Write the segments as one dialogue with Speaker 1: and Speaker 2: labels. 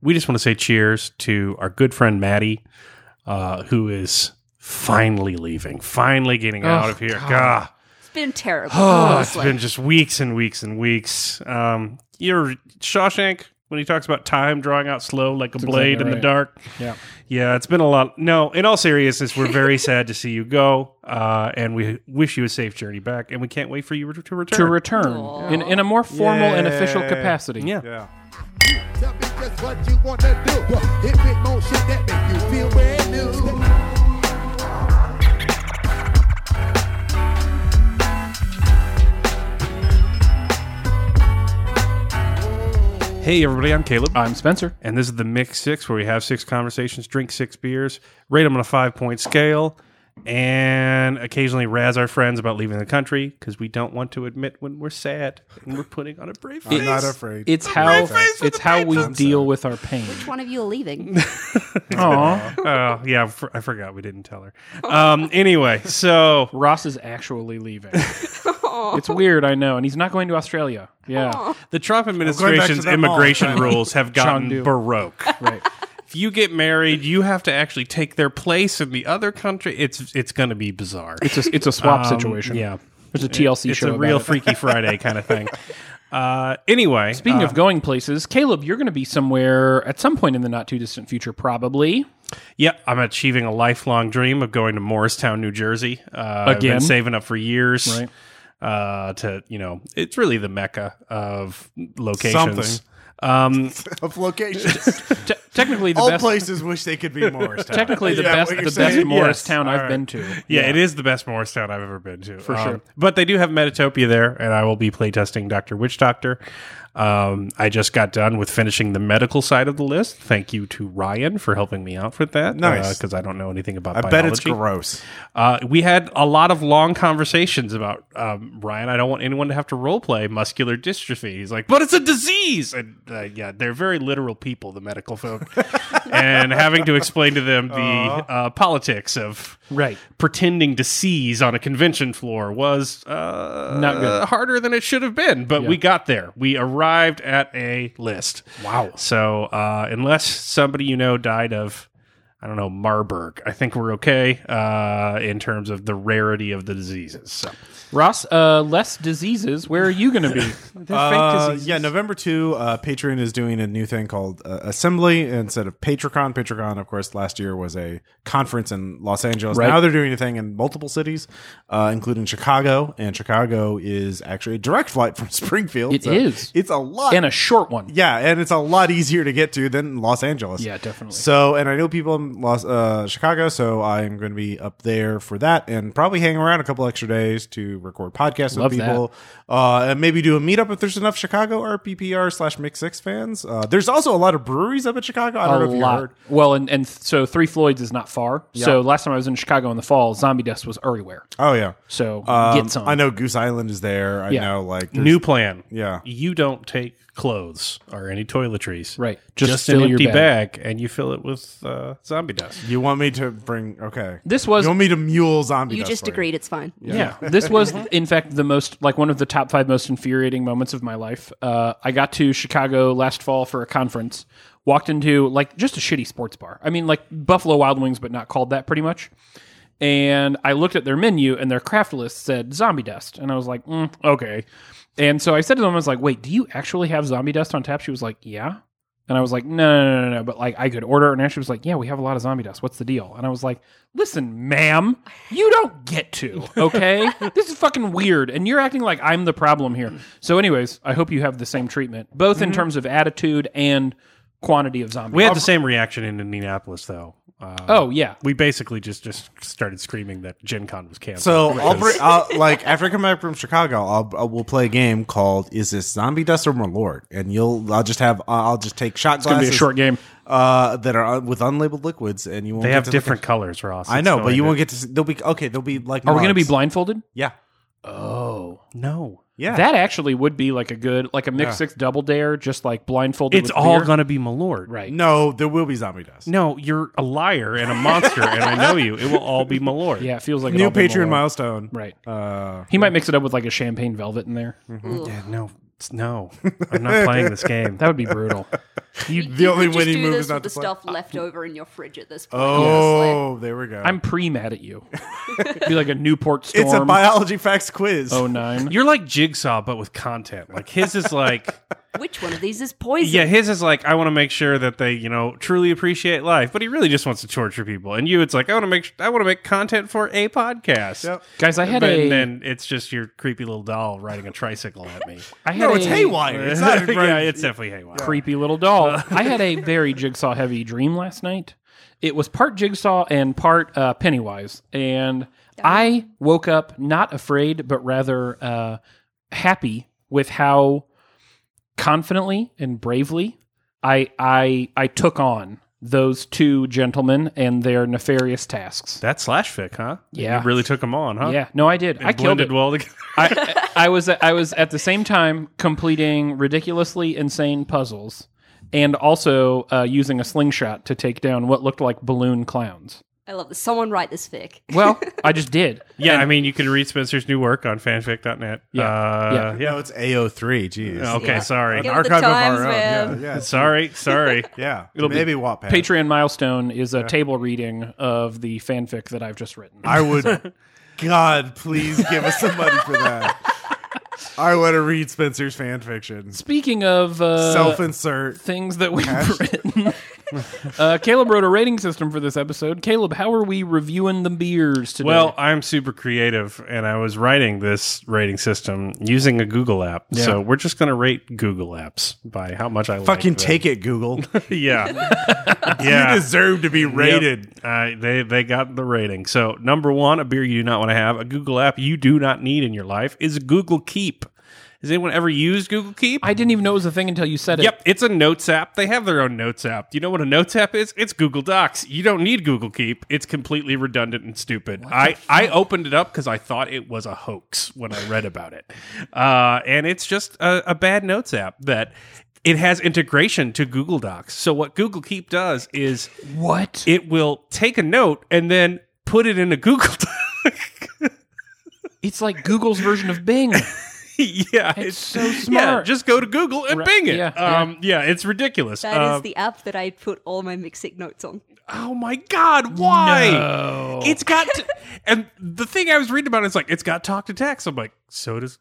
Speaker 1: we just want to say cheers to our good friend Maddie, uh, who is finally leaving, finally getting
Speaker 2: Oh,
Speaker 1: out of here. Gah.
Speaker 3: It's been terrible.
Speaker 1: Oh, it's
Speaker 3: honestly.
Speaker 1: been just weeks and weeks and weeks. Um, you're Shawshank when he talks about time drawing out slow like a blade
Speaker 2: exactly
Speaker 1: in the
Speaker 2: right.
Speaker 1: dark.
Speaker 2: Yeah.
Speaker 1: Yeah, it's been a lot. No, in all seriousness, we're very sad to see you go, uh, and we wish you a safe journey back, and we can't wait for you to return.
Speaker 2: To return
Speaker 3: Aw.
Speaker 2: in, in a more formal and official
Speaker 4: Yeah.
Speaker 2: capacity.
Speaker 1: yeah.
Speaker 4: Yeah.
Speaker 5: Tell me just what you wanna do. Hit big more shit that make you feel brand new.
Speaker 1: Hey, everybody, I'm Caleb.
Speaker 2: I'm Spencer.
Speaker 1: and this is the Mix Six, where we have six conversations, drink six beers, rate them on a five point scale, and occasionally razz our friends about leaving the country because we don't want to admit when we're sad and we're putting on a brave face.
Speaker 4: I'm not afraid.
Speaker 2: It's how it's how we deal with our pain.
Speaker 3: Which one of you are leaving?
Speaker 2: Aww.
Speaker 1: Oh, yeah, I for- I forgot we didn't tell her. Um, anyway, so
Speaker 2: Ross is actually leaving. it's weird, I know, and he's not going to Australia. Yeah.
Speaker 1: the Trump
Speaker 4: to
Speaker 1: administration's
Speaker 4: that mall.
Speaker 1: immigration rules have gotten
Speaker 2: Chengdu.
Speaker 1: baroque.
Speaker 2: Right.
Speaker 1: If you get married, you have to actually take their place in the other country. It's it's going to be bizarre.
Speaker 2: It's a, it's a swap
Speaker 1: Um,
Speaker 2: situation.
Speaker 1: Yeah.
Speaker 2: There's a TLC
Speaker 1: it's
Speaker 2: show.
Speaker 1: a real
Speaker 2: about it.
Speaker 1: Freaky Friday kind of thing. Uh, anyway,
Speaker 2: Speaking
Speaker 1: uh,
Speaker 2: of going places, Caleb, you're going to be somewhere at some point in the not too distant future, probably.
Speaker 1: yeah, I'm achieving a lifelong dream of going to Morristown, New Jersey. Uh, I've been
Speaker 2: Again?
Speaker 1: saving up for years.
Speaker 2: Right.
Speaker 1: Uh, to you know, it's really the mecca of locations.
Speaker 4: Something.
Speaker 1: Um,
Speaker 4: of locations.
Speaker 2: Te- technically, the
Speaker 4: All
Speaker 2: best.
Speaker 4: places wish they could be Morristown.
Speaker 2: Technically, the
Speaker 4: Yeah,
Speaker 2: best,
Speaker 4: what
Speaker 2: the
Speaker 4: you're
Speaker 2: best
Speaker 4: saying.
Speaker 2: Morristown
Speaker 1: All
Speaker 2: I've
Speaker 1: right.
Speaker 2: been to.
Speaker 1: yeah, it is the best Morristown I've ever been to. For
Speaker 2: sure.
Speaker 1: But they do have Metatopia there, and I will be playtesting Dr. Witch Doctor. Um, I just got done with finishing the medical side of the list. Thank you to Ryan for helping me out with that.
Speaker 4: Nice.
Speaker 1: Because I don't know anything about
Speaker 4: I
Speaker 1: biology.
Speaker 4: bet it's gross.
Speaker 1: Uh, we had a lot of long conversations about um, Ryan. I don't want anyone to have to role play muscular dystrophy. He's like, but it's a disease. And uh, yeah, they're very literal people, the medical folk, and having to explain to them the uh, politics of
Speaker 2: Right.
Speaker 1: pretending to seize on a convention floor was uh,
Speaker 2: Not good.
Speaker 1: harder than it should have been. But we got there. We arrived at a list.
Speaker 2: Wow.
Speaker 1: So uh, unless somebody you know died of, I don't know, Marburg, I think we're okay uh, in terms of the rarity of the diseases. So
Speaker 2: Ross, uh, less diseases. Where are you going to be?
Speaker 4: Uh, yeah, November 2, uh, Patreon is doing a new thing called uh, Assembly instead of Patricon. Patricon, of course, last year was a conference in Los Angeles.
Speaker 2: Right.
Speaker 4: Now they're doing a thing in multiple cities, uh, including Chicago. And Chicago is actually a direct flight from Springfield.
Speaker 2: It is.
Speaker 4: It's a lot.
Speaker 2: And a short one.
Speaker 4: yeah, and it's a lot easier to get to than Los Angeles.
Speaker 2: Yeah, definitely.
Speaker 4: So, and I know people in Los, uh, Chicago, so I'm going to be up there for that, and probably hang around a couple extra days to record podcasts
Speaker 2: Love
Speaker 4: with people, uh, and maybe do a meetup if there's enough Chicago RPPR slash Mix Six fans. Uh, there's also a lot of breweries up in Chicago. I don't know if you heard.
Speaker 2: Well, and, and so Three Floyds is not far. So last time I was in Chicago in the fall, zombie dust was everywhere.
Speaker 4: Oh yeah,
Speaker 2: So
Speaker 4: Um,
Speaker 2: get some.
Speaker 4: I know Goose Island is there. I
Speaker 2: Yeah.
Speaker 4: know like there's-
Speaker 1: new plan.
Speaker 4: Yeah.
Speaker 1: you don't take clothes or any toiletries.
Speaker 2: Right.
Speaker 1: just,
Speaker 2: Just
Speaker 1: an
Speaker 2: fill your
Speaker 1: empty bag.
Speaker 2: bag.
Speaker 1: and you fill it with uh, zombie dust.
Speaker 4: You want me to bring? Okay,
Speaker 2: This was-
Speaker 4: you want me to mule zombie.
Speaker 3: You
Speaker 4: dust
Speaker 3: just
Speaker 4: for
Speaker 3: agreed. It's fine.
Speaker 1: Yeah.
Speaker 2: this was, in fact, the most like one of the top five most infuriating moments of my life. Uh, I got to Chicago last fall for a conference. Walked into like just a shitty sports bar. I mean, like Buffalo Wild Wings, but not called that, pretty much. and I looked at their menu and their craft list said zombie dust. And I was like, mm, okay. And so I said to them, I was like, wait, do you actually have zombie dust on tap? She was like, yeah. And I was like, no, no, no, no, no. But like, I could order. it. And she was like, yeah, we have a lot of zombie dust. What's the deal? And I was like, listen, ma'am, you don't get to, okay? this is fucking weird. And you're acting like I'm the problem here. So, anyways, I hope you have the same treatment, both in terms of attitude and quantity of zombie
Speaker 1: Mm-hmm. We had
Speaker 2: dust.
Speaker 1: the same reaction in Indianapolis, though. Uh,
Speaker 2: Oh, yeah.
Speaker 1: we basically just just started screaming that Gen Con was canceled.
Speaker 4: So I'll
Speaker 1: because-
Speaker 4: bring I'll, like after I come back from Chicago, I'll, I will play a game called "Is this Zombie Dust or Malort?" And you'll I'll just have I'll just take shot
Speaker 2: It's going to
Speaker 4: glasses
Speaker 2: be a short game.
Speaker 4: uh, that are with unlabeled liquids, and you won't
Speaker 1: they
Speaker 4: get
Speaker 1: have
Speaker 4: to look at-
Speaker 1: different colors, Ross.
Speaker 4: I
Speaker 1: It's
Speaker 4: know,
Speaker 1: no
Speaker 4: but you
Speaker 1: idea.
Speaker 4: won't get to. See, they'll be okay. They'll be like.
Speaker 2: Are we going to be
Speaker 4: mugs.
Speaker 2: blindfolded?
Speaker 4: Yeah,
Speaker 2: Oh.
Speaker 1: no.
Speaker 4: yeah.
Speaker 2: That actually would be like a good, like a mix
Speaker 4: Yeah.
Speaker 2: six double dare, just like blindfolded.
Speaker 1: It's
Speaker 2: with
Speaker 1: all
Speaker 2: beer.
Speaker 1: gonna be Malort.
Speaker 2: right.
Speaker 4: no, there will be zombie dust.
Speaker 1: No, you're a liar and a monster, and I know you. It will all be Malort.
Speaker 2: Yeah, it feels like
Speaker 4: New
Speaker 2: it'll be
Speaker 4: Patreon
Speaker 2: more-
Speaker 4: milestone.
Speaker 2: Right.
Speaker 4: Uh, Mm-hmm.
Speaker 2: He might mix it up with like a champagne velvet in there.
Speaker 1: Yeah, no. No, I'm not playing this game.
Speaker 2: That would be brutal.
Speaker 3: You,
Speaker 4: The only
Speaker 3: could just
Speaker 4: winning
Speaker 3: do
Speaker 4: move
Speaker 3: this
Speaker 4: is not
Speaker 3: with the
Speaker 4: to play.
Speaker 3: stuff left over in your fridge at this point. honestly.
Speaker 4: Oh, there we go.
Speaker 2: I'm pre mad at you. be like a Newport Storm.
Speaker 4: it's a biology facts quiz.
Speaker 2: Oh nine.
Speaker 1: You're like Jigsaw, but with content. Like his is like,
Speaker 3: Which one of these is poison?
Speaker 1: yeah, his is like, I want to make sure that they, you know, truly appreciate life. But he really just wants to torture people. And you, it's like, I want to make, I want to make content for a podcast.
Speaker 4: Yep.
Speaker 2: Guys, I had
Speaker 1: But
Speaker 2: a.
Speaker 1: then it's just your creepy little doll riding a tricycle at me.
Speaker 2: I had
Speaker 4: no, it's
Speaker 2: a
Speaker 4: haywire. It's not
Speaker 1: yeah, it's definitely haywire.
Speaker 2: Creepy little doll.
Speaker 4: Uh.
Speaker 2: I had a very jigsaw heavy dream last night. It was part jigsaw and part uh, Pennywise, and I woke up not afraid, but rather uh, happy with how confidently and bravely I I I took on those two gentlemen and their nefarious tasks.
Speaker 1: That slash fic, huh?
Speaker 2: Yeah.
Speaker 1: You really took him on, huh?
Speaker 2: Yeah, no, I did. I killed
Speaker 1: Blended
Speaker 2: it.
Speaker 1: well together.
Speaker 2: I, I was I was at the same time completing ridiculously insane puzzles and also uh, using a slingshot to take down what looked like balloon clowns.
Speaker 3: I love this. Someone write this fic.
Speaker 2: Well, I just did.
Speaker 1: Yeah, I mean, you can read Spencer's new work on fanfic.net.
Speaker 2: Yeah.
Speaker 1: Uh,
Speaker 4: No, it's AO3. Jeez.
Speaker 1: Okay, sorry.
Speaker 3: Get with the times, man.
Speaker 4: Yeah. Yeah.
Speaker 1: Sorry, sorry.
Speaker 4: yeah.
Speaker 1: It'll be-
Speaker 4: Maybe Wattpad.
Speaker 2: Patreon milestone is a table reading of the fanfic that I've just written.
Speaker 4: I would. God, please give us some money for that. I want to read Spencer's fan fiction.
Speaker 2: Speaking of uh,
Speaker 4: Self-insert.
Speaker 2: things that we've written, uh, Caleb wrote a rating system for this episode. Caleb, how are we reviewing the beers today?
Speaker 1: Well, I'm super creative, and I was writing this rating system using a Google app. So we're just going to rate Google apps by how much I
Speaker 4: Fucking
Speaker 1: like them.
Speaker 4: take it, Google.
Speaker 1: yeah,
Speaker 4: You
Speaker 1: yeah.
Speaker 4: deserve to be rated.
Speaker 1: Yep. Uh, they they got the rating. So number one, a beer you do not want to have, a Google app you do not need in your life is Google Keep. Has anyone ever used Google Keep?
Speaker 2: I didn't even know it was a thing until you said it.
Speaker 1: Yep, it's a notes app. They have their own notes app. Do you know what a notes app is? It's Google Docs. You don't need Google Keep. It's completely redundant and stupid. I, I opened it up because I thought it was a hoax when I read about it. Uh, and it's just a, a bad notes app that it has integration to Google Docs. So what Google Keep does is
Speaker 2: What?
Speaker 1: it will take a note and then put it in a Google Doc.
Speaker 2: It's like Google's version of Bing.
Speaker 1: yeah,
Speaker 2: It's so
Speaker 1: yeah,
Speaker 2: smart.
Speaker 1: just go to Google and
Speaker 2: Right,
Speaker 1: bing it.
Speaker 2: yeah, yeah.
Speaker 1: um, yeah. it's ridiculous.
Speaker 3: That is
Speaker 1: Um,
Speaker 3: the app that I put all my mixing notes on.
Speaker 1: Oh my God! Why?
Speaker 2: No.
Speaker 1: It's got, t- and the thing I was reading about is like it's got talk to text. I'm like, so does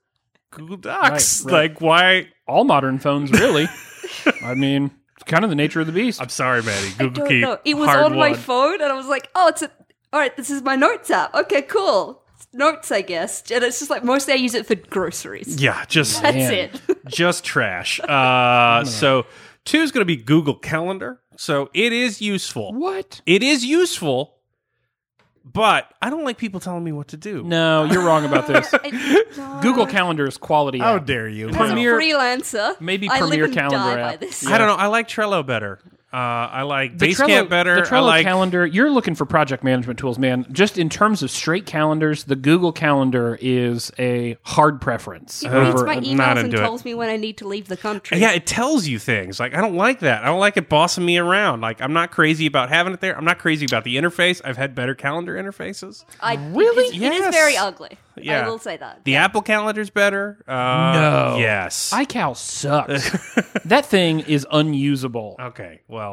Speaker 1: Google Docs.
Speaker 2: Right, right.
Speaker 1: Like, why?
Speaker 2: all modern phones, really. I mean, it's kind of the nature of the beast.
Speaker 1: I'm sorry, Maddie.
Speaker 3: I
Speaker 1: Google
Speaker 3: don't
Speaker 1: Keep.
Speaker 3: know. It was
Speaker 1: hard
Speaker 3: on my
Speaker 1: won.
Speaker 3: phone, and I was like, "Oh, it's a, all right. This is my notes app. Okay, cool. It's notes, I guess." And it's just like mostly I use it for groceries.
Speaker 1: Yeah, just
Speaker 3: That's
Speaker 2: Man.
Speaker 3: it.
Speaker 1: just trash. Uh, so two is going to be Google Calendar. So it is useful.
Speaker 2: What?
Speaker 1: It is useful, but I don't like people telling me what to do.
Speaker 2: No, you're wrong about this.
Speaker 3: I-
Speaker 2: Google Calendar is quality.
Speaker 1: Oh,
Speaker 4: How
Speaker 2: app.
Speaker 4: dare you?
Speaker 3: As a
Speaker 2: Premier-
Speaker 3: freelancer,
Speaker 2: maybe
Speaker 3: I
Speaker 2: Premier
Speaker 3: live and
Speaker 2: Calendar
Speaker 3: die by
Speaker 2: app.
Speaker 3: this.
Speaker 1: I don't know. I like Trello better. Uh, I like
Speaker 2: The
Speaker 1: Basecamp
Speaker 2: Trello-
Speaker 1: better.
Speaker 2: The
Speaker 1: I
Speaker 2: Trello
Speaker 1: like
Speaker 2: calendar. You're looking for project management tools, man. Just in terms of straight calendars, the Google Calendar is a hard preference.
Speaker 3: It reads
Speaker 1: Over-
Speaker 3: my
Speaker 1: I'm
Speaker 3: emails
Speaker 1: not
Speaker 3: and
Speaker 1: into it.
Speaker 3: tells me when I need to leave the country.
Speaker 1: Yeah, it tells you things. Like I don't like that. I don't like it bossing me around. Like I'm not crazy about having it there. I'm not crazy about the interface. I've had better calendar interfaces.
Speaker 2: Uh,
Speaker 3: I, really? It is, it
Speaker 1: Yes.
Speaker 3: is very ugly.
Speaker 1: Yeah.
Speaker 3: I will say that.
Speaker 1: The Apple calendar's better. Uh,
Speaker 2: No.
Speaker 1: Yes.
Speaker 2: iCal sucks. that thing is unusable.
Speaker 1: okay. Well.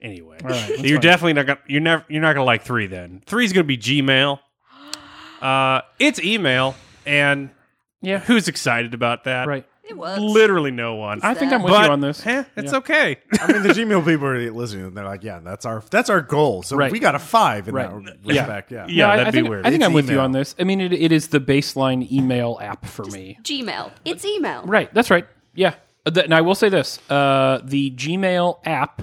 Speaker 1: Anyway,
Speaker 2: right, that's
Speaker 1: you're
Speaker 2: fine.
Speaker 1: definitely not gonna you're never you're not gonna like three. Then three's gonna be Gmail. Uh, it's email, and
Speaker 2: Yeah.
Speaker 1: who's excited about that?
Speaker 2: Right.
Speaker 3: It works.
Speaker 1: Literally no one.
Speaker 2: I think I'm with
Speaker 1: but,
Speaker 2: you on this.
Speaker 1: eh, it's okay.
Speaker 4: I mean, the Gmail people are listening. and They're like, yeah, that's our that's our goal. So
Speaker 2: Right.
Speaker 4: we got a five in
Speaker 2: Right.
Speaker 4: that
Speaker 2: Yeah.
Speaker 4: respect. Yeah.
Speaker 1: Yeah,
Speaker 2: No, I,
Speaker 1: that'd
Speaker 2: I
Speaker 1: be
Speaker 2: think,
Speaker 1: weird.
Speaker 2: I think
Speaker 4: It's
Speaker 2: I'm with you
Speaker 4: email.
Speaker 2: on this. I mean, it, it is the baseline email app for me.
Speaker 3: Gmail. It's email.
Speaker 2: Right. That's right. Yeah. Uh, th- And I will say this uh, the Gmail app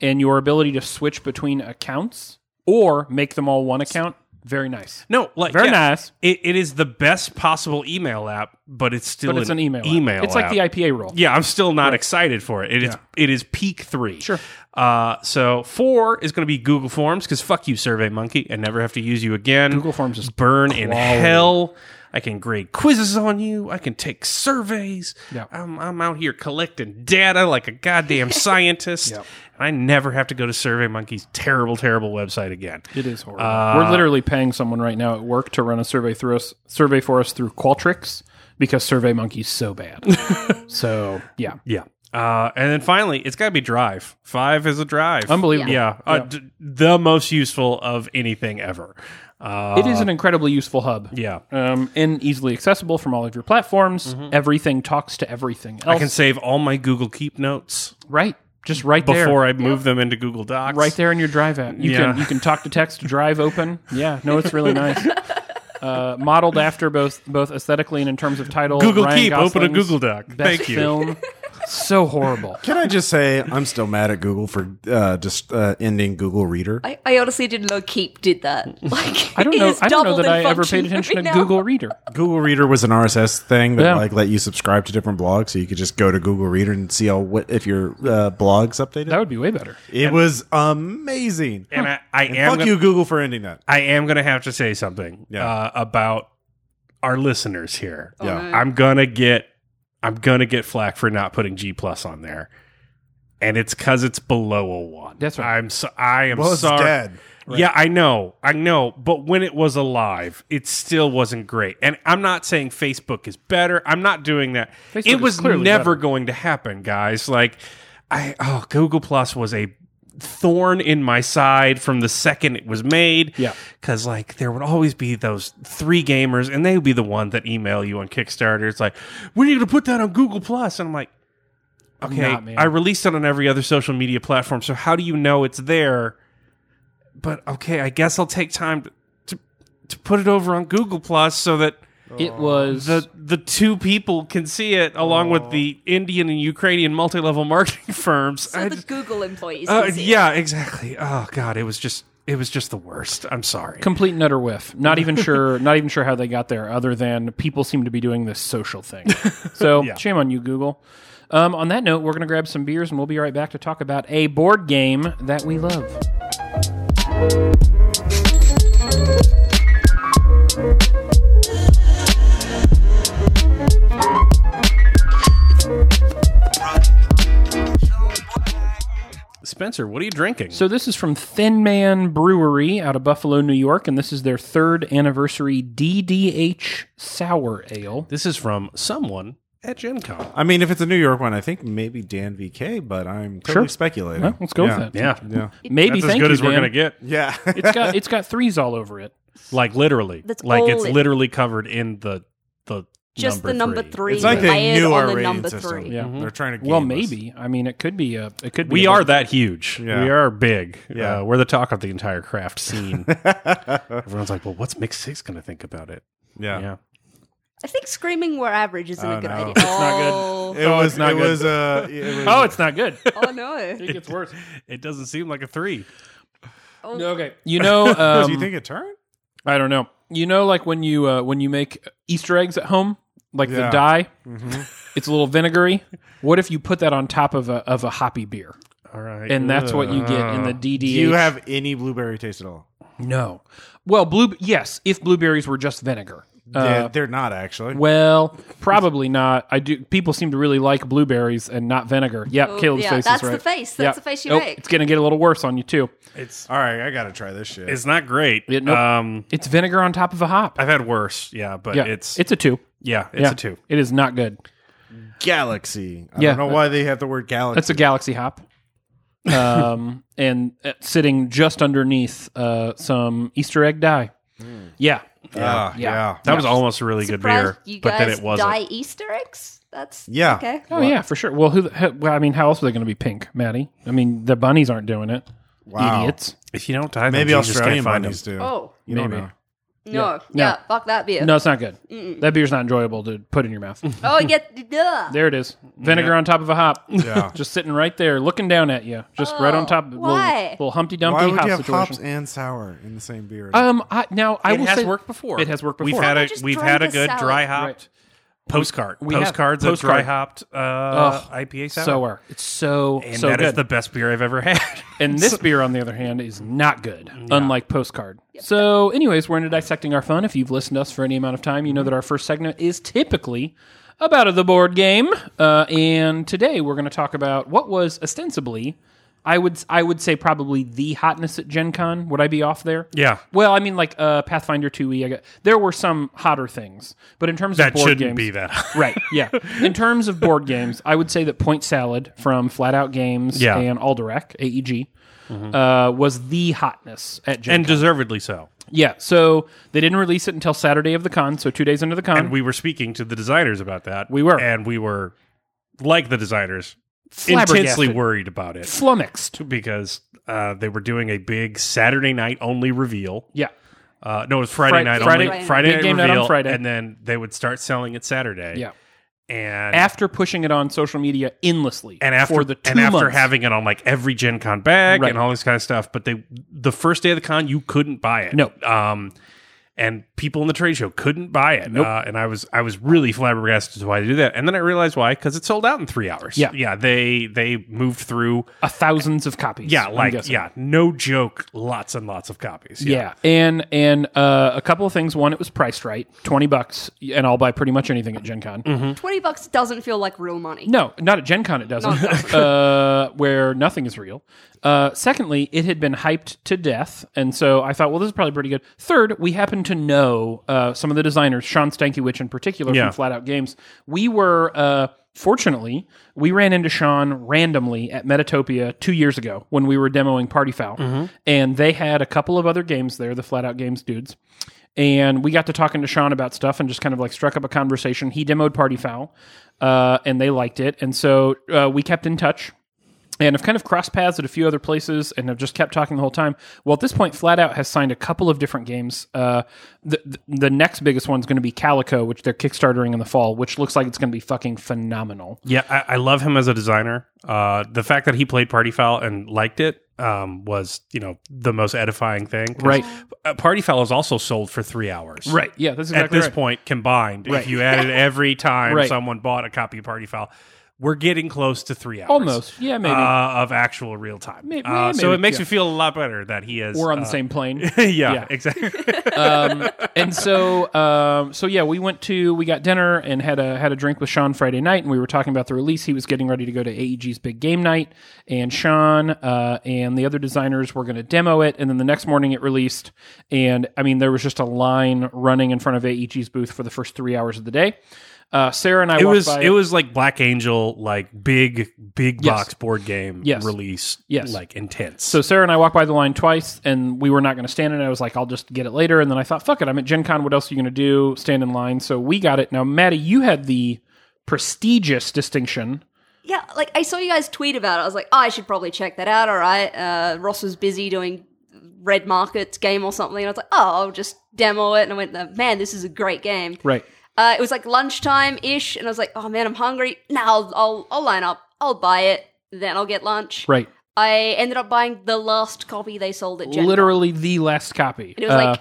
Speaker 2: and your ability to switch between accounts or make them all one account, very nice.
Speaker 1: No, like
Speaker 2: Very
Speaker 1: yes.
Speaker 2: nice.
Speaker 1: It, it is the best possible email app, but it's still
Speaker 2: But it's an email. app.
Speaker 1: Email.
Speaker 2: It's like the
Speaker 1: app.
Speaker 2: IPA rule.
Speaker 1: Yeah, I'm still not excited for it. It is it is peak three.
Speaker 2: Sure.
Speaker 1: Uh, so four is going to be Google Forms because fuck you, SurveyMonkey, and never have to use you again.
Speaker 2: Google Forms is
Speaker 1: burn in
Speaker 2: quality.
Speaker 1: hell. I can grade quizzes on you. I can take surveys.
Speaker 2: Yeah.
Speaker 1: I'm, I'm out here collecting data like a goddamn scientist. And I never have to go to SurveyMonkey's terrible, terrible website again.
Speaker 2: It is
Speaker 1: Uh,
Speaker 2: horrible. We're literally paying someone right now at work to run a survey through us, survey for us through Qualtrics, because Survey Monkey's so bad. so yeah,
Speaker 1: Yeah. Uh, and then finally, it's got to be drive. Five is a drive.
Speaker 2: unbelievable.
Speaker 1: Yeah. Uh, d- the most useful of anything ever. Uh,
Speaker 2: It is an incredibly useful hub.
Speaker 1: Yeah.
Speaker 2: Um, and easily accessible from all of your platforms. Everything talks to everything else.
Speaker 1: Mm-hmm. I can save all my Google Keep notes
Speaker 2: right, just right there.
Speaker 1: before I move them into Google Docs.
Speaker 2: right there in your drive app. You
Speaker 1: Yeah.
Speaker 2: can you can talk to text, drive open. Yeah, no, it's really nice. Uh, modeled after both both aesthetically and in terms of title.
Speaker 1: Google
Speaker 2: Ryan
Speaker 1: Keep, open a
Speaker 2: Gosling's
Speaker 1: Google Doc.
Speaker 2: Best
Speaker 1: Thank you.
Speaker 2: Film. So horrible.
Speaker 4: Can I just say I'm still mad at Google for uh, just uh, ending Google Reader?
Speaker 3: I, I honestly didn't know Keep did that. Like,
Speaker 2: I don't
Speaker 3: it
Speaker 2: know.
Speaker 3: is
Speaker 2: I don't know
Speaker 3: doubled
Speaker 2: that
Speaker 3: in
Speaker 2: I ever
Speaker 3: function
Speaker 2: paid attention
Speaker 3: right
Speaker 2: to
Speaker 3: now.
Speaker 2: Google Reader.
Speaker 4: Google Reader was an RSS thing that
Speaker 2: Yeah.
Speaker 4: like let you subscribe to different blogs, so you could just go to Google Reader and see all what if your uh, blog's updated.
Speaker 2: That would be way better.
Speaker 4: it was amazing.
Speaker 1: And I, I
Speaker 4: And
Speaker 1: am
Speaker 4: fuck
Speaker 1: gonna,
Speaker 4: you, Google, for ending that.
Speaker 1: I am going to have to say something
Speaker 4: Yeah.
Speaker 1: uh, about our listeners here.
Speaker 3: Oh,
Speaker 4: Yeah.
Speaker 3: no.
Speaker 1: I'm gonna get I'm gonna get flack for not putting G plus on there, and it's because it's below a one.
Speaker 2: That's right.
Speaker 1: I'm so I am
Speaker 4: Well, it's
Speaker 1: sorry.
Speaker 4: dead.
Speaker 1: Yeah, I know, I know. But when it was alive, it still wasn't great. And I'm not saying Facebook is better. I'm not doing that.
Speaker 2: Facebook
Speaker 1: it
Speaker 2: is
Speaker 1: was
Speaker 2: clearly
Speaker 1: never
Speaker 2: better.
Speaker 1: going to happen, guys. Like I oh, Google Plus was a thorn in my side from the second it was made.
Speaker 2: Yeah.
Speaker 1: Cause like there would always be those three gamers and they would be the one that email you on Kickstarter. It's like, we need to put that on Google Plus. And I'm like, okay,
Speaker 2: not, man.
Speaker 1: I released it on every other social media platform. So how do you know it's there? But okay, I guess I'll take time to, to, to put it over on Google Plus so that
Speaker 2: It was
Speaker 1: the the two people can see it along with the Indian and Ukrainian multi-level marketing firms.
Speaker 3: So
Speaker 1: I
Speaker 3: the
Speaker 1: just-
Speaker 3: Google employees.
Speaker 1: uh,
Speaker 3: can see it.
Speaker 1: yeah, exactly. Oh god, it was just it was just the worst. I'm sorry.
Speaker 2: complete nutter whiff. Not even sure. Not even sure how they got there, other than people seem to be doing this social thing. So shame on you, Google. Um, on that note, we're going to grab some beers and we'll be right back to talk about a board game that we love.
Speaker 1: Spencer, what are you drinking?
Speaker 2: So this is from Thin Man Brewery out of Buffalo, New York, and this is their third anniversary DDH Sour Ale.
Speaker 1: this is from someone at Gen Con.
Speaker 4: I mean, if it's a New York one, I think maybe Dan VK, but I'm totally
Speaker 2: Sure.
Speaker 4: speculating.
Speaker 2: Well, let's go
Speaker 4: yeah.
Speaker 2: with that.
Speaker 1: Yeah.
Speaker 4: Yeah.
Speaker 2: Maybe
Speaker 1: That's as
Speaker 2: thank
Speaker 1: good
Speaker 2: you,
Speaker 1: as we're
Speaker 2: Dan.
Speaker 1: going to get.
Speaker 4: Yeah.
Speaker 2: It's got it's got threes all over it.
Speaker 1: Like literally.
Speaker 3: That's
Speaker 1: like
Speaker 3: all
Speaker 1: it's
Speaker 3: it-
Speaker 1: literally covered in the the
Speaker 3: Just the number three
Speaker 4: it's like they
Speaker 3: layered
Speaker 4: knew
Speaker 3: on
Speaker 4: our
Speaker 3: the
Speaker 4: rating
Speaker 3: number
Speaker 4: system.
Speaker 3: three.
Speaker 2: Yeah.
Speaker 4: They're trying to.
Speaker 2: Well,
Speaker 4: game us.
Speaker 2: maybe. I mean, it could be a it could be
Speaker 1: We
Speaker 2: a-
Speaker 1: are that huge.
Speaker 4: Yeah.
Speaker 1: We are big.
Speaker 4: Yeah.
Speaker 1: Uh, we're the talk of the entire craft scene. Everyone's like, "Well, what's Mix Six going to think about it?"
Speaker 4: Yeah.
Speaker 3: I think screaming we're average isn't
Speaker 4: Oh,
Speaker 3: a good
Speaker 4: no.
Speaker 3: idea.
Speaker 4: It's
Speaker 2: not good.
Speaker 3: Oh.
Speaker 4: It
Speaker 2: Oh,
Speaker 4: was
Speaker 2: it's not
Speaker 4: it
Speaker 2: good.
Speaker 4: was uh it was,
Speaker 2: Oh, it's not good.
Speaker 3: Oh no!
Speaker 2: It gets worse.
Speaker 1: It doesn't seem like a three.
Speaker 3: Oh,
Speaker 2: Okay. You know,
Speaker 4: Do
Speaker 2: um,
Speaker 4: you think it turned?
Speaker 2: I don't know. You know, like when you uh, when you make Easter eggs at home, like
Speaker 4: Yeah.
Speaker 2: the dye,
Speaker 1: Mm-hmm.
Speaker 2: it's a little vinegary. What if you put that on top of a of a hoppy beer,
Speaker 1: All right.
Speaker 2: and that's what you get in the
Speaker 1: Ugh.
Speaker 2: DDH?
Speaker 4: Do you have any blueberry taste at all?
Speaker 2: no. Well, blue. Yes, if blueberries were just vinegar.
Speaker 4: Yeah,
Speaker 2: Uh,
Speaker 4: they're not actually.
Speaker 2: well, probably not. I do. People seem to really like blueberries and not vinegar. Yep,
Speaker 3: Oh,
Speaker 2: Caleb's
Speaker 3: yeah,
Speaker 2: face
Speaker 3: that's
Speaker 2: is
Speaker 3: the
Speaker 2: right.
Speaker 3: face. That's the face you
Speaker 2: Oh,
Speaker 3: make.
Speaker 2: It's gonna get a little worse on you too.
Speaker 1: It's
Speaker 4: all right, I gotta try this shit.
Speaker 1: it's not great.
Speaker 2: Yeah, nope.
Speaker 1: Um,
Speaker 2: It's vinegar on top of a hop.
Speaker 1: I've had worse. Yeah, but
Speaker 2: yeah,
Speaker 1: it's
Speaker 2: it's a two.
Speaker 1: yeah, it's
Speaker 2: yeah.
Speaker 1: a two.
Speaker 2: It is not good.
Speaker 4: Galaxy. I
Speaker 2: Yeah.
Speaker 4: don't know why they have the word galaxy.
Speaker 2: That's a galaxy hop. um, and uh, sitting just underneath uh, some Easter egg dye. Yeah.
Speaker 4: Ah, yeah, yeah.
Speaker 2: yeah.
Speaker 1: That was almost a really
Speaker 3: Surprised
Speaker 1: good beer,
Speaker 3: you
Speaker 1: but then
Speaker 3: guys
Speaker 1: it wasn't.
Speaker 3: dye Easter eggs. That's
Speaker 4: Yeah.
Speaker 3: Okay.
Speaker 2: Oh yeah, for sure. Well, who? the- who- well, I mean, how else are they going to be pink, Maddie? I mean, the bunnies aren't doing it.
Speaker 4: Wow.
Speaker 2: Idiots.
Speaker 1: If you don't die,
Speaker 4: Maybe
Speaker 1: then Jesus
Speaker 4: Australian
Speaker 1: can't find
Speaker 4: bunnies
Speaker 1: them.
Speaker 4: do.
Speaker 3: Oh
Speaker 4: you don't
Speaker 2: maybe.
Speaker 4: know.
Speaker 3: no! Yeah,
Speaker 2: No.
Speaker 3: fuck that beer.
Speaker 2: No, it's not good. That beer's not enjoyable to put in your mouth.
Speaker 3: Oh yeah, duh.
Speaker 2: there it is. Vinegar on top of a hop.
Speaker 4: Yeah.
Speaker 2: just sitting right there, looking down at you. Just right on
Speaker 3: Oh,
Speaker 2: top. Little,
Speaker 3: why?
Speaker 2: little Humpty
Speaker 4: Why
Speaker 2: Dumpty
Speaker 4: would
Speaker 2: hop
Speaker 4: you have
Speaker 2: situation.
Speaker 4: hops and sour in the same beer?
Speaker 2: Um, I, now I
Speaker 1: It
Speaker 2: will
Speaker 1: has
Speaker 2: say-
Speaker 1: worked before.
Speaker 2: It has worked before.
Speaker 1: We've had
Speaker 3: Why
Speaker 1: a
Speaker 3: not just
Speaker 1: we've
Speaker 3: dry
Speaker 1: had a
Speaker 3: the
Speaker 1: good
Speaker 3: salad?
Speaker 1: dry hopped
Speaker 2: Right.
Speaker 1: postcard.
Speaker 2: We have
Speaker 1: Postcards of
Speaker 2: postcard.
Speaker 1: dry hopped uh,
Speaker 2: Ugh,
Speaker 1: IPA sour.
Speaker 2: so are. It's so
Speaker 1: and
Speaker 2: so
Speaker 1: that
Speaker 2: good.
Speaker 1: is the best beer I've ever had.
Speaker 2: and this beer, on the other hand, is not good. Unlike postcard. So, anyways, we're into dissecting our fun. If you've listened to us for any amount of time,
Speaker 1: Mm-hmm.
Speaker 2: you know that our first segment is typically about the board game. Uh, and today we're going to talk about what was ostensibly I would I would say probably the hotness at Gen Con. Would I be off there?
Speaker 1: Yeah.
Speaker 2: Well, I mean, like uh, Pathfinder 2e. I got, there were some hotter things, but in terms of
Speaker 1: That
Speaker 2: board
Speaker 1: shouldn't
Speaker 2: games,
Speaker 1: be that.
Speaker 2: right. Yeah. In terms of board games, I would say that Point Salad from Flat Out Games
Speaker 1: Yeah. Mm-hmm.
Speaker 2: and Alderac AEG uh, was the hotness at Gen.
Speaker 1: and deservedly so.
Speaker 2: yeah. So they didn't release it until Saturday of the con, so two days into the con.
Speaker 1: And we were speaking to the designers about that.
Speaker 2: We were.
Speaker 1: and we were like the designers,
Speaker 2: Flabbergasted.
Speaker 1: intensely worried about it
Speaker 2: flummoxed.
Speaker 1: because uh, they were doing a big Saturday night only reveal.
Speaker 2: Yeah.
Speaker 1: Uh, no, it was Friday
Speaker 2: Fri-
Speaker 1: night
Speaker 2: Friday-
Speaker 1: only.
Speaker 3: Friday
Speaker 1: Friday
Speaker 2: night.
Speaker 1: night
Speaker 2: Big game night on
Speaker 1: reveal,
Speaker 2: Friday.
Speaker 1: and then they would start selling it Saturday.
Speaker 2: Yeah.
Speaker 1: and
Speaker 2: After pushing it on social media endlessly
Speaker 1: and after
Speaker 2: for the two
Speaker 1: and after
Speaker 2: months.
Speaker 1: having it on like every Gen Con bag
Speaker 2: Right.
Speaker 1: and all this kind of stuff. But they the first day of the con, you couldn't buy it.
Speaker 2: No.
Speaker 1: Um, and people in the trade show couldn't buy it.
Speaker 2: Nope.
Speaker 1: Uh, and I was I was really flabbergasted as to why they do that. And then I realized why because it sold out in three hours.
Speaker 2: Yeah.
Speaker 1: yeah. They they moved through.
Speaker 2: a thousands of copies.
Speaker 1: Yeah,
Speaker 2: I'm
Speaker 1: like
Speaker 2: guessing.
Speaker 1: yeah, no joke. Lots and lots of copies.
Speaker 2: Yeah. and and uh, a couple of things. One, it was priced right, twenty bucks, and I'll buy pretty much anything at Gen Con.
Speaker 1: Mm-hmm.
Speaker 3: Twenty bucks doesn't feel like real money.
Speaker 2: No, not at Gen Con it doesn't, uh, where nothing is real. Uh, secondly, it had been hyped to death, and so I thought, well, this is probably pretty good. Third, we happen to know uh, some of the designers, Sean Stankiewicz in particular
Speaker 1: Yeah.
Speaker 2: from Flat Out Games. We were, uh, fortunately, we ran into Sean randomly at Metatopia two years ago when we were demoing Party Foul, and they had a couple of other games there, the Flat Out Games dudes and we got to talking to Sean about stuff and just kind of like struck up a conversation. He demoed Party Foul, uh, and they liked it, and so uh, we kept in touch. And have kind of crossed paths at a few other places, and have just kept talking the whole time. Well, at this point, Flat Out has signed a couple of different games. Uh, the, the the next biggest one's going to be Calico, which they're kickstartering in the fall, which looks like it's going to be fucking phenomenal.
Speaker 1: Yeah, I, I love him as a designer. Uh, the fact that he played Party Foul and liked it um, was, you know, the most edifying thing. 'Cause,
Speaker 2: Right.
Speaker 1: uh, Party Foul is also sold for three hours.
Speaker 2: Yeah. That's
Speaker 1: At
Speaker 2: exactly
Speaker 1: this
Speaker 2: right.
Speaker 1: point, combined,
Speaker 2: Right.
Speaker 1: if you added every time
Speaker 2: Right.
Speaker 1: someone bought a copy of Party Foul, we're getting close to three hours.
Speaker 2: Almost. Yeah. Maybe
Speaker 1: Uh, of actual real time.
Speaker 2: May-
Speaker 1: Uh,
Speaker 2: yeah,
Speaker 1: so
Speaker 2: maybe,
Speaker 1: it makes
Speaker 2: yeah.
Speaker 1: me feel a lot better that he is.
Speaker 2: we're on
Speaker 1: uh,
Speaker 2: the same plane.
Speaker 1: yeah,
Speaker 2: Yeah.
Speaker 1: exactly.
Speaker 2: um, and so um, so yeah, we went to we got dinner and had a had a drink with Sean Friday night, and we were talking about the release. He was getting ready to go to AEG's big game night, and Sean uh, and the other designers were going to demo it, and then the next morning it released, and I mean there was just a line running in front of AEG's booth for the first three hours of the day. Uh, Sarah and I
Speaker 1: it
Speaker 2: walked
Speaker 1: was
Speaker 2: by
Speaker 1: it was like Black Angel, like big big
Speaker 2: Yes.
Speaker 1: box board game
Speaker 2: Yes.
Speaker 1: release,
Speaker 2: Yes.
Speaker 1: like intense.
Speaker 2: So Sarah and I walked by the line twice, and we were not going to stand in it. I was like, I'll just get it later. And then I thought, fuck it, I'm at Gen Con. What else are you going to do? Stand in line. So we got it. Now, Maddie, you had the prestigious distinction.
Speaker 3: Yeah, like I saw you guys tweet about it. I was like, oh, I should probably check that out. All right. Uh, Ross was busy doing Red Markets game or something. And I was like, oh, I'll just demo it. And I went, man, this is a great game.
Speaker 2: Right.
Speaker 3: Uh, it was like lunchtime ish. And I was like, oh, man, I'm hungry. Now I'll, I'll, I'll line up. I'll buy it. Then I'll get lunch.
Speaker 2: Right.
Speaker 3: I ended up buying the last copy they sold at Gen.
Speaker 2: Literally the last copy. Uh,
Speaker 3: And it was like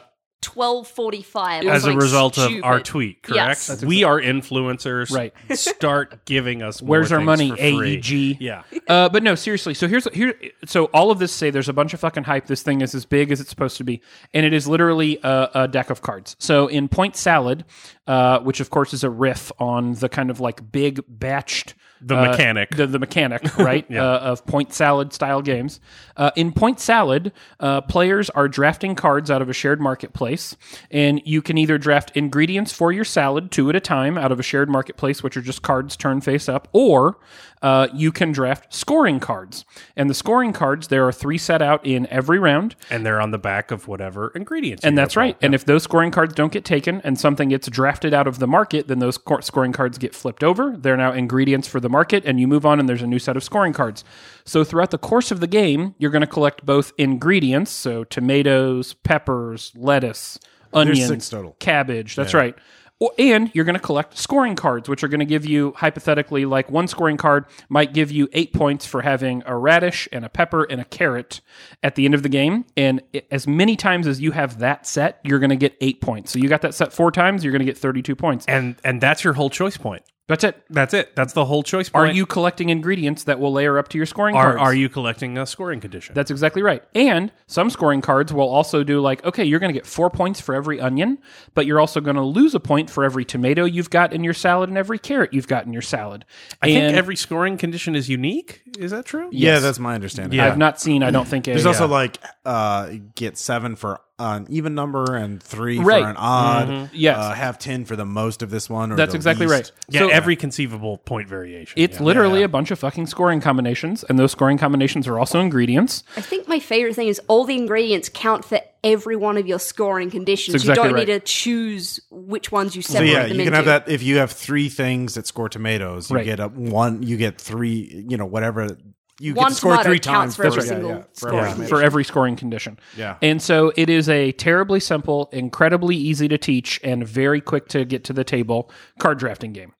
Speaker 3: 1245
Speaker 1: as a result of our tweet, correct?
Speaker 3: Yes.
Speaker 1: That's we are influencers.
Speaker 2: Right.
Speaker 1: Start giving us. more
Speaker 2: Where's our
Speaker 1: things
Speaker 2: money, E
Speaker 1: for free.
Speaker 2: AEG?
Speaker 1: Yeah.
Speaker 2: uh, but no, seriously. So here's here. So all of this say there's a bunch of fucking hype. This thing is as big as it's supposed to be, and it is literally a, a deck of cards. So in Point Salad, uh, which of course is a riff on the kind of like big batched
Speaker 1: The
Speaker 2: uh,
Speaker 1: mechanic.
Speaker 2: the, the mechanic, right? uh, of Point Salad style games. Uh, in Point Salad, uh, players are drafting cards out of a shared marketplace, and you can either draft ingredients for your salad two at a time out of a shared marketplace, which are just cards turned face up, or uh, you can draft scoring cards. And the scoring cards, there are three set out in every round.
Speaker 1: And they're on the back of whatever ingredients.
Speaker 2: And
Speaker 1: you
Speaker 2: that's
Speaker 1: have.
Speaker 2: right. And if those scoring cards don't get taken and something gets drafted out of the market, then those cor- scoring cards get flipped over. They're now ingredients for the market, and you move on, and there's a new set of scoring cards. So throughout the course of the game, you're going to collect both ingredients, so tomatoes, peppers, lettuce, onions,
Speaker 4: six total.
Speaker 2: cabbage. That's right. Or- And you're going to collect scoring cards, which are going to give you, hypothetically, like one scoring card might give you eight points for having a radish and a pepper and a carrot at the end of the game. And i- as many times as you have that set, you're going to get eight points. So you got that set four times, you're going to get 32 points.
Speaker 1: And and that's your whole choice point.
Speaker 2: That's it.
Speaker 1: That's it. That's the whole choice
Speaker 2: Are
Speaker 1: point.
Speaker 2: you collecting ingredients that will layer up to your scoring
Speaker 1: are,
Speaker 2: cards?
Speaker 1: are you collecting a scoring condition?
Speaker 2: That's exactly right. And some scoring cards will also do like, okay, you're going to get four points for every onion, but you're also going to lose a point for every tomato you've got in your salad and every carrot you've got in your salad.
Speaker 1: I think every scoring condition is unique. Is that true?
Speaker 4: Yeah, that's my understanding.
Speaker 1: Yeah.
Speaker 2: I've not seen. I don't think a,
Speaker 4: There's also
Speaker 2: yeah.
Speaker 4: like uh, get seven for an even number and three
Speaker 2: Right. Mm-hmm.
Speaker 4: for an odd.
Speaker 2: Yes.
Speaker 4: uh, have ten for the most of this one. Or
Speaker 2: uh, That's
Speaker 4: the
Speaker 2: exactly right.
Speaker 4: least.
Speaker 1: Yeah,
Speaker 2: So-
Speaker 1: every conceivable point variation.
Speaker 2: It's
Speaker 1: yeah.
Speaker 2: literally a bunch of fucking scoring combinations, and those scoring combinations are also ingredients.
Speaker 3: I think my favorite thing is all the ingredients count for every one of your scoring conditions.
Speaker 2: That's exactly
Speaker 3: you don't need to
Speaker 2: right.
Speaker 3: choose which ones you
Speaker 4: So
Speaker 3: separate
Speaker 4: yeah,
Speaker 3: them
Speaker 4: you can
Speaker 3: into.
Speaker 4: have that if you have three things that score tomatoes, you
Speaker 2: Right.
Speaker 4: get a one. You get three. You know whatever you
Speaker 3: One
Speaker 4: get to score
Speaker 3: tomato
Speaker 4: three
Speaker 3: counts
Speaker 4: times
Speaker 3: for every
Speaker 4: yeah,
Speaker 3: single
Speaker 4: yeah, for
Speaker 3: score.
Speaker 4: every
Speaker 3: Yeah.
Speaker 4: tomato.
Speaker 2: for every scoring condition.
Speaker 4: Yeah.
Speaker 2: And so it is a terribly simple, incredibly easy to teach, and very quick to get to the table card drafting game.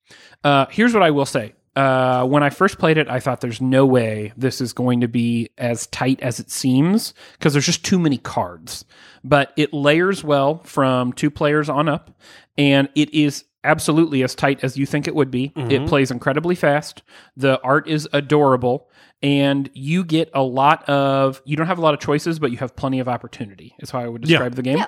Speaker 2: Uh, here's what I will say. Uh, when I first played it, I thought there's no way this is going to be as tight as it seems because there's just too many cards. But it layers well from two players on up, and it is absolutely as tight as you think it would be. It plays incredibly fast. The art is adorable, and you get a lot of you don't have a lot of choices, but you have plenty of opportunity. Is how I would describe the game.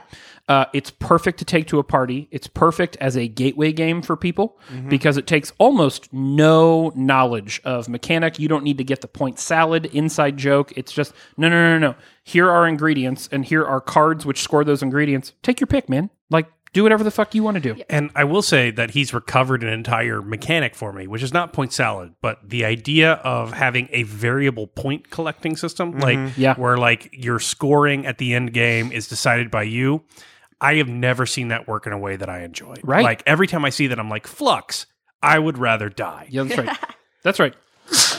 Speaker 2: Uh, it's perfect to take to a party. It's perfect as a gateway game for people because it takes almost no knowledge of mechanic. You don't need to get the point salad inside joke. It's just no, no, no, no. Here are ingredients, and here are cards which score those ingredients. Take your pick, man. Like. Do whatever the fuck you want to do.
Speaker 1: And I will say that he's recovered an entire mechanic for me, which is not point salad, but the idea of having a variable point collecting system, like
Speaker 2: Yeah.
Speaker 1: where like your scoring at the end game is decided by you. I have never seen that work in a way that I enjoy.
Speaker 2: Right.
Speaker 1: Like every time I see that, I'm like, flux. I would rather die.
Speaker 2: Yeah, that's right. that's right.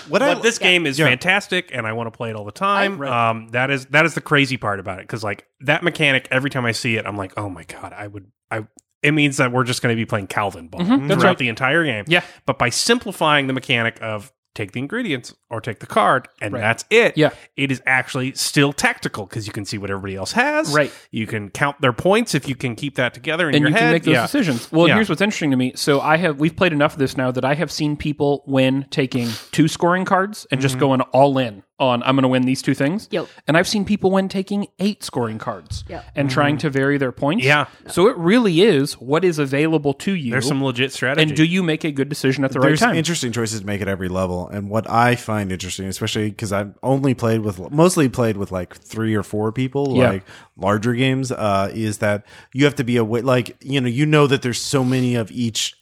Speaker 4: What I,
Speaker 1: But this game is fantastic, and I want to play it all the time. Um, that is that is the crazy part about it because like that mechanic, every time I see it, I'm like, oh my god, I would, I. It means that we're just going to be playing Calvin ball
Speaker 2: Mm-hmm. that's
Speaker 1: throughout
Speaker 2: right.
Speaker 1: the entire game.
Speaker 2: Yeah.
Speaker 1: but by simplifying the mechanic of take the ingredients or take the card, and that's it.
Speaker 2: Yeah.
Speaker 1: it is actually still tactical because you can see what everybody else has.
Speaker 2: Right.
Speaker 1: you can count their points if you can keep that together in
Speaker 2: and
Speaker 1: your
Speaker 2: you
Speaker 1: head.
Speaker 2: can make those
Speaker 1: Yeah.
Speaker 2: decisions. Well,
Speaker 1: Yeah.
Speaker 2: here's what's interesting to me. So I have we've played enough of this now that I have seen people when taking two scoring cards and
Speaker 1: Mm-hmm.
Speaker 2: just going all in on I'm going to win these two things.
Speaker 3: Yep.
Speaker 2: And I've seen people when taking eight scoring cards
Speaker 3: Yep.
Speaker 2: and trying to vary their points.
Speaker 1: Mm-hmm. Yeah.
Speaker 2: So it really is what is available to you.
Speaker 1: There's some legit strategy.
Speaker 2: and do you make a good decision at the right
Speaker 4: There's
Speaker 2: time?
Speaker 4: interesting choices to make at every level, and what I find interesting, especially because I've only played with mostly played with like three or four people,
Speaker 2: Yeah.
Speaker 4: like larger games, uh, is that you have to be aware, like you know, you know that there's so many of each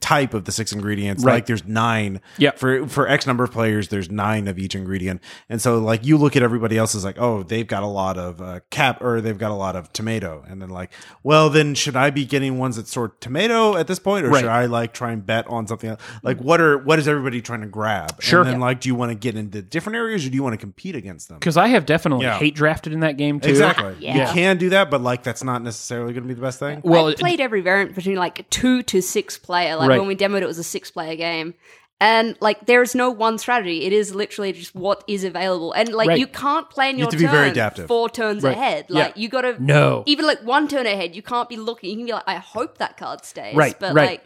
Speaker 4: type of the six ingredients
Speaker 2: Right.
Speaker 4: like there's nine
Speaker 2: Yeah.
Speaker 4: for for x number of players there's nine of each ingredient and so like you look at everybody else is like oh they've got a lot of uh, cap or they've got a lot of tomato and then like well then should i be getting ones that sort tomato at this point or
Speaker 2: Right.
Speaker 4: should i like try and bet on something else? like what are what is everybody trying to grab
Speaker 2: Sure.
Speaker 4: and then like do you want to get into different areas or do you want to compete against them
Speaker 2: Because I have definitely
Speaker 4: Yeah.
Speaker 2: hate drafted in that game too.
Speaker 4: exactly
Speaker 3: Yeah.
Speaker 4: you can do that but like that's not necessarily going to be the best thing
Speaker 2: Well,
Speaker 3: I
Speaker 2: it-
Speaker 3: played every variant between like two to six player. Like
Speaker 2: Right.
Speaker 3: when we demoed, it was a six player game. And like there is no one strategy. It is literally just what is available. And like
Speaker 2: Right.
Speaker 3: you can't plan your
Speaker 4: have to be
Speaker 3: turn
Speaker 4: very adaptive.
Speaker 3: four turns
Speaker 2: Right.
Speaker 3: ahead.
Speaker 2: Yeah.
Speaker 3: Like you gotta
Speaker 2: No.
Speaker 3: even like one turn ahead, you can't be looking. You can be like, I hope that card stays.
Speaker 2: Right,
Speaker 3: But
Speaker 2: right.
Speaker 3: like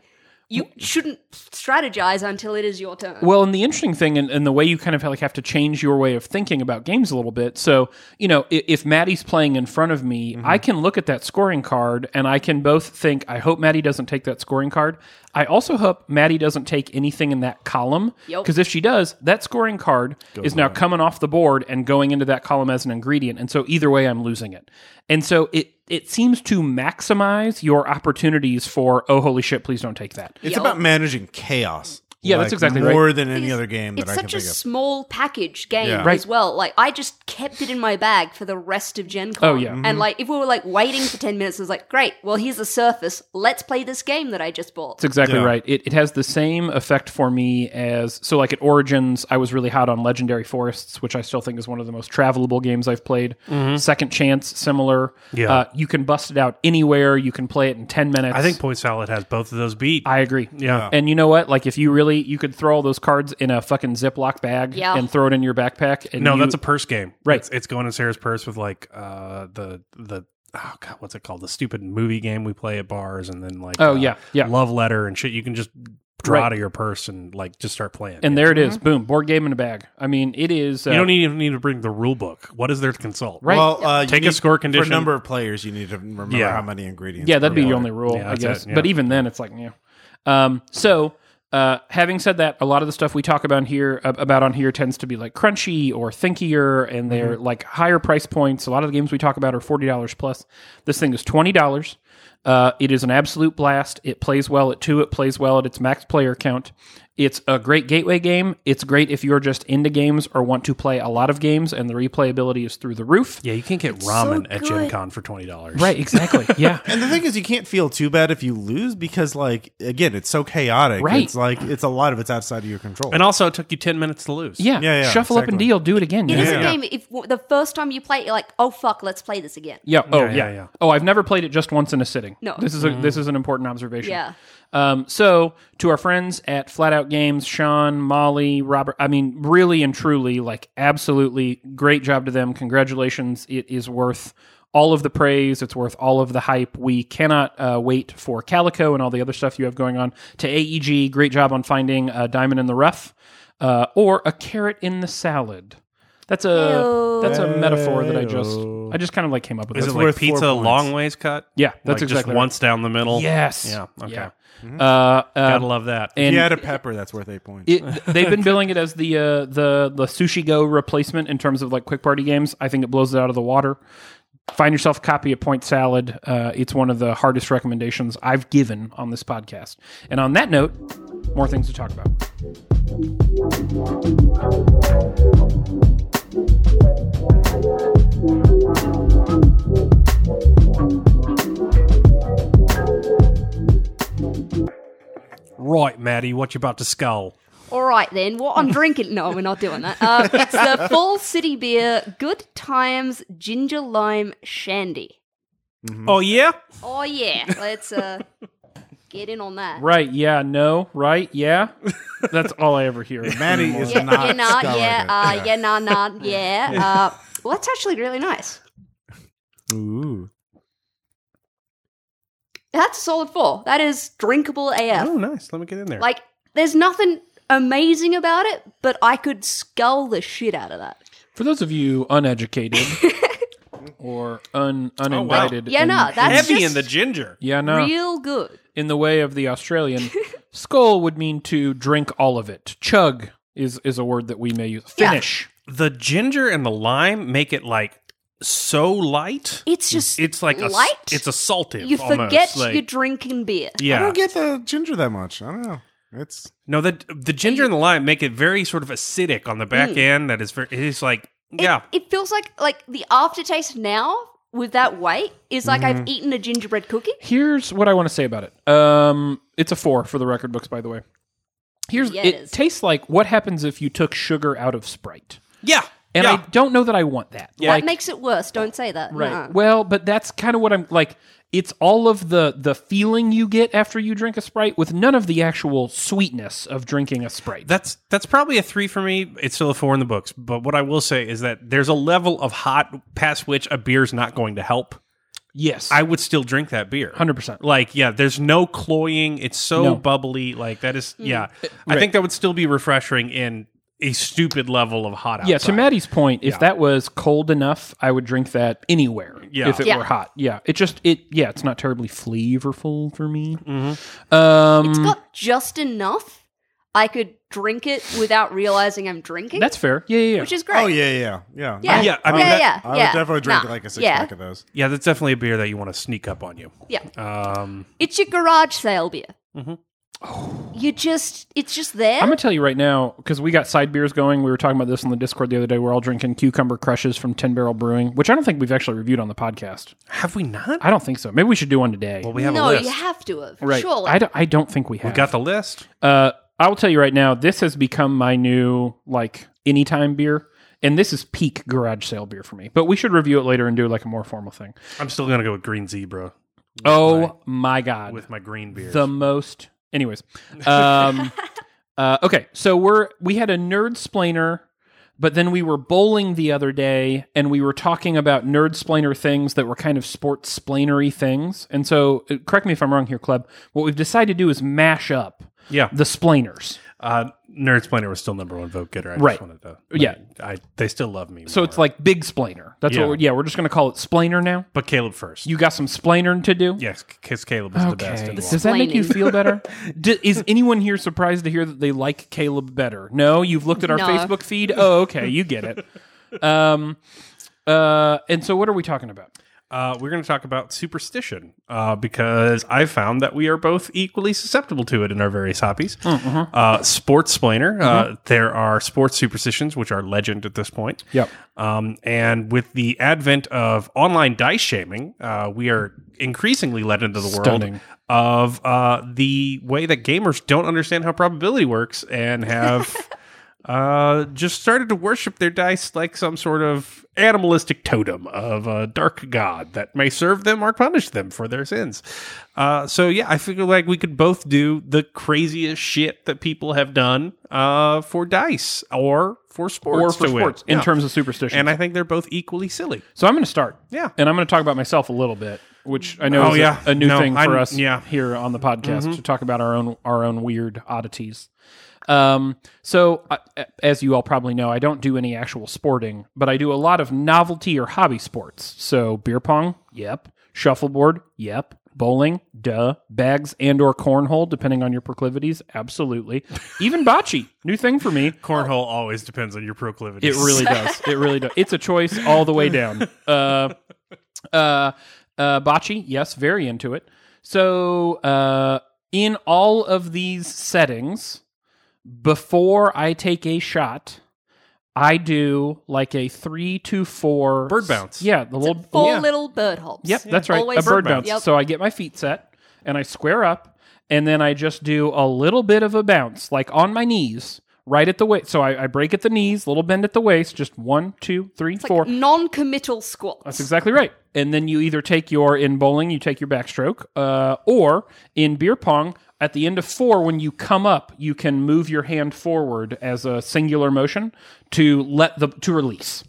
Speaker 3: you shouldn't strategize until it is your turn.
Speaker 2: Well, and the interesting thing, and, and the way you kind of like have to change your way of thinking about games a little bit. So, you know, if, if Maddie's playing in front of me, I can look at that scoring card and I can both think, I hope Maddie doesn't take that scoring card. I also hope Maddie doesn't take anything in that column.
Speaker 3: Yep.
Speaker 2: Because if she does, that scoring card is now coming off the board and going into that column as an ingredient. And so either way, I'm losing it. And so it, it seems to maximize your opportunities for, oh, holy shit, please don't take that.
Speaker 4: it's
Speaker 3: Yo.
Speaker 4: about managing chaos
Speaker 2: Yeah, that's exactly right.
Speaker 4: more than any
Speaker 3: is,
Speaker 4: other game that
Speaker 3: It's
Speaker 4: i can
Speaker 3: such a
Speaker 4: think of
Speaker 3: small package game
Speaker 4: Yeah.
Speaker 2: Right.
Speaker 3: as well. Like I just kept it in my bag for the rest of Gen Con.
Speaker 2: Oh, yeah.
Speaker 3: And like if we were like waiting for ten minutes, it was like, great, well here's the surface. Let's play this game that I just bought.
Speaker 2: That's exactly
Speaker 4: Yeah.
Speaker 2: right. It, it has the same effect for me as so like at Origins, I was really hot on Legendary Forests, which I still think is one of the most travelable games I've played. Second Chance, similar.
Speaker 1: Mm-hmm. Yeah.
Speaker 2: uh, you can bust it out anywhere. You can play it in ten minutes.
Speaker 1: I think point salad has both of those beat.
Speaker 2: I agree.
Speaker 1: Yeah.
Speaker 2: and you know what? Like if you really, you could throw all those cards in a fucking Ziploc bag
Speaker 3: Yeah.
Speaker 2: and throw it in your backpack. And
Speaker 1: No,
Speaker 2: you-
Speaker 1: that's a purse game.
Speaker 2: Right.
Speaker 1: It's, it's going in Sarah's purse with like uh the the oh god, what's it called? The stupid movie game we play at bars and then like
Speaker 2: Oh,
Speaker 1: uh,
Speaker 2: yeah, yeah.
Speaker 1: love letter and shit. You can just draw
Speaker 2: Right.
Speaker 1: to your purse and like just start playing.
Speaker 2: and there it is. Boom, board game in a bag. I mean, it is. Uh,
Speaker 1: you don't even need to bring the rule book. What is there to consult?
Speaker 2: Right.
Speaker 4: Well, uh, you
Speaker 1: Take a
Speaker 4: need-
Speaker 1: score
Speaker 4: for
Speaker 1: condition.
Speaker 4: number of players. You need to remember
Speaker 1: Yeah.
Speaker 4: how many ingredients.
Speaker 2: Yeah, that'd
Speaker 4: per
Speaker 2: be the
Speaker 4: water.
Speaker 2: only rule,
Speaker 1: Yeah,
Speaker 2: I
Speaker 1: that's
Speaker 2: guess.
Speaker 1: it, yeah.
Speaker 2: But even then, it's like, yeah. Um, so, uh, having said that, a lot of the stuff we talk about here ab- about on here tends to be like crunchy or thinkier, and they're like higher price points. A lot of the games we talk about are forty dollars plus. This thing is twenty dollars. Uh, it is an absolute blast. It plays well at two. It plays well at its max player count. It's a great gateway game. It's great if you're just into games or want to play a lot of games, and the replayability is through the roof.
Speaker 1: Yeah, you can't get ramen at Gen
Speaker 3: good.
Speaker 1: Con for twenty dollars.
Speaker 2: Right, exactly. Yeah.
Speaker 4: And the thing is, you can't feel too bad if you lose because, like, again, it's so chaotic.
Speaker 2: Right.
Speaker 4: It's like it's a lot of it's outside of your control.
Speaker 1: And also, it took you ten minutes to lose.
Speaker 2: Yeah.
Speaker 4: Yeah, yeah,
Speaker 2: Shuffle up and
Speaker 4: exactly.
Speaker 2: deal. Do it again.
Speaker 3: It
Speaker 2: yeah.
Speaker 3: is
Speaker 4: Yeah.
Speaker 3: a game. If w- the first time you play it, you're like, "Oh fuck, let's play this again."
Speaker 2: Yeah. Oh, yeah,
Speaker 1: yeah,
Speaker 2: yeah,
Speaker 1: yeah.
Speaker 2: Oh, I've never played it just once in a sitting.
Speaker 3: No.
Speaker 2: This is a this is an important observation.
Speaker 3: Yeah.
Speaker 2: Um, so to our friends at Flat Out Games, Sean, Molly, Robert, I mean, really and truly, like absolutely great job to them. Congratulations. It is worth all of the praise. It's worth all of the hype. We cannot uh, wait for Calico and all the other stuff you have going on to AEG. Great job on finding a diamond in the rough uh, or a carrot in the salad. That's a
Speaker 3: Heyo.
Speaker 2: that's a metaphor that I just I just kind of like came up with.
Speaker 1: Is
Speaker 2: That's
Speaker 1: it like
Speaker 4: worth four
Speaker 1: pizza
Speaker 4: points.
Speaker 1: long ways cut?
Speaker 2: Yeah, that's
Speaker 1: like
Speaker 2: exactly
Speaker 1: just
Speaker 2: right.
Speaker 1: once down the middle.
Speaker 2: Yes.
Speaker 1: Yeah, okay.
Speaker 2: Uh, uh,
Speaker 1: gotta love that.
Speaker 4: if
Speaker 2: and
Speaker 4: you add a pepper, that's worth eight points.
Speaker 2: it, they've been billing it as the uh, the the sushi go replacement in terms of like quick party games. I think it blows it out of the water. Find yourself a copy of Point Salad. Uh, it's one of the hardest recommendations I've given on this podcast. And on that note, more things to talk about.
Speaker 1: right, Maddie, what you about to skull?
Speaker 3: All right then, what I'm drinking? No, we're not doing that. Uh, it's the Full City Beer Good Times Ginger Lime Shandy.
Speaker 1: Oh yeah,
Speaker 3: Oh yeah, let's uh, get in on that.
Speaker 2: Right? Yeah. No. Right? Yeah. That's all I ever hear.
Speaker 4: Maddie
Speaker 2: anymore.
Speaker 4: is
Speaker 3: Yeah,
Speaker 4: not.
Speaker 3: yeah, nah,
Speaker 4: scholar.
Speaker 3: yeah, uh, yeah, nah, nah, yeah. Uh, well, that's actually really nice.
Speaker 4: Ooh.
Speaker 3: That's a solid four. That is drinkable AF.
Speaker 1: Oh nice. Let me get in there.
Speaker 3: Like, there's nothing amazing about it, but I could scull the shit out of that.
Speaker 2: For those of you uneducated or un uninvited,
Speaker 3: Yeah,
Speaker 2: in-
Speaker 3: no, Oh, that's
Speaker 1: heavy
Speaker 3: just
Speaker 1: in the ginger.
Speaker 2: yeah, no.
Speaker 3: real good.
Speaker 2: in the way of the Australian, skull would mean to drink all of it. Chug is is a word that we may use.
Speaker 3: Yeah.
Speaker 2: Finish.
Speaker 1: The ginger and the lime make it like so light.
Speaker 3: It's just
Speaker 1: It's like a s-
Speaker 3: light.
Speaker 1: it's a saltive.
Speaker 3: you
Speaker 1: almost,
Speaker 3: forget
Speaker 1: like-
Speaker 3: you're drinking beer.
Speaker 1: Yeah.
Speaker 4: I don't get the ginger that much. I don't know. It's
Speaker 1: No, the the ginger and the lime make it very sort of acidic on the back end. That is very. It is like
Speaker 3: Mm. It,
Speaker 1: yeah.
Speaker 3: it feels like like the aftertaste now with that weight is like I've eaten a gingerbread cookie.
Speaker 2: Here's what I want to say about it. Um, it's a four for the record books, by the way. Here's
Speaker 3: Yeah,
Speaker 2: it,
Speaker 3: it is.
Speaker 2: tastes like what happens if you took sugar out of Sprite,
Speaker 1: Yeah.
Speaker 2: and
Speaker 1: yeah.
Speaker 2: I don't know that I want that.
Speaker 1: Yeah.
Speaker 3: that makes it worse. Don't say that.
Speaker 2: Right.
Speaker 3: Nuh-uh.
Speaker 2: Well, but that's kind of what I'm like. It's all of the the feeling you get after you drink a Sprite with none of the actual sweetness of drinking a Sprite.
Speaker 1: that's that's probably a three for me. It's still a four in the books. But what I will say is that there's a level of hot past which a beer's not going to help.
Speaker 2: yes,
Speaker 1: I would still drink that beer.
Speaker 2: hundred percent.
Speaker 1: Like yeah, there's no cloying. It's so
Speaker 2: No.
Speaker 1: bubbly. Like that is
Speaker 3: Mm.
Speaker 1: yeah. I think that would still be refreshing in a stupid level of hot. Outside.
Speaker 2: Yeah, to Maddie's point, if that was cold enough, I would drink that anywhere.
Speaker 1: Yeah.
Speaker 2: If it
Speaker 3: Yeah.
Speaker 2: were hot. Yeah. It just it yeah, it's not terribly flavorful for me.
Speaker 1: Mm-hmm.
Speaker 2: Um
Speaker 3: It's got just enough. I could drink it without realizing I'm drinking,
Speaker 2: that's fair. Yeah, yeah, yeah.
Speaker 3: which is great.
Speaker 4: oh yeah yeah yeah
Speaker 3: yeah,
Speaker 1: Yeah, I mean,
Speaker 3: yeah,
Speaker 1: that-
Speaker 3: yeah,
Speaker 4: I would
Speaker 3: yeah.
Speaker 4: definitely drink
Speaker 3: Nah,
Speaker 4: like a six
Speaker 3: yeah,
Speaker 4: pack of those.
Speaker 1: yeah, that's definitely a beer that you want to sneak up on you.
Speaker 3: Yeah,
Speaker 1: Um,
Speaker 3: it's your garage sale beer.
Speaker 2: Mm-hmm.
Speaker 3: You just, it's just there.
Speaker 2: I'm gonna tell you right now because we got side beers going. We were talking about this on the Discord the other day. We're all drinking cucumber crushes from Ten Barrel Brewing, which I don't think we've actually reviewed on the podcast.
Speaker 1: have we not?
Speaker 2: I don't think so. Maybe we should do one today.
Speaker 1: Well, we have
Speaker 3: no,
Speaker 1: a list.
Speaker 3: you have to have.
Speaker 2: right?
Speaker 3: Surely.
Speaker 2: I don't, I don't think we have.
Speaker 1: Got the list.
Speaker 2: Uh, I will tell you right now, this has become my new like anytime beer, and this is peak garage sale beer for me. But we should review it later and do like a more formal thing.
Speaker 1: I'm still gonna go with Green Zebra
Speaker 2: oh my god,
Speaker 1: with my green beers.
Speaker 2: the most. Anyways, um, uh, okay, so we're we had a nerd splainer. But then we were bowling the other day, and we were talking about nerd splainer things that were kind of sports splainery things. And so, uh, correct me if I'm wrong here, Club. What we've decided to do is mash up
Speaker 1: Yeah.
Speaker 2: the Splainers.
Speaker 1: Uh, Nerd Splainer was still number one vote getter. I
Speaker 2: Right.
Speaker 1: just wanted to.
Speaker 2: Yeah.
Speaker 1: I, they still love me.
Speaker 2: So
Speaker 1: more.
Speaker 2: it's like Big Splainer. That's
Speaker 1: Yeah.
Speaker 2: what. We're, yeah, we're just gonna call it Splainer now.
Speaker 1: but Caleb first.
Speaker 2: You got some splainering to do.
Speaker 1: yes, because Caleb is the best. In the
Speaker 2: Does that make you
Speaker 3: Splaining.
Speaker 2: feel better? Do, is anyone here surprised to hear that they like Caleb better? No, you've looked at our
Speaker 3: No.
Speaker 2: Facebook feed. Oh, okay, you get it. Um, uh, and so what are we talking about?
Speaker 1: Uh, we're going to talk about superstition uh, because I found that we are both equally susceptible to it in our various hobbies. Uh, sports splainer. Uh, there are sports superstitions, which are legend at this point.
Speaker 2: Yep.
Speaker 1: Um, and with the advent of online dice shaming, uh, we are increasingly led into the
Speaker 2: Stunning.
Speaker 1: world of uh, the way that gamers don't understand how probability works and have. Uh, just started to worship their dice like some sort of animalistic totem of a dark god that may serve them or punish them for their sins. Uh, so yeah, I figure like we could both do the craziest shit that people have done uh, for dice or for sports
Speaker 2: Or for
Speaker 1: to win.
Speaker 2: sports in
Speaker 1: Yeah.
Speaker 2: terms of superstition.
Speaker 1: and I think they're both equally silly.
Speaker 2: so I'm going to start.
Speaker 1: Yeah.
Speaker 2: and I'm going to talk about myself a little bit, which I know
Speaker 1: Oh,
Speaker 2: is a-
Speaker 1: yeah.
Speaker 2: a, new
Speaker 1: No,
Speaker 2: thing for
Speaker 1: I'm-
Speaker 2: us
Speaker 1: yeah. Mm-hmm.
Speaker 2: here on the podcast to talk about our own our own weird oddities. Um, so uh, as you all probably know, I don't do any actual sporting, but I do a lot of novelty or hobby sports. So beer pong, yep. Shuffleboard, yep. Bowling, duh. Bags and or cornhole, depending on your proclivities, absolutely. Even bocce, new thing for me.
Speaker 1: Cornhole always depends on your proclivity.
Speaker 2: It really does. It really does. It's a choice all the way down. Uh, uh, uh, bocce, yes, very into it. So, uh, in all of these settings, before I take a shot, I do like a three to four
Speaker 1: Bird bounce.
Speaker 2: Yeah, the little
Speaker 3: Four
Speaker 2: yeah.
Speaker 3: little bird hops.
Speaker 2: Yep, that's right.
Speaker 3: Always
Speaker 2: a bird
Speaker 3: bird
Speaker 2: bounce.
Speaker 3: bounce.
Speaker 2: So I get my feet set and I square up and then I just do a little bit of a bounce, like on my knees, right at the waist. So I, I break at the knees, little bend at the waist, just one, two, three,
Speaker 3: It's
Speaker 2: four.
Speaker 3: like non-committal squats.
Speaker 2: That's exactly right. And then you either take your in bowling, you take your backstroke, uh, or in beer pong, at the end of four, when you come up, you can move your hand forward as a singular motion to let the to release.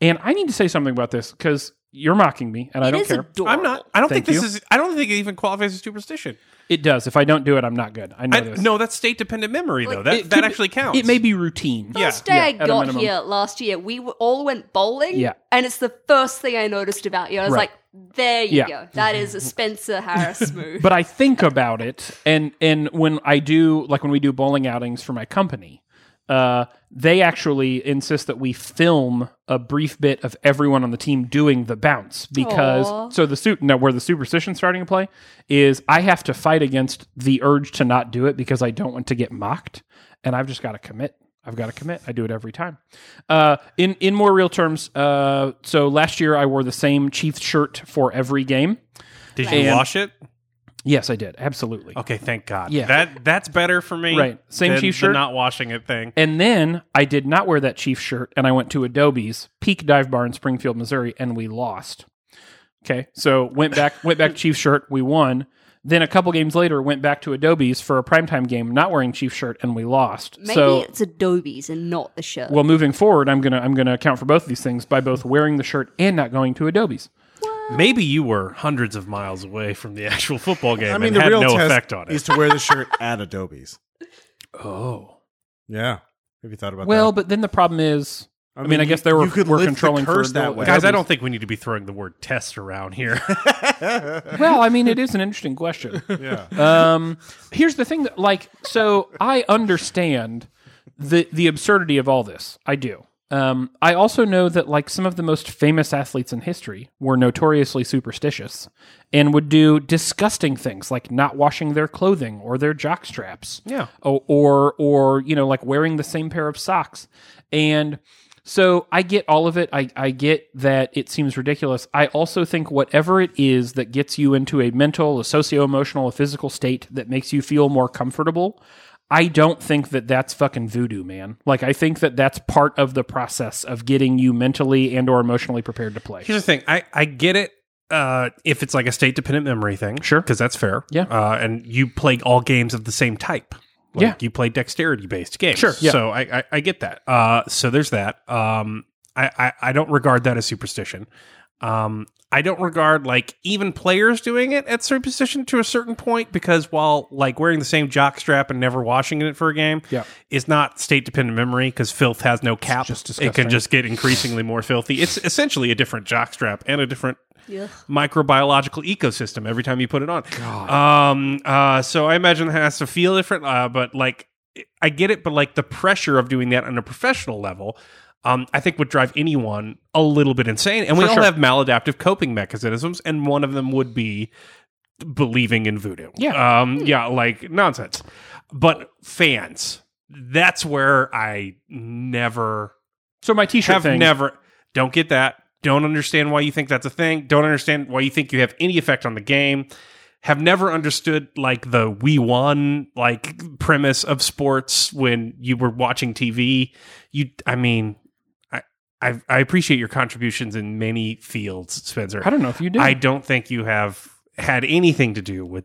Speaker 2: And I need to say something about this because you're mocking me, and I
Speaker 3: It
Speaker 2: don't
Speaker 3: is
Speaker 2: care.
Speaker 3: adorable.
Speaker 1: I'm not. I don't
Speaker 2: Thank
Speaker 1: think this
Speaker 2: you.
Speaker 1: is. I don't think it even qualifies as superstition.
Speaker 2: It does. If I don't do it, I'm not good. I know
Speaker 1: I,
Speaker 2: this.
Speaker 1: no, that's state dependent memory though.
Speaker 2: It
Speaker 1: That
Speaker 2: could
Speaker 1: that
Speaker 2: be-
Speaker 1: actually counts.
Speaker 2: It may be routine.
Speaker 1: Yeah.
Speaker 3: First day I
Speaker 2: at a
Speaker 3: got
Speaker 2: minimum.
Speaker 3: here last year, we were, all went bowling.
Speaker 2: Yeah.
Speaker 3: And it's the first thing I noticed about you. I was
Speaker 2: Right.
Speaker 3: like, there you
Speaker 2: Yeah.
Speaker 3: go. That is a Spencer Harris move.
Speaker 2: But I think about it, and and when I do, like when we do bowling outings for my company, uh, they actually insist that we film a brief bit of everyone on the team doing the bounce because
Speaker 3: Aw.
Speaker 2: so the suit now where the superstition starting to play is I have to fight against the urge to not do it because I don't want to get mocked, and I've just got to commit. I've got to commit. I do it every time. Uh, in in more real terms, uh, so last year I wore the same Chiefs shirt for every game.
Speaker 1: Did you
Speaker 2: And-
Speaker 1: wash it?
Speaker 2: Yes, I did. Absolutely.
Speaker 1: Okay, thank God.
Speaker 2: Yeah.
Speaker 1: that that's better for me.
Speaker 2: Right. Same
Speaker 1: than the
Speaker 2: t-shirt.
Speaker 1: not washing it thing.
Speaker 2: And then I did not wear that Chiefs shirt, and I went to Adobe's Peak Dive Bar in Springfield, Missouri, and we lost. Okay, so went back, went back Chiefs shirt, we won. Then a couple games later, went back to Adobe's for a primetime game, not wearing Chiefs shirt, and we lost.
Speaker 3: Maybe
Speaker 2: so,
Speaker 3: it's Adobe's and not the shirt.
Speaker 2: well, moving forward, I'm gonna I'm gonna account for both of these things by both wearing the shirt and not going to Adobe's.
Speaker 1: Maybe you were hundreds of miles away from the actual football game.
Speaker 4: I mean,
Speaker 1: and
Speaker 4: the
Speaker 1: had
Speaker 4: real
Speaker 1: no
Speaker 4: test
Speaker 1: effect on it.
Speaker 4: is to wear the shirt at Adobe's.
Speaker 2: Oh,
Speaker 4: Yeah. Have you thought about
Speaker 2: well,
Speaker 4: that?
Speaker 2: but then the problem is, I, mean, I guess they were
Speaker 4: you could
Speaker 2: were
Speaker 4: lift the
Speaker 2: controlling
Speaker 4: curse
Speaker 2: for
Speaker 4: that way.
Speaker 1: Guys, I don't think we need to be throwing the word test around here.
Speaker 2: Well, I mean, it is an interesting question.
Speaker 4: Yeah.
Speaker 2: um, here's the thing that like so I understand the the absurdity of all this. I do. Um, I also know that like some of the most famous athletes in history were notoriously superstitious and would do disgusting things like not washing their clothing or their jock straps.
Speaker 1: Yeah.
Speaker 2: O- Oh, or or you know like wearing the same pair of socks and so I get all of it. I, I get that it seems ridiculous. I also think whatever it is that gets you into a mental, a socio emotional, a physical state that makes you feel more comfortable, I don't think that that's fucking voodoo, man. Like I think that that's part of the process of getting you mentally and or emotionally prepared to play.
Speaker 1: Here's the thing. I, I get it uh, if it's like a state dependent memory thing.
Speaker 2: Sure.
Speaker 1: Because that's fair.
Speaker 2: Yeah.
Speaker 1: Uh, and you play all games of the same type. Like,
Speaker 2: Yeah.
Speaker 1: You play dexterity based games.
Speaker 2: Sure, yeah.
Speaker 1: So I, I, I get that. Uh, so there's that. Um, I, I, I don't regard that as superstition. Um, I don't regard like even players doing it at certain position to a certain point because while like wearing the same jock strap and never washing it for a game
Speaker 2: Yeah.
Speaker 1: is not state dependent memory because filth has no cap. it
Speaker 2: just disgusting.
Speaker 1: can just get increasingly more filthy. It's essentially a different jock strap and a different
Speaker 3: Yeah.
Speaker 1: microbiological ecosystem every time you put it on. Um, uh, so I imagine it has to feel different, uh, but like I get it, but like the pressure of doing that on a professional level, um, I think would drive anyone a little bit insane. And we
Speaker 2: For
Speaker 1: all
Speaker 2: sure.
Speaker 1: have maladaptive coping mechanisms, and one of them would be believing in voodoo.
Speaker 2: Yeah. Hmm.
Speaker 1: um, yeah, like nonsense. But fans, that's where I never
Speaker 2: So my T-shirt
Speaker 1: have
Speaker 2: thing.
Speaker 1: never don't get that don't understand why you think that's a thing don't understand why you think you have any effect on the game have never understood like the we won like premise of sports when you were watching tv you i mean i i, I appreciate your contributions in many fields spencer
Speaker 2: I don't know if you do.
Speaker 1: I don't think you have had anything to do with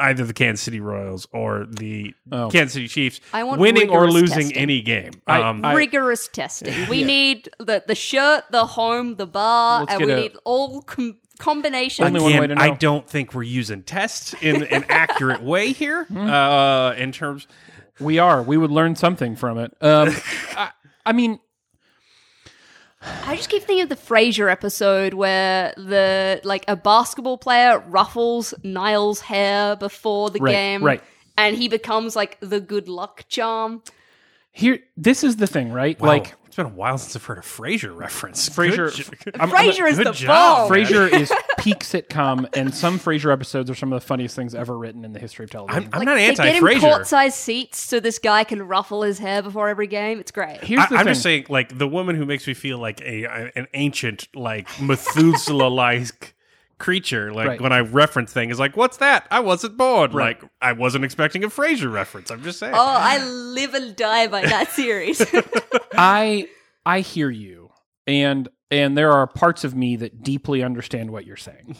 Speaker 1: either the Kansas City Royals or the
Speaker 2: Oh.
Speaker 1: Kansas City Chiefs
Speaker 3: I want
Speaker 1: winning or
Speaker 3: rigorous
Speaker 1: losing
Speaker 3: testing.
Speaker 1: any game. Um,
Speaker 2: I- I-
Speaker 3: rigorous testing. We need the the shirt, the home, the bar,
Speaker 2: Let's
Speaker 3: and
Speaker 2: get
Speaker 3: we
Speaker 2: a-
Speaker 3: need all com- combinations.
Speaker 2: Only one
Speaker 1: Again,
Speaker 2: way to know.
Speaker 1: I don't think we're using tests in an accurate way here.
Speaker 2: Hmm.
Speaker 1: Uh, in terms,
Speaker 2: We are. We would learn something from it. Um, I, I mean,
Speaker 3: I just keep thinking of the Frasier episode where the like a basketball player ruffles Niles' hair before the
Speaker 2: Right,
Speaker 3: game,
Speaker 2: right.
Speaker 3: And he becomes like the good luck charm.
Speaker 2: here. This is the thing, right?
Speaker 1: like
Speaker 2: Like
Speaker 1: oh, it's been a while since I've heard a Frasier reference.
Speaker 2: Frasier-
Speaker 1: Good
Speaker 2: I'm- I'm a-
Speaker 3: Frasier is
Speaker 1: good
Speaker 3: the
Speaker 1: job,
Speaker 3: bomb.
Speaker 1: man.
Speaker 2: Frasier is peak sitcom, and some Frasier episodes are some of the funniest things ever written in the history of television.
Speaker 1: I'm, I'm not anti
Speaker 3: They get him
Speaker 1: Frasier.
Speaker 3: court-sized seats so this guy can ruffle his hair before every game. It's great.
Speaker 2: Here's
Speaker 1: I,
Speaker 2: the
Speaker 1: I'm
Speaker 2: thing.
Speaker 1: just saying, like the woman who makes me feel like a, a- an ancient, like Methuselah-like creature. Like
Speaker 2: Right.
Speaker 1: when I reference thing is like, "What's that? I wasn't born."
Speaker 2: Right. Uh,
Speaker 1: Like I wasn't expecting a Frasier reference. I'm just saying.
Speaker 3: Oh, I live and die by that series.
Speaker 2: I I hear you, and and there are parts of me that deeply understand what you're saying.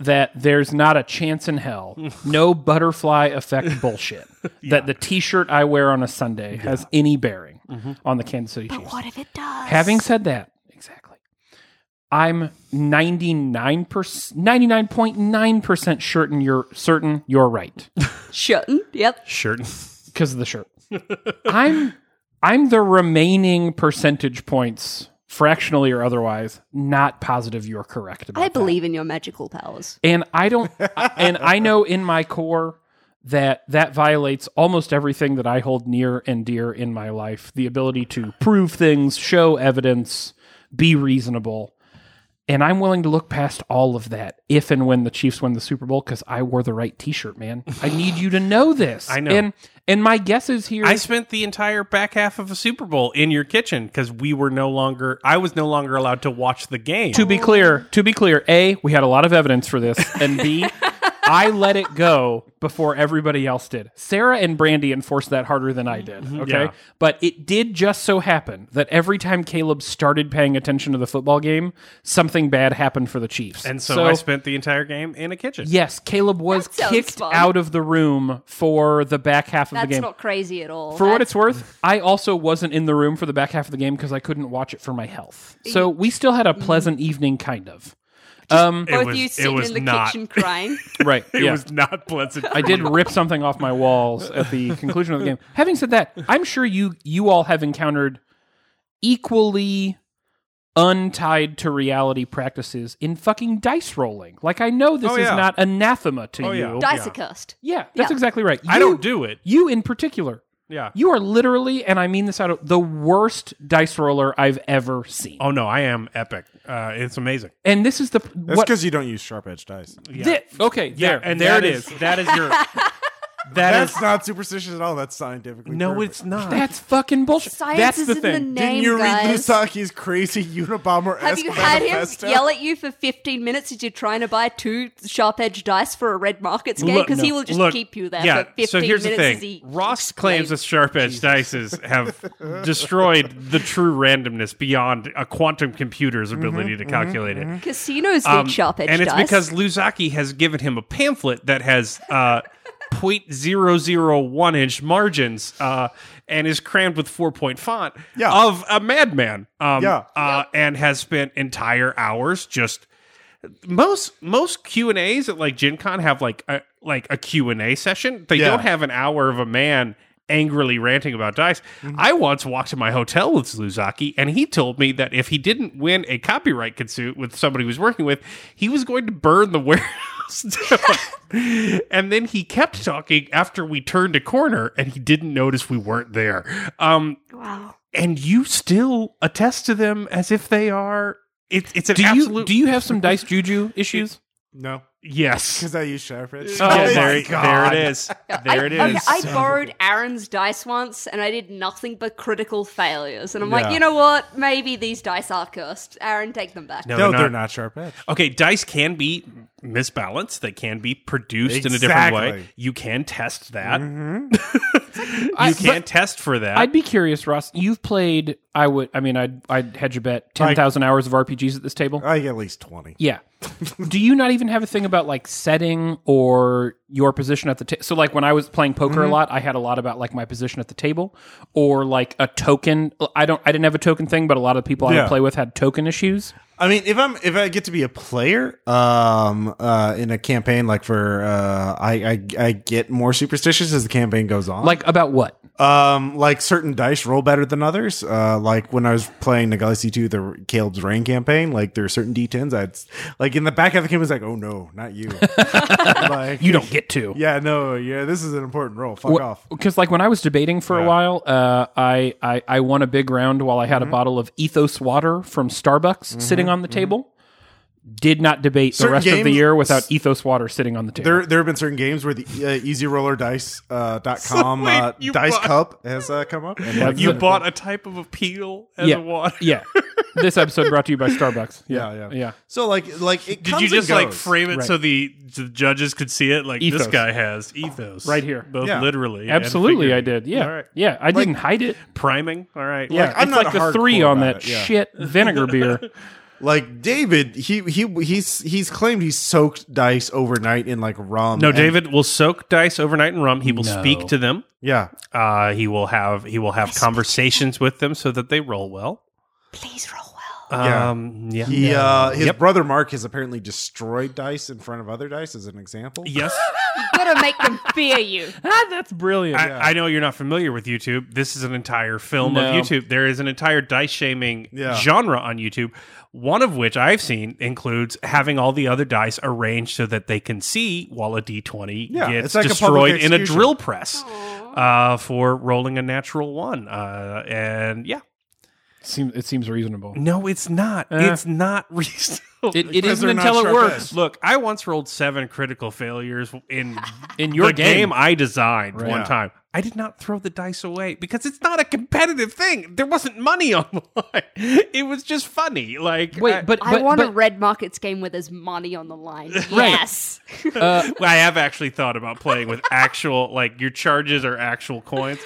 Speaker 2: That there's not a chance in hell, no butterfly effect bullshit. That the T-shirt I wear on a Sunday has any bearing
Speaker 1: Mm-hmm.
Speaker 2: on the Kansas City Chiefs.
Speaker 3: what if it does?
Speaker 2: Having said that, exactly. I'm 99 99.9% certain you're certain you're right
Speaker 3: Shutting. Yep.
Speaker 1: Sure.
Speaker 2: because of the shirt. I'm I'm the remaining percentage points fractionally or otherwise not positive you're correct about
Speaker 3: I
Speaker 2: that.
Speaker 3: believe in your magical powers.
Speaker 2: And I don't and I know in my core that that violates almost everything that I hold near and dear in my life, the ability to prove things, show evidence, be reasonable. And I'm willing to look past all of that if and when the Chiefs win the Super Bowl cuz I wore the right t-shirt, man. I need you to know this.
Speaker 1: I know.
Speaker 2: And and my guess is here
Speaker 1: I spent the entire back half of a Super Bowl in your kitchen because we were no longer, I was no longer allowed to watch the game.
Speaker 2: to be clear, to be clear, A, we had a lot of evidence for this, and B, I let it go before everybody else did. Sarah and Brandy enforced that harder than I did. Okay.
Speaker 1: Mm-hmm. Yeah.
Speaker 2: But it did just so happen that every time Caleb started paying attention to the football game, something bad happened for the Chiefs.
Speaker 1: and so, I spent the entire game in a kitchen.
Speaker 2: Yes, Caleb was
Speaker 3: That sounds
Speaker 2: kicked
Speaker 3: fun.
Speaker 2: out of the room for the back half of the
Speaker 3: That's
Speaker 2: game.
Speaker 3: not crazy at all.
Speaker 2: For what
Speaker 3: That's-
Speaker 2: it's worth, I also wasn't in the room for the back half of the game because I couldn't watch it for my health. So we still had a
Speaker 3: Mm-hmm.
Speaker 2: pleasant evening, kind of. Um,
Speaker 1: It
Speaker 3: both
Speaker 1: was,
Speaker 3: you
Speaker 1: it
Speaker 3: sitting
Speaker 1: was
Speaker 3: in the
Speaker 1: not,
Speaker 3: kitchen crying.
Speaker 2: right.
Speaker 1: It
Speaker 2: yeah.
Speaker 1: was not pleasant.
Speaker 2: I did rip something off my walls at the conclusion of the game. Having said that, I'm sure you you all have encountered equally untied to reality practices in fucking dice rolling. Like I know this
Speaker 1: Oh,
Speaker 2: is
Speaker 1: yeah.
Speaker 2: not anathema to
Speaker 1: Oh,
Speaker 2: you.
Speaker 1: yeah. Di-
Speaker 3: Dice are cursed.
Speaker 2: Yeah, that's
Speaker 3: Yeah.
Speaker 2: exactly right.
Speaker 1: I
Speaker 2: You-
Speaker 1: don't do it.
Speaker 2: You in particular.
Speaker 1: Yeah.
Speaker 2: You are literally, and I mean this out of the worst dice roller I've ever seen.
Speaker 1: Oh no, I am epic. Uh, it's amazing.
Speaker 2: And this is the
Speaker 4: That's
Speaker 2: what?
Speaker 4: because you don't use sharp edge dice.
Speaker 2: thi- okay, there,
Speaker 1: and
Speaker 2: there
Speaker 1: that
Speaker 2: it is.
Speaker 1: That is your. That
Speaker 4: That's
Speaker 1: is
Speaker 4: not superstitious at all. That's scientifically
Speaker 1: no,
Speaker 4: perfect.
Speaker 1: it's not.
Speaker 2: That's fucking bullshit.
Speaker 3: Science
Speaker 2: that's
Speaker 3: is
Speaker 2: the
Speaker 3: in
Speaker 2: thing.
Speaker 3: the name,
Speaker 4: Didn't you
Speaker 3: guys.
Speaker 4: read Musaki's crazy Unabomber
Speaker 3: Have
Speaker 4: esque
Speaker 3: you had him
Speaker 4: manifesto?
Speaker 3: yell at you for 15 minutes as you're trying to buy two sharp edged dice for a red markets game?
Speaker 1: Look,
Speaker 3: Because he
Speaker 1: no,
Speaker 3: will just
Speaker 1: look,
Speaker 3: keep you there
Speaker 1: yeah,
Speaker 3: for 15
Speaker 1: so here's
Speaker 3: minutes
Speaker 1: the
Speaker 3: as
Speaker 1: thing.
Speaker 3: he
Speaker 1: Ross
Speaker 3: explains-
Speaker 1: claims that sharp edge dices have destroyed the true randomness beyond a quantum computer's
Speaker 4: Mm-hmm,
Speaker 1: ability to calculate it.
Speaker 3: Casinos need
Speaker 1: Um,
Speaker 3: sharp edged dice.
Speaker 1: and it's because Luzaki has given him a pamphlet that has uh, 0.001 inch margins uh, and is crammed with four point font
Speaker 4: Yeah.
Speaker 1: of a madman. Um,
Speaker 4: Yeah.
Speaker 1: Uh, and has spent entire hours just most most Q and A's at like Gen Con have like a like a Q and A session. They
Speaker 4: Yeah.
Speaker 1: don't have an hour of a man angrily ranting about dice.
Speaker 2: Mm-hmm.
Speaker 1: I once walked to my hotel with Sluzaki, and he told me that if he didn't win a copyright suit with somebody he was working with, he was going to burn the warehouse down. and then he kept talking after we turned a corner, and he didn't notice we weren't there. Um,
Speaker 3: Wow.
Speaker 1: and you still attest to them as if they are. It's it's an
Speaker 2: Do
Speaker 1: absolute.
Speaker 2: you do you have some dice juju issues?
Speaker 4: No,
Speaker 1: yes.
Speaker 4: because I use Sharpridge.
Speaker 2: Oh
Speaker 1: yeah,
Speaker 2: my
Speaker 1: there, there it is. There
Speaker 3: I,
Speaker 1: it is.
Speaker 3: okay, I borrowed Aaron's dice once, and I did nothing but critical failures. And I'm
Speaker 4: Yeah.
Speaker 3: like, you know what? Maybe these dice are cursed. Aaron, take them back.
Speaker 1: No,
Speaker 4: No, they're not sharp edge.
Speaker 1: Okay, dice can be misbalanced. They can be produced in a different way.
Speaker 4: Exactly.
Speaker 1: You can test that. Mm-hmm.
Speaker 2: I-
Speaker 1: You can
Speaker 2: but
Speaker 1: test for that.
Speaker 2: I'd be curious, Ross. You've played. I would. I mean, I'd. I'd hedge a bet. Ten thousand hours of RPGs at this table.
Speaker 4: Like at least twenty.
Speaker 2: Yeah. Do you not even have a thing about like setting or your position at the table? So, like when I was playing poker a lot, I had a lot about like my position at the table or like a token. I don't. I didn't have a token thing, but a lot of people I
Speaker 4: Yeah.
Speaker 2: would play with had token issues.
Speaker 4: I mean, if I'm if I get to be a player, um, uh, in a campaign like for uh, I, I I get more superstitious as the campaign goes on.
Speaker 2: Like about what?
Speaker 4: um, like certain dice roll better than others. Uh, like when I was playing the Galaxy Two, the Caleb's Rain campaign, like there were certain D10s. I'd s- like in the back of the game it was like, oh no, not you. like
Speaker 2: You don't get to.
Speaker 4: yeah, no, yeah, this is an important roll. Fuck off.
Speaker 2: Because like when I was debating for a while, uh, I, I I won a big round while I had a
Speaker 4: Mm-hmm.
Speaker 2: bottle of Ethos water from Starbucks sitting on the table. Did not debate the
Speaker 4: Certain
Speaker 2: rest of the
Speaker 4: games-
Speaker 2: year without Ethos water sitting on the table.
Speaker 4: There, there have been certain games where the uh, Easy Roller Dice uh, dot com
Speaker 1: wait,
Speaker 4: uh,
Speaker 1: you
Speaker 4: dice
Speaker 1: bought-
Speaker 4: cup has uh, come up. And, like,
Speaker 1: you bought a type of appeal as
Speaker 2: yeah,
Speaker 1: a water.
Speaker 2: yeah. This episode brought to you by Starbucks. Yeah,
Speaker 4: Yeah,
Speaker 2: yeah,
Speaker 4: yeah. so like like it
Speaker 1: Did
Speaker 4: comes
Speaker 1: you
Speaker 4: and
Speaker 1: just like
Speaker 4: goes.
Speaker 1: frame it so the, the judges could see it? Like
Speaker 2: Ethos.
Speaker 1: this guy has ethos
Speaker 2: Right here.
Speaker 1: both
Speaker 4: Yeah.
Speaker 1: literally. and
Speaker 2: Absolutely, I
Speaker 1: figuratively.
Speaker 2: did. Yeah,
Speaker 1: All right.
Speaker 2: yeah. I didn't hide it.
Speaker 1: Priming. All right.
Speaker 2: Yeah,
Speaker 4: I'm
Speaker 2: it's
Speaker 4: not
Speaker 2: like the
Speaker 4: hardcore
Speaker 2: three on
Speaker 4: about
Speaker 2: that
Speaker 4: it, yeah.
Speaker 2: shit vinegar beer.
Speaker 4: Like David, he he he's he's claimed he soaked dice overnight in like rum.
Speaker 1: No,
Speaker 4: and-
Speaker 1: David will soak dice overnight in rum. He will
Speaker 2: No.
Speaker 1: speak to them.
Speaker 4: Yeah,
Speaker 1: Uh, he will have he will have conversations with them so that they roll well.
Speaker 3: Please roll well.
Speaker 4: Yeah.
Speaker 1: Um, yeah.
Speaker 4: he
Speaker 1: No.
Speaker 4: uh, his
Speaker 1: Yep.
Speaker 4: brother Mark has apparently destroyed dice in front of other dice as an example.
Speaker 1: Yes,
Speaker 3: You're gonna make them fear you.
Speaker 2: ah, that's brilliant.
Speaker 1: I, I know you're not familiar with YouTube. This is an entire film
Speaker 2: No.
Speaker 1: of YouTube. There is an entire dice shaming
Speaker 4: Yeah.
Speaker 1: genre on YouTube. One of which I've seen includes having all the other dice arranged so that they can see while a d20
Speaker 4: Yeah,
Speaker 1: gets
Speaker 4: it's like a public
Speaker 1: destroyed in a
Speaker 4: execution.
Speaker 1: drill press uh, for rolling a natural one. Uh, and yeah,
Speaker 2: Seem- it seems reasonable.
Speaker 1: no, it's not.
Speaker 4: Eh.
Speaker 1: it's not reasonable.
Speaker 2: It, it isn't
Speaker 4: they're not
Speaker 2: until it
Speaker 4: sharp
Speaker 2: works.
Speaker 4: edged.
Speaker 1: Look, I once rolled seven critical failures in
Speaker 2: In your
Speaker 1: the
Speaker 2: game.
Speaker 1: game. I designed one
Speaker 4: Yeah.
Speaker 1: time. I did not throw the dice away because it's not a competitive thing. There wasn't money on the line. It was just funny. Like I,
Speaker 2: Wait, but,
Speaker 3: I
Speaker 2: but,
Speaker 3: want
Speaker 2: but
Speaker 3: a red markets game where there's money on the line.
Speaker 2: Right.
Speaker 3: Yes.
Speaker 2: uh,
Speaker 1: I have actually thought about playing with actual like your charges are actual coins.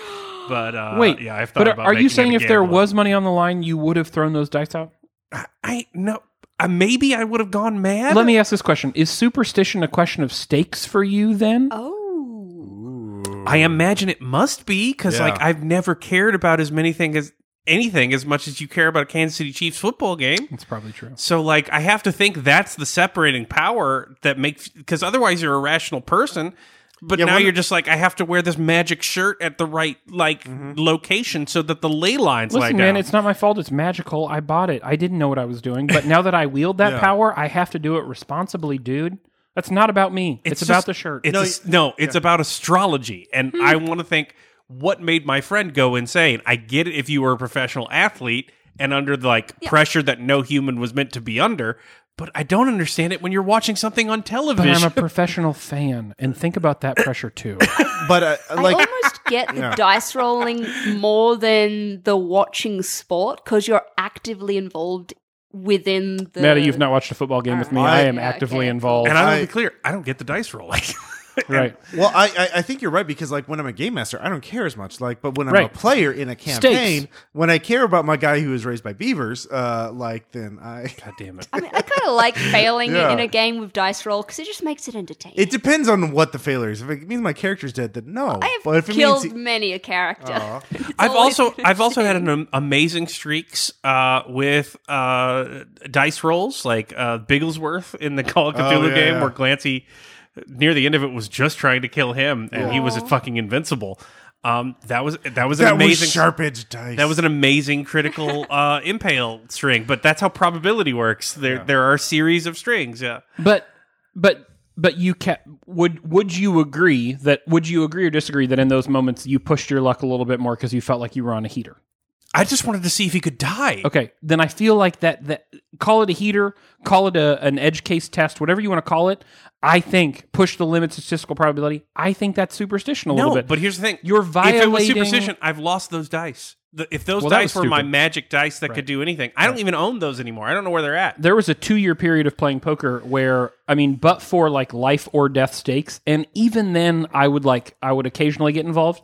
Speaker 1: But uh,
Speaker 2: wait,
Speaker 1: yeah, I've thought
Speaker 2: but are,
Speaker 1: about.
Speaker 2: are you
Speaker 1: making it
Speaker 2: saying
Speaker 1: a
Speaker 2: if there
Speaker 1: gamble.
Speaker 2: was money on the line, you would have thrown those dice out?
Speaker 1: I no, uh, maybe I would have gone mad.
Speaker 2: Let me ask this question: Is superstition a question of stakes for you? Then
Speaker 3: oh.
Speaker 1: I imagine it must be because
Speaker 4: Yeah.
Speaker 1: like I've never cared about as many thing as anything as much as you care about a Kansas City Chiefs football game.
Speaker 2: it's probably true.
Speaker 1: So like I have to think that's the separating power that makes because otherwise you're a rational person. But
Speaker 4: Yeah,
Speaker 1: now
Speaker 4: one-
Speaker 1: you're just like I have to wear this magic shirt at the right like
Speaker 4: Mm-hmm.
Speaker 1: location so that the ley lines lie
Speaker 2: Listen,
Speaker 1: down.
Speaker 2: man, it's not my fault. It's magical. I bought it. I didn't know what I was doing, but now that I wield that
Speaker 4: Yeah.
Speaker 2: power, I have to do it responsibly, dude. That's not about me. It's, about
Speaker 1: just-
Speaker 2: the shirt.
Speaker 1: It's no, no it's about astrology, and I want to think what made my friend go insane. I get it if you were a professional athlete and under the, like pressure that no human was meant to be under, but I don't understand it when you're watching something on
Speaker 2: but I'm
Speaker 1: television.
Speaker 2: a professional fan, and think about that pressure too.
Speaker 4: But uh, like
Speaker 3: I almost get the dice rolling more than the watching sport because you're actively involved within the.
Speaker 2: Maddie, you've not watched a football game with me. I,
Speaker 4: I-
Speaker 2: am
Speaker 3: yeah,
Speaker 2: actively
Speaker 3: okay.
Speaker 2: involved.
Speaker 1: and I want
Speaker 4: I-
Speaker 1: to be clear, I don't get the dice rolling.
Speaker 2: right.
Speaker 4: Well, I, I I think you're right because like when I'm a game master, I don't care as much. Like, but when I'm
Speaker 2: Right.
Speaker 4: a player in a
Speaker 2: Stakes.
Speaker 4: campaign, when I care about my guy who was raised by beavers, uh, like then I.
Speaker 1: God damn it.
Speaker 3: I mean, I kind of like failing
Speaker 4: Yeah.
Speaker 3: in a game with dice roll because it just makes it entertaining.
Speaker 4: It depends on what the failure is. If it means my character's dead, then no.
Speaker 3: I have
Speaker 4: but if it
Speaker 3: killed
Speaker 4: means he-
Speaker 3: many a character.
Speaker 1: I've
Speaker 3: always
Speaker 1: also
Speaker 3: been
Speaker 1: I've also had an am- amazing streaks uh, with uh, dice rolls like uh, Bigglesworth in the Call of Cthulhu
Speaker 4: yeah,
Speaker 1: game
Speaker 4: yeah.
Speaker 1: where Glancy near the end of it was just trying to kill him and he was fucking invincible. Um, that was that was an
Speaker 4: that
Speaker 1: amazing
Speaker 4: was sharp edge dice.
Speaker 1: that was an amazing critical uh, impale string, but that's how probability works. There there are series of strings. Yeah.
Speaker 2: But but but you kept would would you agree that would you agree or disagree that in those moments you pushed your luck a little bit more because you felt like you were on a heater?
Speaker 1: I just wanted to see if he could die.
Speaker 2: Okay, then I feel like that that call it a heater, call it a, an edge case test, whatever you want to call it. I think push the limits of statistical probability. I think that's superstition a
Speaker 1: No,
Speaker 2: little bit.
Speaker 1: but here's the thing:
Speaker 2: You're
Speaker 1: If it was
Speaker 2: violating-
Speaker 1: superstition, I've lost those dice. The- if those
Speaker 2: Well, that
Speaker 1: dice
Speaker 2: was
Speaker 1: were my
Speaker 2: stupid.
Speaker 1: magic dice that could do anything, I don't even own those anymore. I don't know where they're at.
Speaker 2: there was a two year period of playing poker where I mean, but for like life or death stakes, and even then, I would like I would occasionally get involved.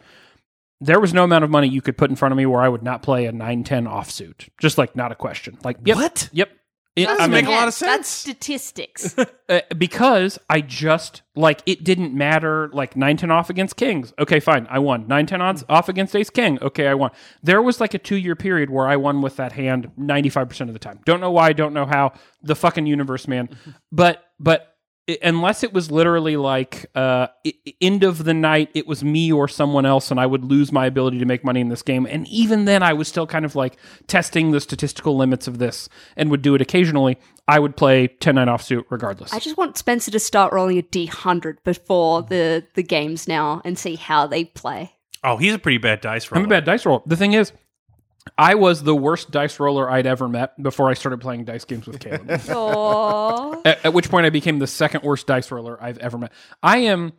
Speaker 2: There was no amount of money you could put in front of me where I would not play a 9-10 offsuit. Just like not a question. Like yep,
Speaker 1: What?
Speaker 2: Yep. It-
Speaker 3: Doesn't
Speaker 2: I mean,
Speaker 1: make a lot of sense.
Speaker 3: That's statistics.
Speaker 2: uh, because I just like it didn't matter like 9 10 off against kings. Okay, fine. I won. 9 10 odds off against ace king. Okay, I won. There was like a 2 year period where I won with that hand 95% of the time. Don't know why, don't know how. The fucking universe, man. But but i unless it was literally like uh i- i- end of the night it was me or someone else and I would lose my ability to make money in this game and even then I was still kind of like testing the statistical limits of this and would do it occasionally. I would play 10 9 offsuit regardless.
Speaker 3: I just want Spencer to start rolling a d100 before the, the games now and see how they play.
Speaker 1: Oh, he's a pretty bad dice roller.
Speaker 2: I'm a bad dice roller. The thing is, I was the worst dice roller I'd ever met before I started playing dice games with Caleb.
Speaker 3: Aw.
Speaker 2: at, at which point, I became the second worst dice roller I've ever met. I am,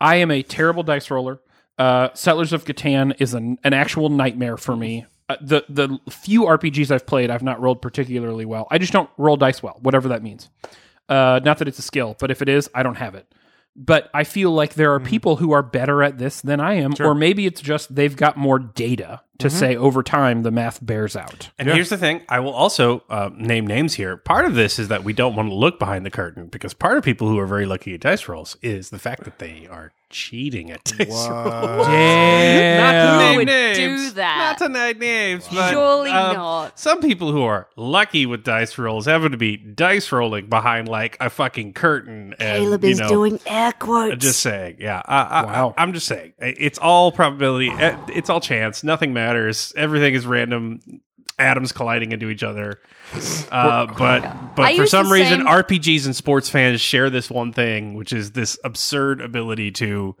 Speaker 2: I am a terrible dice roller. Uh, Settlers of Catan is an, an actual nightmare for me. Uh, the the few RPGs I've played, I've not rolled particularly well. I just don't roll dice well, whatever that means. Uh, not that it's a skill, but if it is, I don't have it. But I feel like there are people who are better at this than I am, or maybe it's just they've got more data to say over time the math bears out.
Speaker 1: And here's the thing: I will also uh, name names here. Part of this is that we don't want to look behind the curtain because part of people who are very lucky at dice rolls is the fact that they are cheating at dice
Speaker 4: Uh,
Speaker 1: rolls.
Speaker 2: Damn.
Speaker 3: Who would do that?
Speaker 1: Not to name names, but
Speaker 3: Surely
Speaker 1: um,
Speaker 3: not.
Speaker 1: Some people who are lucky with dice rolls happen to be dice rolling behind like a fucking curtain. And,
Speaker 3: Caleb
Speaker 1: you
Speaker 3: is
Speaker 1: know,
Speaker 3: doing air quotes.
Speaker 1: I'm Just saying, yeah. I, I,
Speaker 2: Wow.
Speaker 1: I, am just saying, I- it's all probability. eh, It's all chance. Nothing matters. Everything is random. Atoms colliding into each other. Uh, but but
Speaker 3: I
Speaker 1: for
Speaker 3: use
Speaker 1: some
Speaker 3: the
Speaker 1: reason,
Speaker 3: same-
Speaker 1: RPGs and sports fans share this one thing, which is this absurd ability to,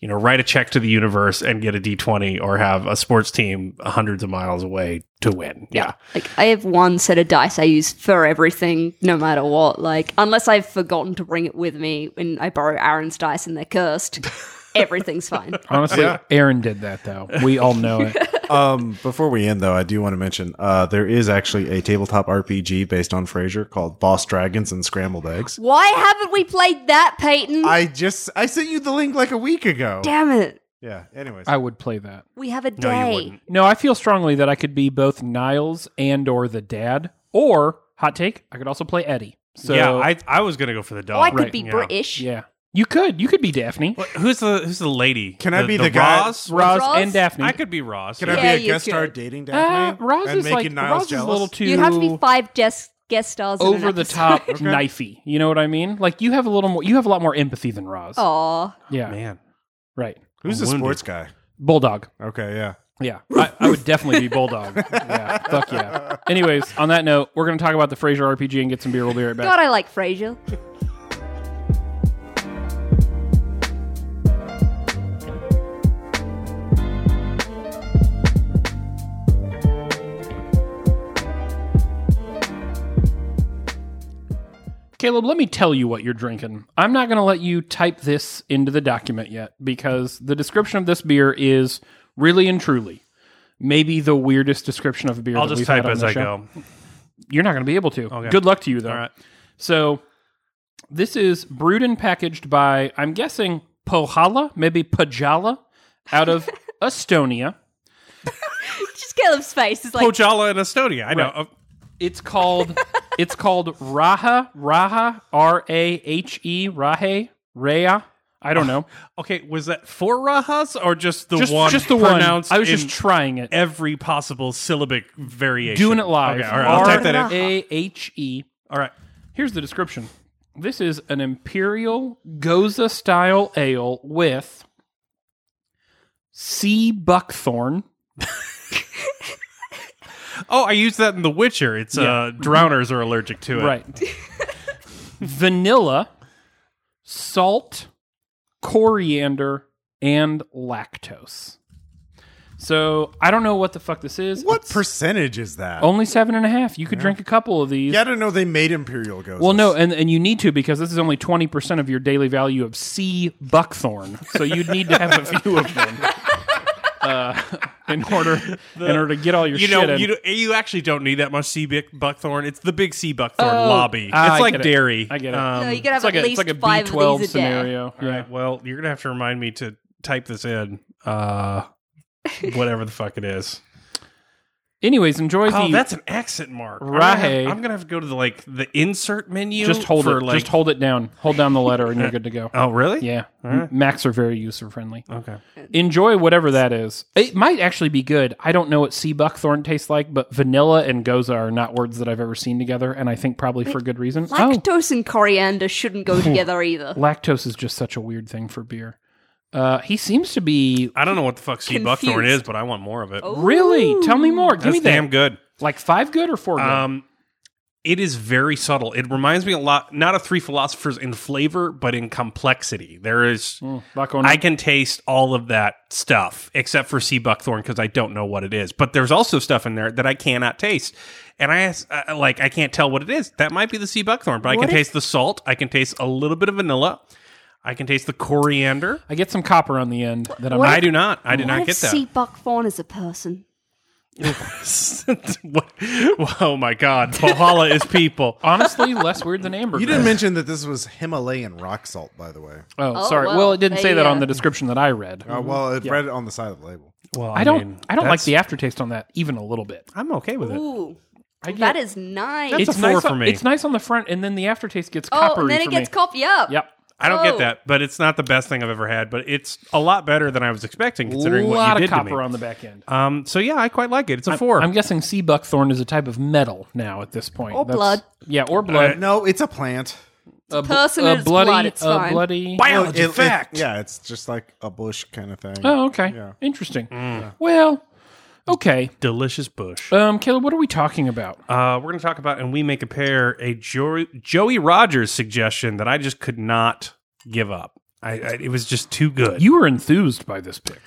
Speaker 1: you know, write a check to the universe and get a d20 or have a sports team hundreds of miles away to win. Yeah.
Speaker 3: Like I have one set of dice I use for everything, no matter what. Like unless I've forgotten to bring it with me when I borrow Aaron's dice and they're cursed, everything's fine.
Speaker 2: Honestly, Aaron did that though. We all know it.
Speaker 4: um, before we end, though, I do want to mention uh, there is actually a tabletop RPG based on Frasier called Boss Dragons and Scrambled Eggs.
Speaker 3: Why haven't we played that, Peyton?
Speaker 4: I just I sent you the link like a week ago.
Speaker 3: Damn it,
Speaker 4: Yeah. Anyways,
Speaker 2: I would play that.
Speaker 3: we have a
Speaker 1: No, you
Speaker 3: day.
Speaker 1: wouldn't.
Speaker 2: No, I feel strongly that I could be both Niles and or the dad, or hot take, I could also play Eddie. So
Speaker 1: yeah, I, I was gonna go for the
Speaker 3: oh,
Speaker 1: dog.
Speaker 3: I could
Speaker 2: right,
Speaker 3: be
Speaker 1: yeah.
Speaker 3: British.
Speaker 2: yeah. You could. You could be Daphne.
Speaker 1: What- Who's the Who's the lady?
Speaker 4: Can I be the guy-
Speaker 1: Roz?
Speaker 2: Roz,
Speaker 3: Roz?
Speaker 2: and Daphne.
Speaker 1: I could be Roz.
Speaker 4: can
Speaker 1: yeah.
Speaker 4: I
Speaker 3: Yeah,
Speaker 4: be a
Speaker 3: you
Speaker 4: guest
Speaker 3: could.
Speaker 4: star dating
Speaker 2: Uh,
Speaker 4: Daphne?
Speaker 2: Roz
Speaker 4: and
Speaker 2: is
Speaker 4: making
Speaker 2: like
Speaker 4: Niles
Speaker 2: Roz is a
Speaker 4: jealous?
Speaker 2: little too
Speaker 3: You'd have to be five guest guest stars in an
Speaker 2: over the top knifey. You know what I mean? Like you have a little more. You have a lot more empathy than Roz.
Speaker 3: Aw,
Speaker 2: yeah,
Speaker 1: Man,
Speaker 2: right.
Speaker 4: Who's the
Speaker 1: Wounded.
Speaker 4: sports guy?
Speaker 2: Bulldog.
Speaker 4: Okay, yeah.
Speaker 2: Yeah, I, I would definitely be bulldog. yeah, fuck yeah. Anyways, on that note, we're gonna talk about the Fraser RPG and get some beer. We'll be right back.
Speaker 3: God, I like Frasier.
Speaker 2: Caleb, let me tell you what you're drinking. I'm not going to let you type this into the document yet because the description of this beer is really and truly maybe the weirdest description of a beer.
Speaker 1: I'll
Speaker 2: that
Speaker 1: just
Speaker 2: we've had
Speaker 1: type
Speaker 2: on
Speaker 1: as
Speaker 2: the
Speaker 1: I
Speaker 2: show.
Speaker 1: go.
Speaker 2: You're not going to be able to.
Speaker 1: Okay.
Speaker 2: Good luck to you, though.
Speaker 1: All right.
Speaker 2: So, this is brewed and packaged by, I'm guessing, Pohala, maybe Pajala, out of Estonia.
Speaker 3: Just Caleb's face is like,
Speaker 1: Pojala in Estonia. I know.
Speaker 2: Right.
Speaker 1: Uh,
Speaker 2: It's called it's called Raha Raha R A H E Rahe Raya. I don't know.
Speaker 1: okay, was that for Rajas or just the
Speaker 2: just
Speaker 1: one
Speaker 2: just the one.
Speaker 1: pronounced
Speaker 2: I was
Speaker 1: in
Speaker 2: just trying it.
Speaker 1: every possible syllabic variation?
Speaker 2: Doing it live.
Speaker 1: Okay, all right. I'll type that in.
Speaker 3: in.
Speaker 2: R-A-H-E.
Speaker 1: All right.
Speaker 2: E. Here's the description. This is an imperial Goza style ale with sea buckthorn.
Speaker 1: Oh, I used that in The Witcher. It's uh, drowners are allergic to it.
Speaker 2: Right. Vanilla, salt, coriander, and lactose. So I don't know what the fuck this is.
Speaker 4: What
Speaker 2: It's
Speaker 4: percentage is that?
Speaker 2: only seven and a half. You could drink a couple of these.
Speaker 4: yeah, I didn't know they made Imperial Ghosts.
Speaker 2: Well, no, and, and you need to because this is only 20% of your daily value of sea buckthorn. So you'd need to have a few of them. Uh, in order, in order to get all your
Speaker 1: You
Speaker 2: shit
Speaker 1: know,
Speaker 2: in.
Speaker 1: you, do- you actually don't need that much sea bic- buckthorn. It's the big sea buckthorn
Speaker 2: Oh,
Speaker 1: lobby.
Speaker 2: ah, I
Speaker 1: it's like
Speaker 2: get it.
Speaker 1: dairy. Um,
Speaker 2: I get it.
Speaker 3: no, you could have
Speaker 2: it's like
Speaker 3: at
Speaker 2: a,
Speaker 3: least
Speaker 2: it's like a
Speaker 3: five
Speaker 2: B12
Speaker 3: of these a day.
Speaker 2: scenario.
Speaker 1: All
Speaker 2: Yeah.
Speaker 1: right. Well, you're gonna have to remind me to type this in. Uh, whatever the fuck it is.
Speaker 2: Anyways, enjoy
Speaker 1: Oh,
Speaker 2: the
Speaker 1: that's an accent mark. I'm
Speaker 2: Right.
Speaker 1: gonna have- I'm gonna have to go to the like the insert menu.
Speaker 2: just hold
Speaker 1: for,
Speaker 2: it.
Speaker 1: Like,
Speaker 2: just hold it down. Hold down the letter, and you're good to go.
Speaker 1: Oh, really?
Speaker 2: Yeah,
Speaker 1: right. Uh,
Speaker 2: Macs are very user friendly.
Speaker 1: Okay.
Speaker 2: Enjoy whatever that is. It might actually be good. I don't know what sea buckthorn tastes like, but vanilla and goza are not words that I've ever seen together, and I think probably for good reason. oh,
Speaker 3: Lactose and coriander shouldn't go together either.
Speaker 2: lactose is just such a weird thing for beer. Uh, he seems to be
Speaker 1: I don't know what the fuck sea buckthorn is,
Speaker 3: Confused.
Speaker 1: but I want more of it.
Speaker 2: really. Tell me more. Give
Speaker 1: that's
Speaker 2: me that.
Speaker 1: damn good.
Speaker 2: Like five good or four good.
Speaker 1: Um, it is very subtle. It reminds me a lot, not of Three Philosophers in flavor, but in complexity. There is,
Speaker 2: Mm, not going
Speaker 1: I can taste all of that stuff except for sea buckthorn because I don't know what it is. But there's also stuff in there that I cannot taste, and I ask, uh, like I can't tell what it is. That might be the sea buckthorn, but I can taste the salt. I can taste a little bit of vanilla. I can taste the coriander.
Speaker 2: I get some copper on the end that I'm
Speaker 3: What
Speaker 1: I
Speaker 2: not.
Speaker 1: do not. I did
Speaker 3: what
Speaker 1: not
Speaker 3: if
Speaker 1: get that.
Speaker 3: sea buckthorn is a person?
Speaker 1: What- oh my god, Valhalla is people.
Speaker 2: Honestly, less weird than amber.
Speaker 4: you didn't mention that this was Himalayan rock salt, by the way.
Speaker 2: Oh,
Speaker 3: Oh,
Speaker 2: sorry. Well,
Speaker 3: well,
Speaker 2: it didn't
Speaker 3: there
Speaker 2: say
Speaker 3: you
Speaker 2: that
Speaker 3: go.
Speaker 2: on the description that I read.
Speaker 1: Oh,
Speaker 4: Uh, well, it read it on the side of the label.
Speaker 1: Well,
Speaker 2: I don't.
Speaker 1: mean,
Speaker 2: I don't like
Speaker 1: that's-
Speaker 2: the aftertaste on that even a little bit.
Speaker 1: I'm okay with it.
Speaker 3: Ooh,
Speaker 2: get-
Speaker 3: that is nice.
Speaker 1: That's- It's a four
Speaker 2: nice
Speaker 1: for
Speaker 2: on,
Speaker 1: me.
Speaker 2: It's nice on the front, and then the aftertaste gets
Speaker 3: oh,
Speaker 2: coppery
Speaker 3: and then
Speaker 2: for
Speaker 3: it gets
Speaker 2: me.
Speaker 3: coffee up.
Speaker 2: yep.
Speaker 1: I don't
Speaker 3: Oh.
Speaker 1: get that, but it's not the best thing I've ever had. But it's a lot better than I was expecting, considering
Speaker 2: a
Speaker 1: what
Speaker 2: lot
Speaker 1: you
Speaker 2: of
Speaker 1: did to me.
Speaker 2: copper on the back end.
Speaker 1: um, so yeah, I quite like it. It's a 4
Speaker 2: I'm guessing sea buckthorn is a type of metal now at this point.
Speaker 3: Or blood.
Speaker 2: Yeah,
Speaker 1: Uh,
Speaker 2: or blood.
Speaker 4: No, it's a plant.
Speaker 2: a bl-
Speaker 3: person
Speaker 2: a
Speaker 3: and it's
Speaker 2: bloody,
Speaker 3: blood, it's
Speaker 2: a
Speaker 3: fine.
Speaker 2: bloody.
Speaker 1: biology
Speaker 4: It- it-
Speaker 1: fact.
Speaker 4: yeah, it's just like a bush kind of thing.
Speaker 2: Oh, okay. Interesting.
Speaker 1: Mm.
Speaker 2: Well, okay.
Speaker 1: Delicious bush.
Speaker 2: Um, Caleb, what are we talking about?
Speaker 1: Uh, we're going to talk about and we make a pair a Joey, Joey Rogers suggestion that I just could not give up. I, I it was just too good.
Speaker 2: You were enthused by this pick.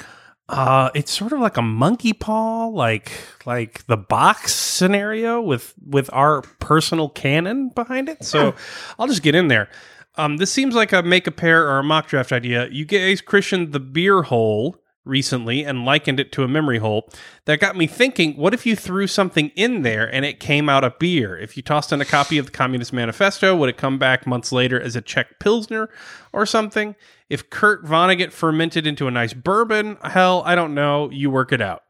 Speaker 1: Uh, it's sort of like a monkey paw, like like the box scenario with with our personal canon behind it. So I'll just get in there. Um, this seems like a make a pair or a mock draft idea. You guys christened the beer hole recently and likened it to a memory hole. That got me thinking: What if you threw something in there and it came out a beer? If you tossed in a copy of the Communist Manifesto, would it come back months later as a Czech Pilsner or something? If Kurt Vonnegut fermented into a nice bourbon, hell, I don't know. You work it out.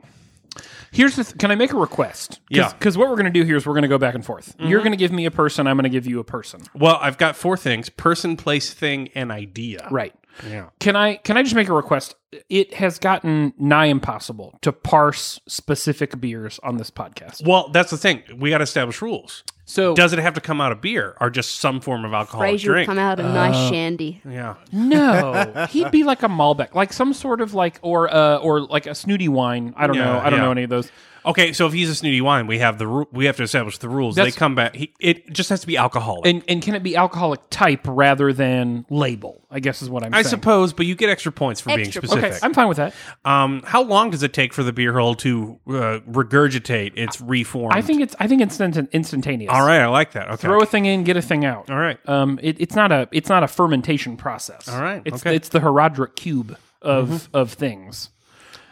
Speaker 2: Here's the. Th- can I make a request? Cause,
Speaker 1: Yeah. Mm-hmm.
Speaker 2: Because what we're going to do here is we're going to go back and forth. You're going to give me a person. I'm going to give you a person.
Speaker 1: Well, I've got four things: person, place, thing, and idea.
Speaker 2: Right.
Speaker 1: Yeah.
Speaker 2: Can I can I just make a request? It has gotten nigh impossible to parse specific beers on this podcast.
Speaker 1: Well, that's the thing. We got to establish rules.
Speaker 2: So
Speaker 1: Does it have to come out of beer or just some form of
Speaker 2: Oh,
Speaker 1: alcoholic
Speaker 3: Fraser would
Speaker 1: drink?
Speaker 3: come out a
Speaker 2: Uh,
Speaker 3: nice shandy.
Speaker 1: yeah.
Speaker 2: no, he'd be like a Malbec, like some sort of like or uh, or like a snooty wine. I don't
Speaker 1: Yeah,
Speaker 2: know. I don't
Speaker 1: yeah.
Speaker 2: know any of those.
Speaker 1: Okay, so if he's a snooty wine, we have the ru- we have to establish the rules.
Speaker 2: That's-
Speaker 1: they come back. He, it just has to be alcoholic.
Speaker 2: And and can it be alcoholic type rather than label? I guess is what I'm.
Speaker 1: I
Speaker 2: saying.
Speaker 1: suppose, but you get extra points for being
Speaker 3: Extra points.
Speaker 1: specific.
Speaker 2: Okay, I'm fine with that.
Speaker 1: um, how long does it take for the beer hole to uh, regurgitate its reform?
Speaker 2: I think it's I think it's instant, instantaneous.
Speaker 1: All right, I like that. Okay.
Speaker 2: throw a thing in, get a thing out.
Speaker 1: All right.
Speaker 2: Um, it, it's not a it's not a fermentation process. All
Speaker 1: right,
Speaker 2: It's
Speaker 1: okay. Mm-hmm.
Speaker 2: it's the Herodric cube of of things.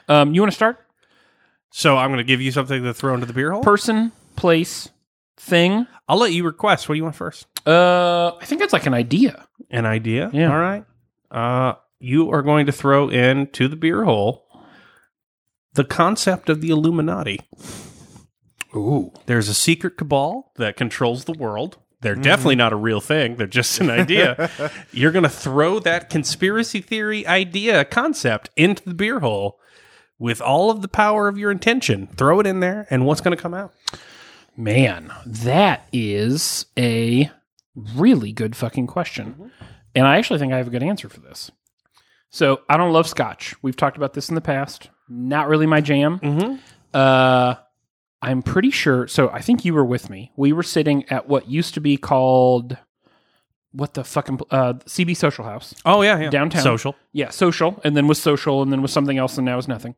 Speaker 2: Um, you want to start?
Speaker 1: So I'm going to give you something to throw into the beer hole.
Speaker 2: Person, place, thing.
Speaker 1: I'll let you request. What do you want first?
Speaker 2: Uh, I think that's like an idea.
Speaker 1: An idea.
Speaker 2: Yeah.
Speaker 1: All right. Uh, you are going to throw in to the beer hole the concept of the Illuminati. Ooh. There's a secret cabal that controls the world. They're definitely not a real thing. They're just an idea. You're going to throw that conspiracy theory idea concept into the beer hole with all of the power of your intention. Throw it in there, and what's going to come out?
Speaker 2: Man, that is a really good fucking question.
Speaker 1: Mm-hmm.
Speaker 2: And I actually think I have a good answer for this. So I don't love scotch. We've talked about this in the past. Not really my jam.
Speaker 1: Mhm.
Speaker 2: Uh, I'm pretty sure. So I think you were with me. We were sitting at what used to be called what the fucking pl- uh, CB Social House.
Speaker 1: Oh, yeah. yeah.
Speaker 2: Downtown.
Speaker 1: Social.
Speaker 2: Yeah, social, and then was social, and then was something else, and now is nothing.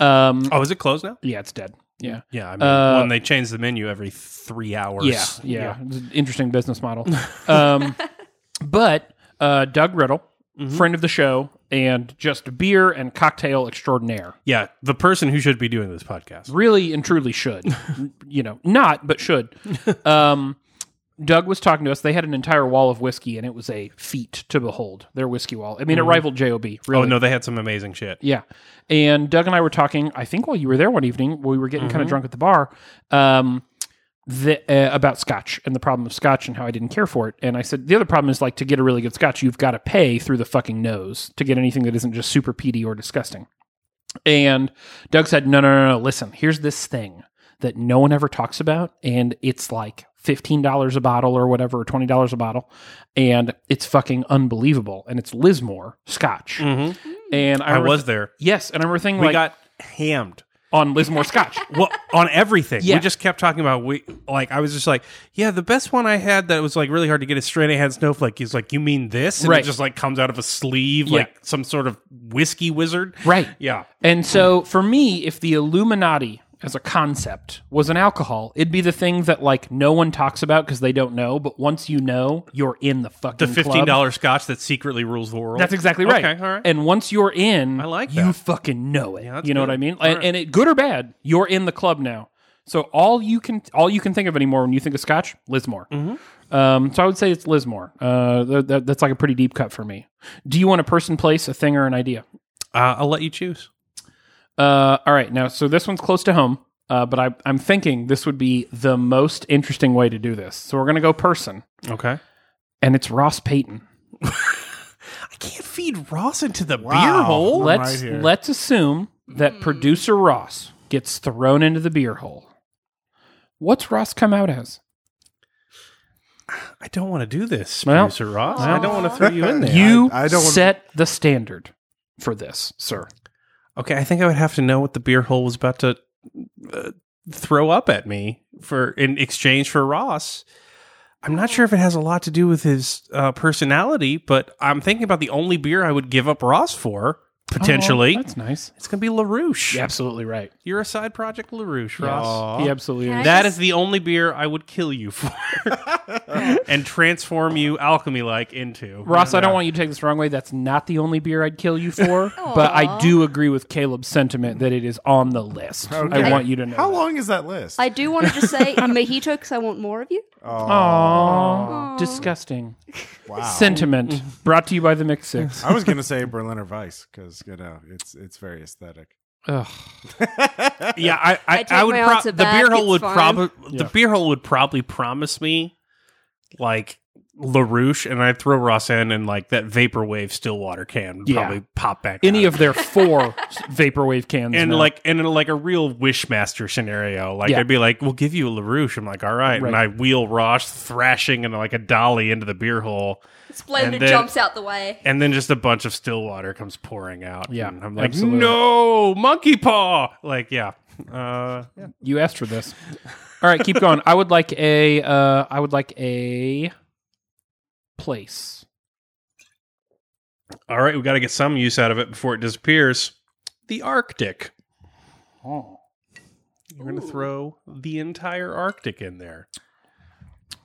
Speaker 2: Um,
Speaker 1: Oh, is it closed now?
Speaker 2: yeah, it's dead. Yeah.
Speaker 1: Yeah, I mean,
Speaker 2: Uh,
Speaker 1: when they change the menu every three hours.
Speaker 2: Yeah, yeah, It's an interesting business model. um, but uh, Doug Riddle, friend of the show, and just beer and cocktail extraordinaire,
Speaker 1: Yeah, the person who should be doing this podcast. Oh,
Speaker 2: really and truly should, you know, not but should. Um, Doug was talking to us. They had an entire wall of whiskey, and it was a feat to behold. Their whiskey wall. I mean, it rivaled Job. Really.
Speaker 1: Oh no, they had some amazing shit.
Speaker 2: Yeah. And Doug and I were talking, I think while you were there one evening, we were getting kind of drunk at the bar, um, the, uh, about scotch and the problem of scotch and how I didn't care for it. And I said, the other problem is like to get a really good scotch, you've got to pay through the fucking nose to get anything that isn't just super peaty or disgusting. And Doug said, no, no, no, no, listen, here's this thing that no one ever talks about. And it's like $15 a bottle or whatever, or $20 a bottle. And it's fucking unbelievable. And it's Lismore scotch. And I,
Speaker 1: I
Speaker 2: remember-
Speaker 1: was there.
Speaker 2: Yes, and I remember thinking
Speaker 1: We
Speaker 2: like
Speaker 1: got hammed.
Speaker 2: on Lismore Scotch.
Speaker 1: Well, on everything.
Speaker 2: Yeah.
Speaker 1: We just kept talking about we like I was just like, yeah, the best one I had that was like really hard to get is straight ahead snowflake. He's like, You mean this? And
Speaker 2: Right.
Speaker 1: it just like comes out of a sleeve
Speaker 2: Yeah.
Speaker 1: like some sort of whiskey wizard.
Speaker 2: Right.
Speaker 1: Yeah.
Speaker 2: And so for me, if the Illuminati as a concept was an alcohol, it'd be the thing that like no one talks about because they don't know, but once you know, you're in the fucking
Speaker 1: The fifteen
Speaker 2: club.
Speaker 1: dollar scotch that secretly rules the world.
Speaker 2: That's exactly right.
Speaker 1: Okay, all right.
Speaker 2: And once you're in,
Speaker 1: I like
Speaker 2: you
Speaker 1: that.
Speaker 2: fucking know it.
Speaker 1: that's
Speaker 2: you know
Speaker 1: good.
Speaker 2: what I mean?
Speaker 1: All
Speaker 2: And,
Speaker 1: right.
Speaker 2: and it good or bad, you're in the club now. So all you can all you can think of anymore when you think of Scotch, Lismore.
Speaker 1: Mm-hmm.
Speaker 2: Um, so I would say it's Lismore. Uh, th- that, that's like a pretty deep cut for me. Do you want a person, place, a thing, or an idea?
Speaker 1: uh, I'll let you choose.
Speaker 2: Uh, all right, now so this one's close to home, uh, but I, I'm thinking this would be the most interesting way to do this. So we're gonna go person,
Speaker 1: Okay.
Speaker 2: and it's Ross Payton.
Speaker 1: I can't feed Ross into the beer
Speaker 4: Wow.
Speaker 1: hole.
Speaker 4: I'm
Speaker 2: let's
Speaker 4: right here.
Speaker 2: let's assume
Speaker 3: Hmm.
Speaker 2: that producer Ross gets thrown into the beer hole. What's Ross come out as?
Speaker 1: I don't want to do this,
Speaker 2: Well-
Speaker 1: producer Ross. I don't want to throw you in there.
Speaker 2: you
Speaker 4: I- I don't wanna-
Speaker 2: set the standard for this, sir.
Speaker 1: Okay, I think I would have to know what the beer hole was about to uh, throw up at me for in exchange for Ross. I'm not sure if it has a lot to do with his uh, personality, but I'm thinking about the only beer I would give up Ross for potentially.
Speaker 2: Oh, that's nice.
Speaker 1: it's going to be LaRouche.
Speaker 2: You're absolutely right.
Speaker 1: You're a side project LaRouche, Ross.
Speaker 4: Aw.
Speaker 2: He absolutely
Speaker 3: Can I
Speaker 2: is.
Speaker 1: That
Speaker 3: just-
Speaker 1: is the only beer I would kill you for and transform you alchemy like into.
Speaker 2: Ross, I don't want you to take this the wrong way. That's not the only beer I'd kill you for, but I do agree with Caleb's sentiment that it is on the list. I want you to know.
Speaker 4: How long is that list?
Speaker 3: I do want to just say mojito because I want more of you.
Speaker 2: Oh, Aww. Disgusting.
Speaker 4: Oh, wow. Mm-hmm.
Speaker 2: Sentiment brought to you by the Mix Six.
Speaker 4: I was gonna say Berliner Weiss because you know it's it's very aesthetic.
Speaker 2: Ugh.
Speaker 1: yeah, I, I,
Speaker 3: I
Speaker 1: I,
Speaker 3: take
Speaker 1: would.
Speaker 3: my
Speaker 1: Pro-
Speaker 3: ounce
Speaker 1: the
Speaker 3: of back,
Speaker 1: beer hole
Speaker 3: it's
Speaker 1: would
Speaker 3: fine.
Speaker 1: probably
Speaker 2: Yeah.
Speaker 1: the beer hole would probably promise me like Larouche, and I'd throw Ross in, and like that vaporwave Stillwater can would
Speaker 2: Yeah.
Speaker 1: probably pop back.
Speaker 2: Any
Speaker 1: out.
Speaker 2: of their four vaporwave cans.
Speaker 1: and
Speaker 2: now.
Speaker 1: like and in like a real wishmaster scenario, like
Speaker 2: Yeah.
Speaker 1: I'd be like, "We'll give you a Larouche." I'm like, "All right,"
Speaker 2: Right.
Speaker 1: and I wheel Ross thrashing and like a dolly into the beer hole,
Speaker 3: Splendid
Speaker 1: And then-
Speaker 3: jumps out the way.
Speaker 1: and then just a bunch of Stillwater comes pouring out.
Speaker 2: Yeah,
Speaker 1: and I'm like,
Speaker 2: absolutely.
Speaker 1: "No, monkey paw!" Like, yeah, uh, yeah.
Speaker 2: you asked for this. All right, keep going. I would like a uh I would like a place.
Speaker 1: All right, we got to get some use out of it before it disappears. The Arctic.
Speaker 2: Oh.
Speaker 1: You're going to throw the entire Arctic in there.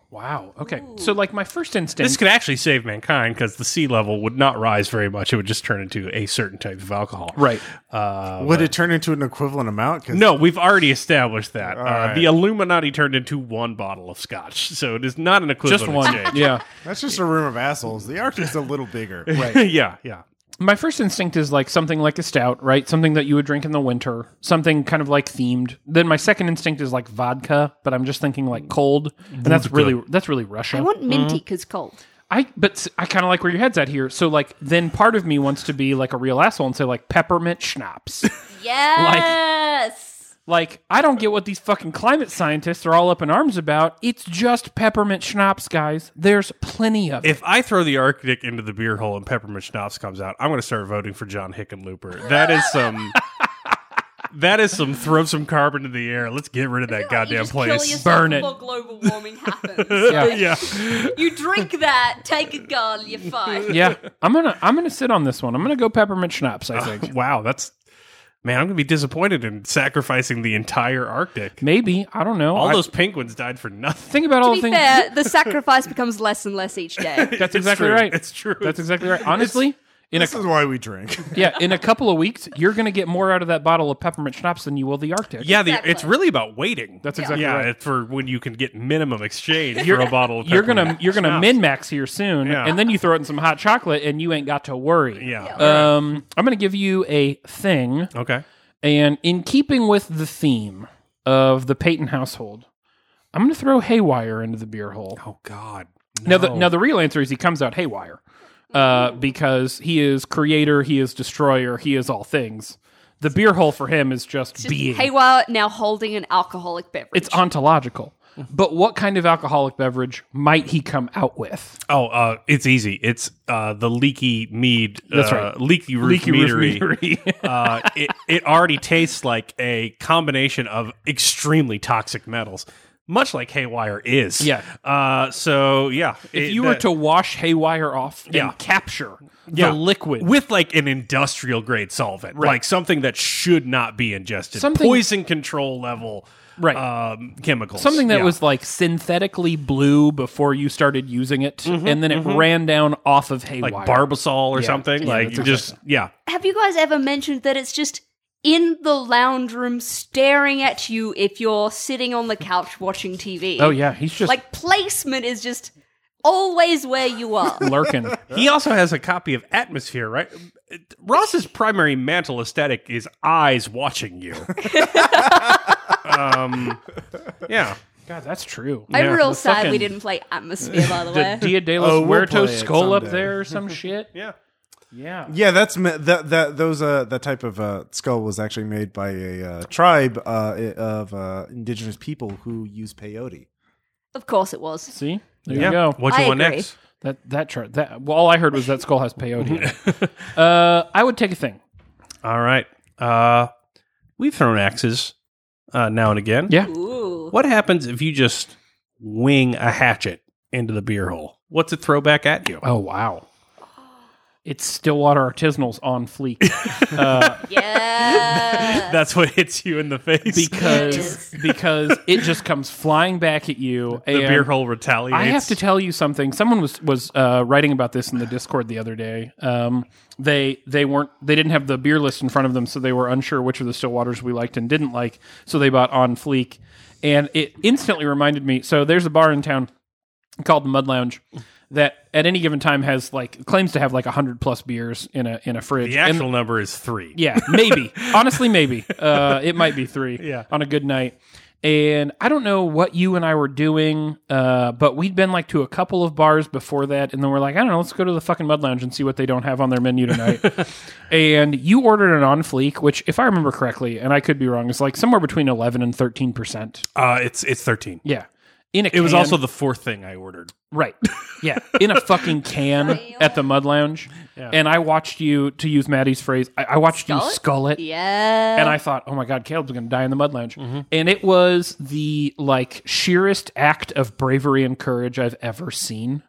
Speaker 2: Wow. Okay. So like my first instinct
Speaker 1: This could actually save mankind because the sea level would not rise very much. It would just turn into a certain type of alcohol.
Speaker 2: Right.
Speaker 1: Uh,
Speaker 4: Would it turn into an equivalent amount? 'Cause-
Speaker 1: no, we've already established that. Uh,
Speaker 4: right.
Speaker 1: The Illuminati turned into one bottle of scotch, so it is not an equivalent.
Speaker 2: Just one.
Speaker 1: exchange.
Speaker 2: Yeah.
Speaker 4: that's just a room of assholes. The Arctic's a little bigger.
Speaker 2: Right.
Speaker 1: yeah, yeah.
Speaker 2: my first instinct is like something like a stout, right? Something that you would drink in the winter, something kind of like themed. Then my second instinct is like vodka, but I'm just thinking
Speaker 1: Mm.
Speaker 2: like cold, and that's really that's really Russia.
Speaker 3: I want minty because cold.
Speaker 2: I but s- I kind of like where your head's at here. So like then part of me wants to be like a real asshole and say like peppermint schnapps.
Speaker 3: Yes.
Speaker 2: like I don't get what these fucking climate scientists are all up in arms about. It's just peppermint schnapps, guys. There's plenty of it.
Speaker 1: If I throw the Arctic into the beer hole and peppermint schnapps comes out, I'm going to start voting for John Hickenlooper. That is some. that is some. Throw some carbon in the air. Let's get rid of that
Speaker 3: Oh, You
Speaker 1: goddamn
Speaker 3: just kill
Speaker 1: place.
Speaker 3: yourself
Speaker 2: Burn it.
Speaker 3: before global warming happens.
Speaker 1: Yeah.
Speaker 3: You drink that, take a gun, you're fine.
Speaker 2: Yeah, I'm gonna I'm gonna sit on this one. I'm gonna go peppermint schnapps. I think
Speaker 1: Wow. That's. Man, I'm going to be disappointed in sacrificing the entire Arctic.
Speaker 2: maybe I don't know.
Speaker 1: All
Speaker 2: I-
Speaker 1: those penguins died for nothing.
Speaker 2: think about all
Speaker 3: To
Speaker 2: the
Speaker 3: be
Speaker 2: things.
Speaker 3: fair, the sacrifice becomes less and less each day.
Speaker 2: That's
Speaker 1: It's
Speaker 2: exactly
Speaker 1: true.
Speaker 2: right.
Speaker 1: It's true.
Speaker 2: That's exactly right. Honestly, in a
Speaker 4: This is why we drink.
Speaker 2: yeah, in a couple of weeks, you're gonna get more out of that bottle of peppermint schnapps than you will the Arctic.
Speaker 1: Yeah, the,
Speaker 3: Exactly.
Speaker 1: it's really about waiting.
Speaker 2: That's exactly
Speaker 1: yeah,
Speaker 2: right.
Speaker 1: it's for when you can get minimum exchange for a bottle. Of
Speaker 2: You're gonna
Speaker 1: peppermint
Speaker 2: you're gonna
Speaker 1: schnapps.
Speaker 2: min max here soon,
Speaker 1: Yeah.
Speaker 2: and then you throw it in some hot chocolate, and you ain't got to worry.
Speaker 1: Yeah.
Speaker 2: Um, I'm gonna give you a thing,
Speaker 1: okay.
Speaker 2: and in keeping with the theme of the Peyton household, I'm gonna throw haywire into the beer hole.
Speaker 1: Oh God.
Speaker 2: Now,
Speaker 1: Oh.
Speaker 2: the, now the real answer is he comes out haywire uh, because he is creator, he is destroyer, he is all things. The beer hole for him is just, being.
Speaker 3: Haywire now holding an alcoholic beverage.
Speaker 2: It's ontological. But what kind of alcoholic beverage might he come out with?
Speaker 1: Oh, uh, it's easy. It's uh, the leaky mead.
Speaker 2: That's
Speaker 1: uh,
Speaker 2: right.
Speaker 1: Leaky roof
Speaker 2: Leaky Roof
Speaker 1: meadery.
Speaker 2: Meadery.
Speaker 1: uh, it it already tastes like a combination of extremely toxic metals, much like haywire is.
Speaker 2: Yeah.
Speaker 1: Uh, so yeah,
Speaker 2: If you were to wash haywire off and
Speaker 1: Yeah.
Speaker 2: capture the
Speaker 1: Yeah.
Speaker 2: liquid,
Speaker 1: with like an industrial grade solvent, like something that should not be ingested,
Speaker 2: Something-
Speaker 1: poison control level,
Speaker 2: Right.
Speaker 1: Um, chemicals,
Speaker 2: something that
Speaker 1: Yeah.
Speaker 2: was like synthetically blue before you started using it, and then it ran down off of haywire.
Speaker 1: like barbasol or something,
Speaker 2: Yeah,
Speaker 1: like
Speaker 2: that's
Speaker 1: you
Speaker 2: exactly
Speaker 1: just yeah,
Speaker 3: Have you guys ever mentioned that it's just in the lounge room staring at you if you're sitting on the couch watching TV?
Speaker 2: oh yeah, he's just
Speaker 3: Like placement is just always where you are.
Speaker 2: lurking.
Speaker 1: He also has a copy of Atmosphere, right? Ross's primary mantle aesthetic is eyes watching you. um, yeah.
Speaker 2: God, that's true.
Speaker 1: Yeah,
Speaker 3: I'm real
Speaker 2: the
Speaker 3: sad we
Speaker 2: fucking-
Speaker 3: didn't play Atmosphere, by the
Speaker 2: the
Speaker 3: way.
Speaker 2: Dia de los
Speaker 4: Oh, we'll play
Speaker 2: Muertos
Speaker 4: it
Speaker 2: skull up
Speaker 4: someday.
Speaker 2: there or some shit.
Speaker 1: Yeah.
Speaker 2: Yeah.
Speaker 4: Yeah, that's me- that that those uh that type of uh skull was actually made by a uh, tribe uh i- of uh indigenous people who use peyote.
Speaker 3: of course it was.
Speaker 2: See? There you go.
Speaker 1: What you
Speaker 3: I
Speaker 1: want
Speaker 3: agree.
Speaker 1: next?
Speaker 2: That that chart that well all I heard was that skull has peyote. in it. uh I would take a thing.
Speaker 1: All right. Uh, we've thrown axes uh, now and again.
Speaker 2: Yeah.
Speaker 3: Ooh.
Speaker 1: What happens if you just wing a hatchet into the beer hole? What's it throw back at
Speaker 3: Uh,
Speaker 1: you?
Speaker 2: Oh wow. It's Stillwater Artisanals on fleek. Uh,
Speaker 3: Yeah.
Speaker 1: That's what hits you in the face.
Speaker 2: because because it just comes flying back at you
Speaker 1: the
Speaker 2: and
Speaker 1: beer hole retaliates.
Speaker 2: I have to tell you something. Someone was was uh, writing about this in the Discord the other day. Um, they they weren't they didn't have the beer list in front of them, so they were unsure which of the still waters we liked and didn't like. So they bought on Fleek, and it instantly reminded me. So there's a bar in town called the Mud Lounge that at any given time has like claims to have like hundred plus beers in a in a fridge.
Speaker 1: the
Speaker 2: And-
Speaker 1: actual number is three.
Speaker 2: yeah, maybe. Honestly, maybe. Uh, it might be three.
Speaker 1: Yeah.
Speaker 2: On a good night. And I don't know what you and I were doing, uh, but we'd been like to a couple of bars before that, and then we're like, I don't know, let's go to the fucking Mud Lounge and see what they don't have on their menu tonight. and you ordered an on fleek, which, if I remember correctly, and I could be wrong, is like somewhere between eleven and thirteen percent.
Speaker 1: Uh, it's it's thirteen.
Speaker 2: Yeah, in a
Speaker 1: It was
Speaker 2: can-
Speaker 1: also the fourth thing I ordered.
Speaker 2: Right. Yeah. In a fucking can at the Mud Lounge. And I watched you, to use Maddie's phrase, I, I watched
Speaker 3: Skull
Speaker 2: you
Speaker 3: it?
Speaker 2: skull it.
Speaker 3: yeah.
Speaker 2: and I thought, oh my god, Caleb's going to die in the mud lounge.
Speaker 1: Mm-hmm.
Speaker 2: And it was the like sheerest act of bravery and courage I've ever seen.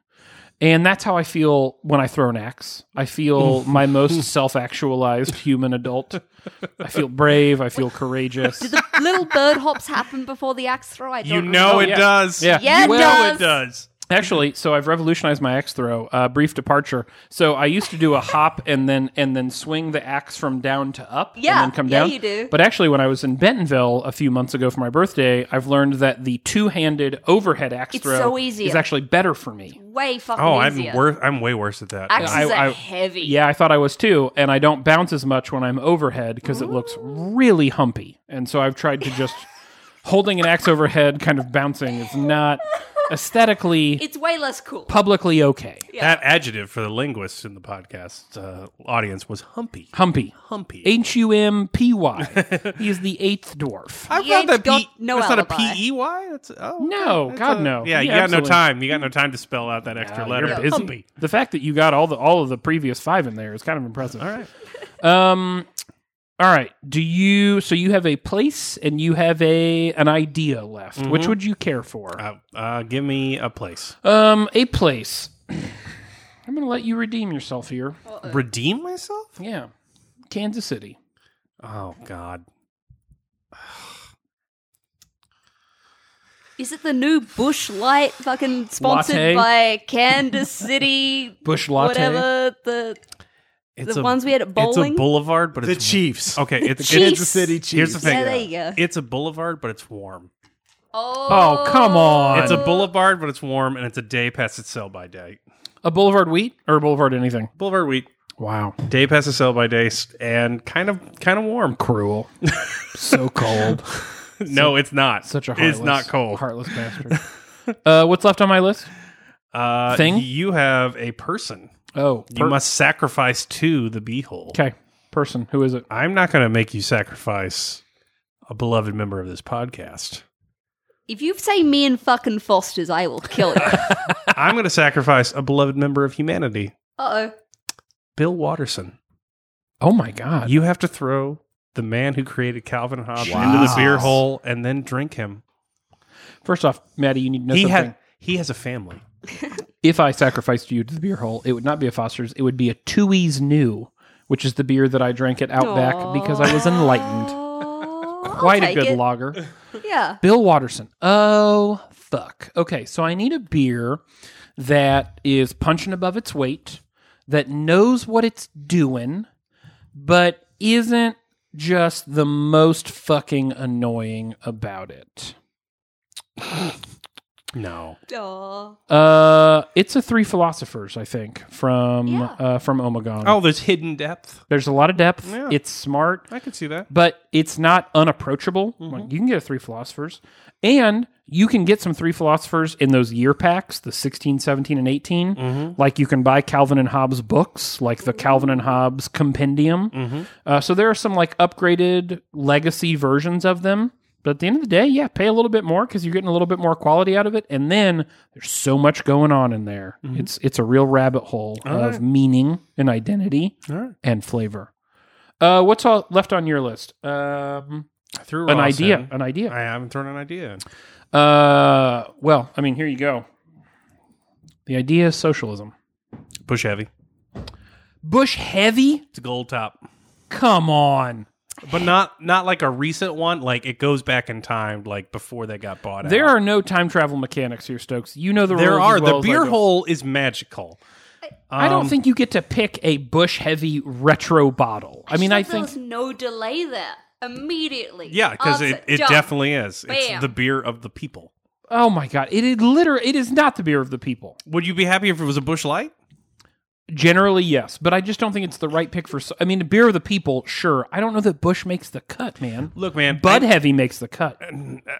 Speaker 2: And that's how I feel when I throw an axe. I feel my most self-actualized human adult. I feel brave. I feel courageous.
Speaker 3: Did the little bird hops happen before the axe throw? I don't
Speaker 1: You know Oh,
Speaker 3: remember.
Speaker 1: it
Speaker 2: yeah.
Speaker 1: does.
Speaker 2: Yeah.
Speaker 3: Yeah,
Speaker 1: you
Speaker 3: it
Speaker 1: know it
Speaker 3: does.
Speaker 1: does.
Speaker 2: Actually, so I've revolutionized my axe throw. Uh, brief departure. So I used to do a hop and then and then swing the axe from down to up.
Speaker 3: Yeah,
Speaker 2: and then come
Speaker 3: yeah,
Speaker 2: down.
Speaker 3: you do.
Speaker 2: But actually, when I was in Bentonville a few months ago for my birthday, I've learned that the two-handed overhead axe
Speaker 3: It's
Speaker 2: throw
Speaker 3: so easier.
Speaker 2: is actually better for me.
Speaker 3: Way fucking
Speaker 1: Oh,
Speaker 3: easier.
Speaker 1: I'm worth. I'm way worse at that.
Speaker 3: Axes
Speaker 2: I-
Speaker 3: are
Speaker 2: I-
Speaker 3: heavy.
Speaker 2: Yeah, I thought I was too, and I don't bounce as much when I'm overhead because it looks really humpy. And so I've tried to just holding an axe overhead, kind of bouncing, is not aesthetically
Speaker 3: It's way less cool.
Speaker 2: publicly okay.
Speaker 1: That adjective for the linguists in the podcast uh, audience was humpy.
Speaker 2: Humpy.
Speaker 1: Humpy.
Speaker 2: H U M P Y. He's the eighth dwarf.
Speaker 1: I
Speaker 3: He ain't got no
Speaker 1: that's not a
Speaker 3: alibi.
Speaker 1: P E Y. That's oh okay.
Speaker 2: No,
Speaker 1: That's
Speaker 2: God,
Speaker 1: a-
Speaker 2: no.
Speaker 1: Yeah, you
Speaker 2: Yeah,
Speaker 1: got
Speaker 2: absolutely.
Speaker 1: no time. You got no time to spell out that extra
Speaker 2: Wow,
Speaker 1: letter.
Speaker 2: you're busy.
Speaker 1: Humpy.
Speaker 2: The fact that you got all the all of the previous five in there is kind of impressive. All right. Um all right. Do you so you have a place and you have a an idea left. Which would you care for?
Speaker 1: Uh, uh, give me a place.
Speaker 2: Um a place. I'm going to let you redeem yourself here.
Speaker 3: Uh,
Speaker 1: Redeem myself?
Speaker 2: Yeah. Kansas City.
Speaker 1: Oh God.
Speaker 3: Is it the new Bush Light fucking sponsored
Speaker 2: Latte?
Speaker 3: by Kansas City?
Speaker 2: Bush latte.
Speaker 3: Whatever the
Speaker 1: It's
Speaker 3: The ones we had at bowling?
Speaker 1: It's a boulevard, but
Speaker 4: The
Speaker 1: it's
Speaker 4: Chiefs.
Speaker 1: Okay, it's
Speaker 3: Chiefs.
Speaker 4: Kansas City Chiefs.
Speaker 1: Here's the thing.
Speaker 3: Yeah, there you go.
Speaker 1: It's a boulevard, but it's warm.
Speaker 3: oh,
Speaker 2: Oh, come on.
Speaker 1: It's a boulevard, but it's warm, and it's a day past its sell by day.
Speaker 2: A Boulevard Wheat or a Boulevard anything.
Speaker 1: Boulevard wheat,
Speaker 2: Wow.
Speaker 1: day past its sell by day, s- and kind of kind of warm.
Speaker 2: Cruel. so cold.
Speaker 1: no, it's not.
Speaker 2: Such a heartless,
Speaker 1: it's not cold.
Speaker 2: heartless bastard. uh, what's left on my list?
Speaker 1: Uh,
Speaker 2: thing?
Speaker 1: You have a person.
Speaker 2: Oh,
Speaker 1: You must sacrifice to the beehole.
Speaker 2: okay. Person, who is it?
Speaker 1: I'm not going to make you sacrifice a beloved member of this podcast.
Speaker 3: If you say me and fucking Fosters, I will kill you. uh
Speaker 1: I'm going to sacrifice a beloved member of humanity,
Speaker 3: oh.
Speaker 1: Bill Watterson.
Speaker 2: Oh my god!
Speaker 1: You have to throw the man who created Calvin Hobbes
Speaker 4: Wow.
Speaker 1: into the beer hole and then drink him.
Speaker 2: First off, Maddie, you need to know
Speaker 1: he
Speaker 2: something.
Speaker 1: had he has a family.
Speaker 2: if I sacrificed you to the beer hole, it would not be a Foster's. It would be a Tui's New, which is the beer that I drank at Outback because I was enlightened. Quite a good lager.
Speaker 3: Yeah.
Speaker 2: Bill Watterson. Oh fuck. Okay, so I need a beer that is punching above its weight, that knows what it's doing, but isn't just the most fucking annoying about it.
Speaker 1: No.
Speaker 3: Aw.
Speaker 2: Uh, it's a three philosophers, I think, from
Speaker 3: Yeah.
Speaker 2: uh, from Omegon.
Speaker 1: Oh, there's hidden depth.
Speaker 2: There's a lot of depth.
Speaker 1: Yeah.
Speaker 2: It's smart.
Speaker 1: I can see that.
Speaker 2: but it's not unapproachable. Like, you can get a three philosophers, and you can get some three philosophers in those year packs, the 16, 17, and 18. Like you can buy Calvin and Hobbes books, like the Calvin and Hobbes Compendium. Uh, so there are some like upgraded legacy versions of them. But at the end of the day, yeah, pay a little bit more because you're getting a little bit more quality out of it. And then there's so much going on in there. It's it's a real rabbit hole of meaning and identity
Speaker 1: right.
Speaker 2: and flavor. Uh, what's all left on your list? Um,
Speaker 1: I threw
Speaker 2: an
Speaker 1: Ross
Speaker 2: idea.
Speaker 1: in.
Speaker 2: An idea.
Speaker 1: I haven't thrown an idea. in.
Speaker 2: Uh, well, I mean, here you go. The idea is socialism.
Speaker 1: Push heavy.
Speaker 2: Bush heavy?
Speaker 1: It's a gold top.
Speaker 2: Come on.
Speaker 1: But not not like a recent one. Like it goes back in time, like before they got bought out.
Speaker 2: There are no time travel mechanics here, Stokes. You know the
Speaker 1: there
Speaker 2: rules.
Speaker 1: are
Speaker 2: as well
Speaker 1: the
Speaker 2: as I
Speaker 1: beer
Speaker 2: do.
Speaker 1: hole is magical.
Speaker 2: I don't
Speaker 1: Um,
Speaker 2: think you get to pick a Bush heavy retro bottle. I mean, I
Speaker 3: There
Speaker 2: think
Speaker 3: was no delay there. Immediately.
Speaker 1: Yeah, because
Speaker 3: Answer,
Speaker 1: it, it
Speaker 3: done.
Speaker 1: definitely is.
Speaker 3: Bam.
Speaker 1: It's the beer of the people.
Speaker 2: Oh my god! It is literally it is not the beer of the people.
Speaker 1: Would you be happy if it was a bush light?
Speaker 2: Generally, yes, but I just don't think it's the right pick for. so- I mean, the beer of the people, sure. I don't know that Bush makes the cut, man.
Speaker 1: Look, man,
Speaker 2: Bud
Speaker 1: I-
Speaker 2: Heavy makes the cut.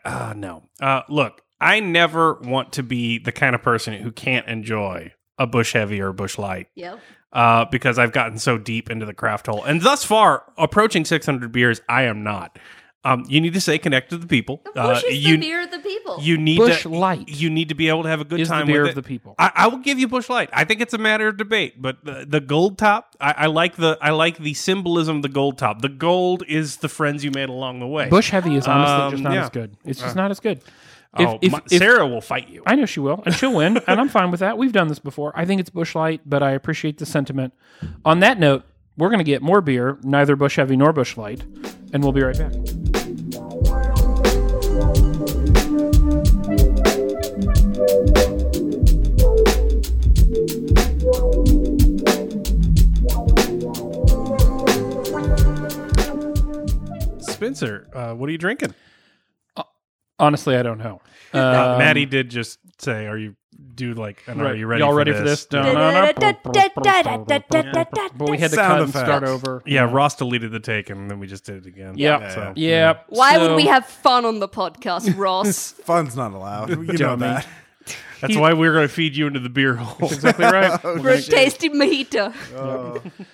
Speaker 1: uh, no. Uh, look, I never want to be the kind of person who can't enjoy a bush heavy or a bush light
Speaker 3: Yeah.
Speaker 1: uh, because I've gotten so deep into the craft hole. And thus far, approaching 600 beers, I am not. Um, you need to stay connected to the people.
Speaker 3: Bush
Speaker 1: Uh,
Speaker 3: is
Speaker 1: you,
Speaker 3: the beer of the people.
Speaker 1: you need
Speaker 2: Busch
Speaker 1: to,
Speaker 2: Light
Speaker 1: You need to be able to have a good
Speaker 2: is the
Speaker 1: time
Speaker 2: beer
Speaker 1: with
Speaker 2: of
Speaker 1: it.
Speaker 2: the people.
Speaker 1: I, I will give you Bush Light. I think it's a matter of debate, but the, the gold top, I, I like the I like the symbolism of the gold top. The gold is the friends you made along the way.
Speaker 2: Bush Heavy is honestly just
Speaker 1: Um,
Speaker 2: not
Speaker 1: yeah.
Speaker 2: as good. It's just not as good.
Speaker 1: oh, my- Sarah will fight you.
Speaker 2: I know she will, and she'll win, and I'm fine with that. We've done this before. I think it's Bush Light, but I appreciate the sentiment. On that note, we're going to get more beer, neither Bush Heavy nor Bush Light, and we'll be right back.
Speaker 1: Spencer, uh, what are you drinking?
Speaker 2: Honestly, I don't know.
Speaker 1: Uh,
Speaker 2: Um,
Speaker 1: Maddie did just say, "Are you do like? and Are
Speaker 2: right.
Speaker 1: you ready?
Speaker 2: Y'all
Speaker 1: for
Speaker 2: ready for
Speaker 1: this?
Speaker 2: this? Dun, dun, dun. But we had to cut
Speaker 4: Sound
Speaker 2: and
Speaker 4: effects.
Speaker 2: start over.
Speaker 1: Yeah, Ross deleted the take, and then we just did it again.
Speaker 2: Yep.
Speaker 1: So,
Speaker 2: Yep.
Speaker 3: Why would
Speaker 2: So-
Speaker 3: we have fun on the podcast, Ross?
Speaker 4: Fun's not allowed. You know
Speaker 2: Dummy.
Speaker 4: that.
Speaker 1: That's why we're going to feed you into the beer hole.
Speaker 2: Exactly right.
Speaker 3: For a tasty mojito.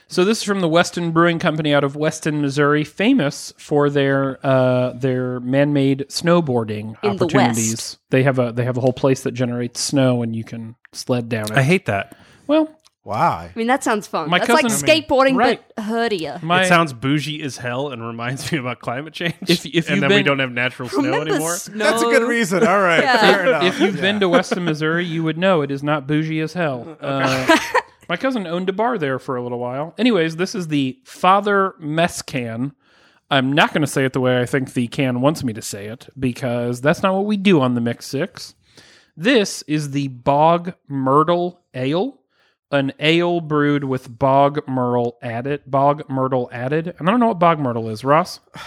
Speaker 2: So this is from the Weston Brewing Company out of Weston, Missouri, famous for their uh, their man-made snowboarding
Speaker 3: In the
Speaker 2: opportunities.
Speaker 3: West.
Speaker 2: They have a they have a whole place that generates snow and you can sled down it.
Speaker 1: I hate that.
Speaker 2: well,
Speaker 4: Why?
Speaker 3: I mean, that sounds fun.
Speaker 2: My
Speaker 3: That's
Speaker 2: cousin-
Speaker 3: like skateboarding,
Speaker 2: Right.
Speaker 3: but herdier.
Speaker 2: my
Speaker 1: it sounds bougie as hell and reminds me about climate change.
Speaker 2: If- if you've
Speaker 1: and then we
Speaker 2: been-
Speaker 1: don't have natural snow
Speaker 3: Remember
Speaker 1: anymore.
Speaker 3: snow?
Speaker 4: That's a good reason. All right.
Speaker 3: Oh. Yeah.
Speaker 4: Fair enough.
Speaker 2: if you've
Speaker 4: Yeah.
Speaker 2: been to Weston, Missouri, you would know it is not bougie as hell. Uh, my cousin owned a bar there for a little while. Anyways, this is the Father Mess Can. I'm not going to say it the way I think the can wants me to say it because that's not what we do on the Mix Six. This is the Bog Myrtle Ale, an ale brewed with bog myrtle added. Bog myrtle added, and I don't know what bog myrtle is, Ross.
Speaker 4: Uh,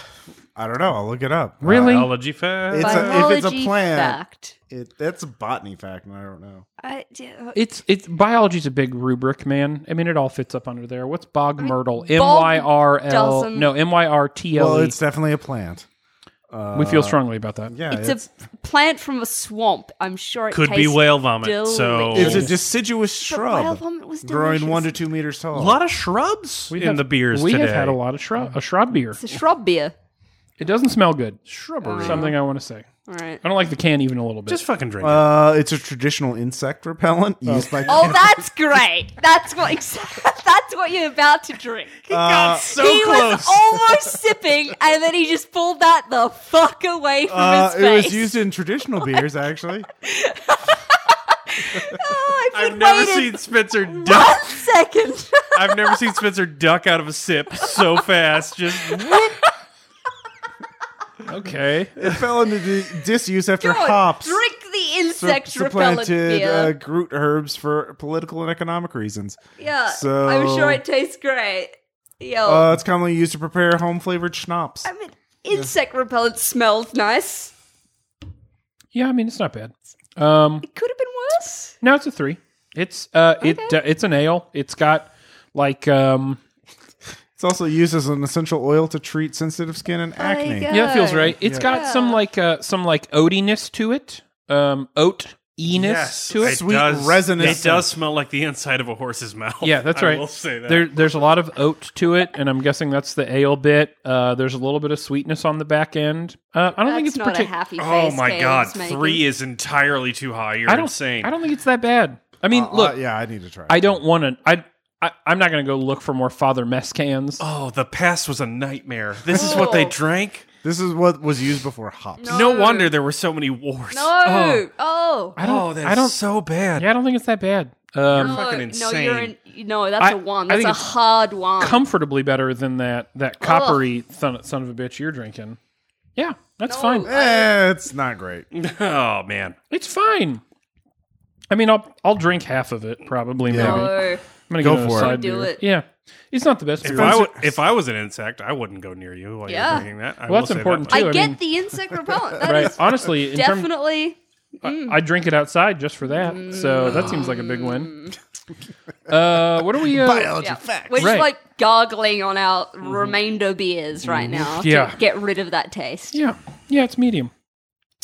Speaker 4: I don't know. I'll look it up.
Speaker 2: Really?
Speaker 1: Biology fact.
Speaker 4: It's a- if it's a
Speaker 3: Biology
Speaker 4: plant-
Speaker 3: fact.
Speaker 4: It, that's a botany fact, and I don't know.
Speaker 3: I, yeah,
Speaker 2: It's it's biology's a big rubric, man. I mean, it all fits up under there. What's bog myrtle? M
Speaker 3: bog
Speaker 2: Y R L.
Speaker 3: doesn't-
Speaker 2: No, M Y R T
Speaker 4: Well,
Speaker 2: L. E.
Speaker 4: it's definitely a plant. Uh,
Speaker 2: We feel strongly about that.
Speaker 4: Yeah,
Speaker 3: it's, a plant from a swamp. I'm sure it
Speaker 1: Could be
Speaker 3: tastes
Speaker 1: whale vomit.
Speaker 3: delicious.
Speaker 1: So
Speaker 4: It's a deciduous
Speaker 3: But whale
Speaker 4: shrub
Speaker 3: Oh. vomit was delicious.
Speaker 4: growing one to two meters tall.
Speaker 1: a lot of shrubs in
Speaker 2: have-
Speaker 1: the beers
Speaker 2: We
Speaker 1: today.
Speaker 2: have had a lot of shrub, a shrub beer.
Speaker 3: It's a shrub beer.
Speaker 2: It doesn't smell good.
Speaker 1: shrubbery.
Speaker 2: Something I want to say.
Speaker 3: All right.
Speaker 2: I don't like the can even a little bit.
Speaker 1: Just fucking drink. it.
Speaker 4: uh, it's a traditional insect repellent used by.
Speaker 3: Oh, that's great. That's what ex- that's what you're about to drink.
Speaker 4: Uh,
Speaker 1: so
Speaker 3: he
Speaker 1: close.
Speaker 3: was almost sipping, and then he just pulled that the fuck away from
Speaker 4: uh,
Speaker 3: his
Speaker 4: it
Speaker 3: face.
Speaker 4: was used in traditional beers, actually.
Speaker 3: Oh, if
Speaker 1: I've
Speaker 3: we'd
Speaker 1: never
Speaker 3: waited
Speaker 1: seen Spencer duck.
Speaker 3: one second.
Speaker 1: I've never seen Spencer duck out of a sip so fast. Just
Speaker 2: okay.
Speaker 4: It fell into di- disuse after
Speaker 3: Go on,
Speaker 4: hops
Speaker 3: Oh, Drink the
Speaker 4: su-
Speaker 3: insect repellent
Speaker 4: supplanted
Speaker 3: beer.
Speaker 4: uh, root herbs for political and economic reasons.
Speaker 3: yeah,
Speaker 4: so-
Speaker 3: I'm sure it tastes great. Yo,
Speaker 4: Uh, it's commonly used to prepare home flavored schnapps.
Speaker 3: I mean, insect repellent smelled nice.
Speaker 2: Yeah, I mean it's not bad. Um,
Speaker 3: It could have been worse.
Speaker 2: no, it's a three. It's uh, it
Speaker 3: Okay.
Speaker 2: uh, it's an ale. It's got like um,
Speaker 4: It's also used as an essential oil to treat sensitive skin and acne. Uh,
Speaker 3: God.
Speaker 2: yeah, it feels right. It's
Speaker 4: Yeah.
Speaker 2: got some like uh, some like oatiness to it. Um, oat. Eness to it.
Speaker 4: Sweet resinous
Speaker 1: It does smell like the inside of a horse's mouth.
Speaker 2: Yeah, that's right.
Speaker 1: I will say that.
Speaker 2: There, there's a lot of oat to it, and I'm guessing that's the ale bit. Uh, there's a little bit of sweetness on the back end. Uh, I don't think it's
Speaker 3: That's not a
Speaker 2: particularly.
Speaker 3: happy face.
Speaker 1: oh my
Speaker 3: Caleb's
Speaker 1: god,
Speaker 3: making.
Speaker 1: three is entirely too high. You're
Speaker 2: I don't.
Speaker 1: insane.
Speaker 2: I don't think it's that bad. I mean,
Speaker 4: Uh,
Speaker 2: look,
Speaker 4: yeah, I need to try.
Speaker 2: I don't want to. I, I, I'm not going to go look for more Father Mess cans.
Speaker 1: Oh, the past was a nightmare. This is what they
Speaker 3: Oh.
Speaker 1: drank.
Speaker 4: This is what was used before hops.
Speaker 3: No.
Speaker 1: No wonder there were so many wars.
Speaker 3: No. Oh.
Speaker 2: I don't.
Speaker 1: oh, that's
Speaker 2: I don't.
Speaker 1: so bad.
Speaker 2: yeah, I don't think it's that bad. Um,
Speaker 3: no,
Speaker 1: fucking
Speaker 3: No, you're
Speaker 1: insane.
Speaker 3: in, no that's
Speaker 2: I-
Speaker 3: a one.
Speaker 2: I
Speaker 3: That's
Speaker 2: think
Speaker 3: a
Speaker 2: it's
Speaker 3: hard one.
Speaker 2: comfortably better than that that coppery son, son of a bitch you're drinking. Yeah, that's
Speaker 3: No.
Speaker 2: fine.
Speaker 4: Eh, it's not great.
Speaker 1: Oh man,
Speaker 2: It's fine. I mean, I'll I'll drink half of it probably.
Speaker 4: Yeah.
Speaker 2: Maybe.
Speaker 3: no.
Speaker 2: I'm gonna
Speaker 4: Go
Speaker 2: give
Speaker 4: for
Speaker 2: a
Speaker 4: it.
Speaker 2: side
Speaker 3: Do
Speaker 2: beer.
Speaker 3: it.
Speaker 2: Yeah, it's not the best
Speaker 1: if
Speaker 2: beer.
Speaker 1: I, w- if I was an insect, I wouldn't go near you while
Speaker 3: Yeah.
Speaker 1: you're drinking that. I
Speaker 2: Well,
Speaker 1: will
Speaker 2: that's
Speaker 1: say that
Speaker 2: important,
Speaker 1: much.
Speaker 3: I
Speaker 2: too, I
Speaker 3: get
Speaker 2: mean-
Speaker 3: the insect repellent. That is mm.
Speaker 2: right? Honestly, in terms,
Speaker 3: definitely.
Speaker 2: I drink it outside just for that. So
Speaker 3: Mm.
Speaker 2: that seems like a big win. Uh, what are we? Uh,
Speaker 4: Biology
Speaker 3: yeah.
Speaker 4: fact.
Speaker 3: We're just
Speaker 2: Right. Mm-hmm.
Speaker 3: like gargling on our remainder beers right now
Speaker 2: Yeah.
Speaker 3: to get rid of that taste.
Speaker 2: yeah, yeah, it's medium.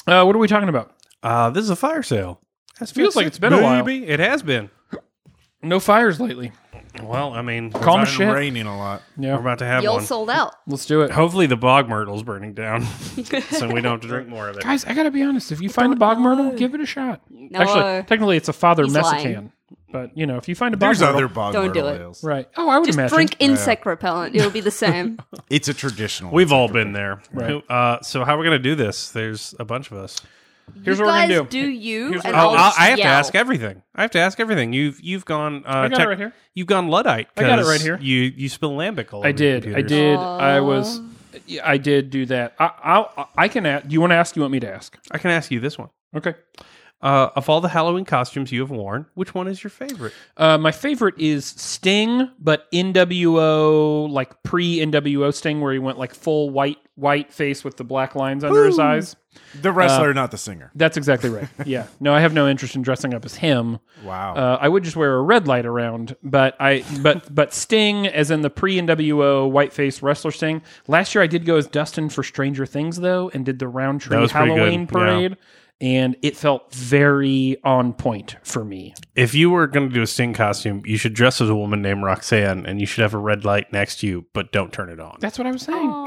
Speaker 2: Uh, what are we talking about?
Speaker 1: Uh, this is a fire sale. It
Speaker 2: feels like it's been a while.
Speaker 1: It has been.
Speaker 2: No fires lately.
Speaker 1: Well, I mean,
Speaker 2: Calm
Speaker 1: we're
Speaker 2: as shit.
Speaker 4: raining a lot.
Speaker 2: Yeah,
Speaker 1: We're about to have
Speaker 3: Y'all
Speaker 1: one.
Speaker 3: sold out.
Speaker 2: let's do it,
Speaker 1: Hopefully, the bog myrtle's burning down, so we don't have to drink more of it.
Speaker 2: guys. I gotta be honest. If you find a bog myrtle, give it a shot.
Speaker 3: No,
Speaker 2: Actually, technically, it's a father
Speaker 3: He's
Speaker 2: messican, but you know, if you find a bog
Speaker 4: There's
Speaker 2: myrtle,
Speaker 4: other bog
Speaker 3: Don't do
Speaker 4: myrtle
Speaker 3: it.
Speaker 4: ales.
Speaker 2: right? Oh, I would
Speaker 3: just
Speaker 2: imagine.
Speaker 3: drink insect repellent. It'll be the same.
Speaker 4: It's a traditional.
Speaker 1: We've all been there.
Speaker 2: Right.
Speaker 1: Uh, so how are we going to do this? There's a bunch of us.
Speaker 2: Here's
Speaker 3: you
Speaker 2: what we're
Speaker 3: guys
Speaker 2: gonna do.
Speaker 3: you?
Speaker 2: Here's
Speaker 3: and
Speaker 2: what-
Speaker 1: Oh,
Speaker 3: I'll
Speaker 1: i
Speaker 3: just
Speaker 1: I have to
Speaker 3: yell.
Speaker 1: ask everything. I have to ask everything. You've you've gone. Uh, I
Speaker 2: got it right here.
Speaker 1: You've gone luddite.
Speaker 2: I got it
Speaker 1: 'cause
Speaker 2: right here.
Speaker 1: You you spill lambic all. over
Speaker 2: I
Speaker 1: your
Speaker 2: did. I
Speaker 1: computers.
Speaker 2: did. I was. I did do that. I I'll, I can. Ask, do you want to ask? You want me to ask?
Speaker 1: I can ask you this one.
Speaker 2: Okay.
Speaker 1: Uh, of all the Halloween costumes you have worn, which one is your favorite?
Speaker 2: Uh, my favorite is Sting, but NWO, like pre NWO Sting, where he went like full white white face with the black lines under his eyes.
Speaker 4: The wrestler,
Speaker 2: uh,
Speaker 4: not the singer.
Speaker 2: That's exactly right. yeah. No, I have no interest in dressing up as him.
Speaker 4: Wow.
Speaker 2: Uh, I would just wear a red light around, but I but but Sting, as in the pre NWO whiteface wrestler Sting. Last year, I did go as Dustin for Stranger Things though, and did the round tree
Speaker 1: was pretty good,
Speaker 2: Halloween
Speaker 1: yeah.
Speaker 2: parade, and it felt very on point for me.
Speaker 1: If you were going to do a Sting costume, you should dress as a woman named Roxanne, and you should have a red light next to you, but don't turn it on.
Speaker 2: That's what I was saying.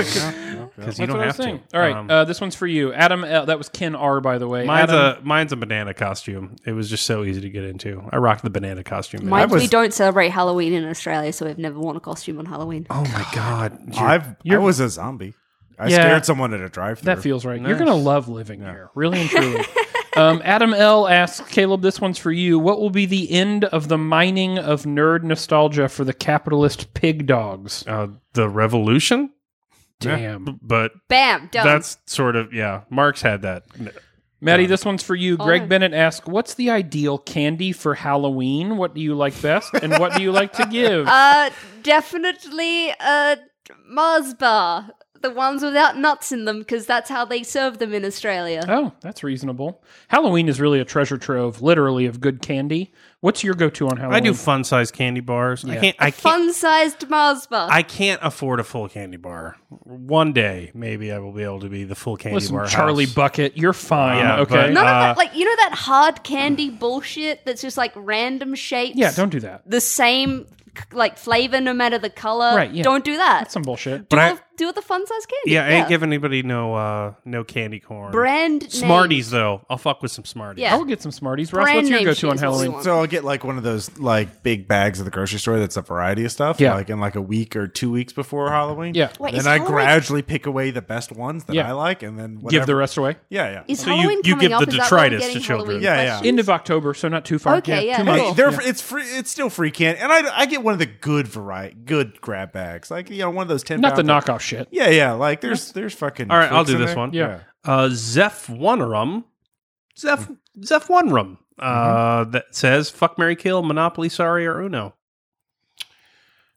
Speaker 1: Because you
Speaker 2: That's
Speaker 1: don't
Speaker 2: what I
Speaker 1: have
Speaker 2: was
Speaker 1: to.
Speaker 2: saying. All right,
Speaker 1: Um,
Speaker 2: uh, this one's for you, Adam. L. That was Ken R. By the way,
Speaker 1: mine's,
Speaker 2: Adam,
Speaker 1: a, mine's a banana costume. It was just so easy to get into. I rocked the banana costume.
Speaker 3: Mind
Speaker 4: was-
Speaker 3: we don't celebrate Halloween in Australia, so we've never worn a costume on Halloween.
Speaker 1: oh, my God. You're-
Speaker 4: I've I was a zombie. I
Speaker 2: Yeah.
Speaker 4: scared someone at a drive-through.
Speaker 2: that feels right. You're gonna love living here, really and truly. um, Adam L. asks Caleb, "This one's for you. What will be the end of the mining of nerd nostalgia for the capitalist pig dogs?
Speaker 1: uh, the revolution?
Speaker 2: Damn,
Speaker 1: But
Speaker 3: Bam, done.
Speaker 1: that's sort of, yeah. Marx had that.
Speaker 2: Maddie, this one's for you. Greg
Speaker 3: right.
Speaker 2: Bennett asks, "What's the ideal candy for Halloween? What do you like best, and what do you like to give?"
Speaker 3: uh, definitely a Mars bar. The ones without nuts in them, because that's how they serve them in Australia.
Speaker 2: Oh, that's reasonable. Halloween is really a treasure trove, literally, of good candy. What's your go-to on Halloween?
Speaker 1: I do fun sized candy bars. I can't. I can't.
Speaker 3: Fun sized Mars bar.
Speaker 1: I can't afford a full candy bar. One day, maybe I will be able to be the full candy
Speaker 2: Listen,
Speaker 1: bar.
Speaker 2: Charlie
Speaker 1: house.
Speaker 2: Bucket, you're fine.
Speaker 1: Yeah,
Speaker 2: okay.
Speaker 1: but-
Speaker 3: None
Speaker 1: Uh,
Speaker 3: of that, like, you know that hard candy bullshit that's just like random shapes?
Speaker 2: yeah, don't do that.
Speaker 3: The same, c- like, flavor no matter the color.
Speaker 2: Right, yeah.
Speaker 3: Don't do that.
Speaker 2: That's some bullshit.
Speaker 1: But
Speaker 3: do,
Speaker 1: I-
Speaker 3: the, do the fun sized candy.
Speaker 1: Yeah, I ain't giving anybody no uh no candy corn.
Speaker 3: Brand name.
Speaker 1: Smarties though, I'll fuck with some Smarties.
Speaker 3: Yeah.
Speaker 2: I will get some Smarties. Ross,
Speaker 3: Brand
Speaker 2: what's your
Speaker 3: name
Speaker 2: go-to on
Speaker 3: cheese is what we
Speaker 2: Halloween?
Speaker 3: want.
Speaker 4: So I'll get like one of those like big bags at the grocery store that's a variety of stuff.
Speaker 2: Yeah.
Speaker 4: Like in like a week or two weeks before Halloween.
Speaker 2: Yeah.
Speaker 3: Wait,
Speaker 4: then
Speaker 3: is
Speaker 4: I
Speaker 3: Halloween-
Speaker 4: gradually pick away the best ones that
Speaker 2: Yeah.
Speaker 4: I like, and then whatever.
Speaker 2: Give the rest away.
Speaker 4: yeah, yeah.
Speaker 3: Is
Speaker 1: So you-
Speaker 3: Halloween
Speaker 1: you
Speaker 3: coming
Speaker 1: give
Speaker 3: up?
Speaker 1: the
Speaker 3: Is that why we're
Speaker 1: detritus to
Speaker 3: getting
Speaker 1: children.
Speaker 3: Halloween
Speaker 4: Yeah, yeah.
Speaker 3: questions?
Speaker 2: End of October, so not too far.
Speaker 3: Okay, yeah.
Speaker 2: Too
Speaker 4: Hey,
Speaker 2: much.
Speaker 3: Cool.
Speaker 4: they're it's free. It's still free candy, and I, I get one of the good variety, good grab bags, like you know one of those ten.
Speaker 2: Not the
Speaker 4: pound-
Speaker 2: knockoff shit.
Speaker 4: Yeah, yeah. Like there's there's fucking.
Speaker 1: All right, I'll
Speaker 4: Twix
Speaker 1: do
Speaker 4: in
Speaker 1: this
Speaker 4: there.
Speaker 1: one.
Speaker 2: Yeah.
Speaker 1: Uh Zeph Onerum. Zeph Zeph Onerum. Uh
Speaker 2: Mm-hmm.
Speaker 1: that says fuck Mary Kill, Monopoly, sorry, or Uno.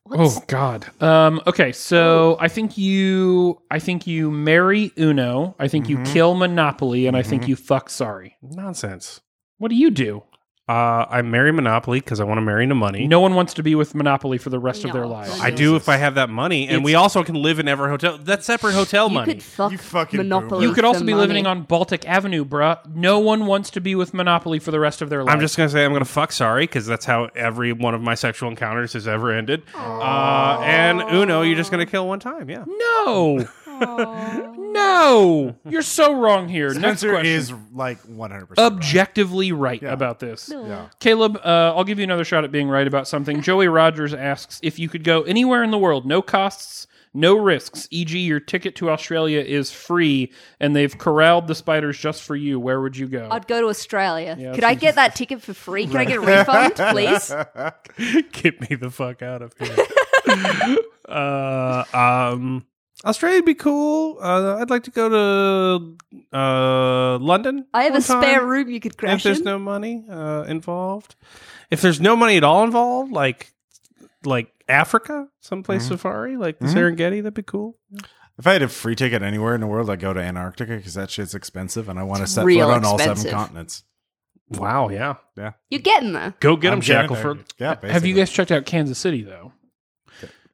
Speaker 3: What's-
Speaker 2: Oh God. Um, okay, so I think you, I think you marry Uno. I think you kill Monopoly, and I think you fuck Sorry.
Speaker 1: Nonsense.
Speaker 2: What do you do?
Speaker 1: Uh I marry Monopoly because I want to marry into money.
Speaker 2: No one wants to be with Monopoly for the rest of their
Speaker 3: No.
Speaker 2: lives.
Speaker 1: I do if I have that money, and we also can live in every hotel. That's separate hotel
Speaker 3: You
Speaker 1: money.
Speaker 3: could fuck
Speaker 4: You fucking
Speaker 3: Monopoly.
Speaker 4: boomer.
Speaker 2: You could also be living
Speaker 3: money.
Speaker 2: on Baltic Avenue, bruh. No one wants to be with Monopoly for the rest of their life.
Speaker 1: I'm just gonna say I'm gonna fuck sorry because that's how every one of my sexual encounters has ever ended. Uh, and Uno, you're just gonna kill one time. Yeah.
Speaker 2: no, no. You're so wrong here. Next
Speaker 4: Spencer
Speaker 2: question.
Speaker 4: is like 100. percent
Speaker 2: objectively right about this.
Speaker 3: Yeah.
Speaker 2: Caleb, uh, I'll give you another shot at being right about something. Joey Rogers asks if you could go anywhere in the world, no costs, no risks, e.g., your ticket to Australia is free and they've corralled the spiders just for you, where would you go?
Speaker 3: I'd go to Australia. Could I get that ticket for free? Could I get a refund, please?
Speaker 1: Get me the fuck out of here. uh, um, Australia'd be cool. Uh, I'd like to go to uh, London.
Speaker 3: I have
Speaker 1: one
Speaker 3: a spare
Speaker 1: time,
Speaker 3: room you could
Speaker 1: If
Speaker 3: crash
Speaker 1: there's
Speaker 3: in.
Speaker 1: no money uh, involved, if there's no money at all involved, like like Africa, someplace safari, like the Serengeti, that'd be cool.
Speaker 4: If I had a free ticket anywhere in the world, I'd go to Antarctica because that shit's expensive, and I want to set foot
Speaker 3: real
Speaker 4: on all seven
Speaker 3: expensive.
Speaker 4: continents.
Speaker 1: Wow. Yeah.
Speaker 4: Yeah,
Speaker 3: You're getting there.
Speaker 1: Go get him,
Speaker 4: I'm getting there.
Speaker 1: Shackleford.
Speaker 4: Yeah, basically.
Speaker 2: Have you guys checked out Kansas City, though?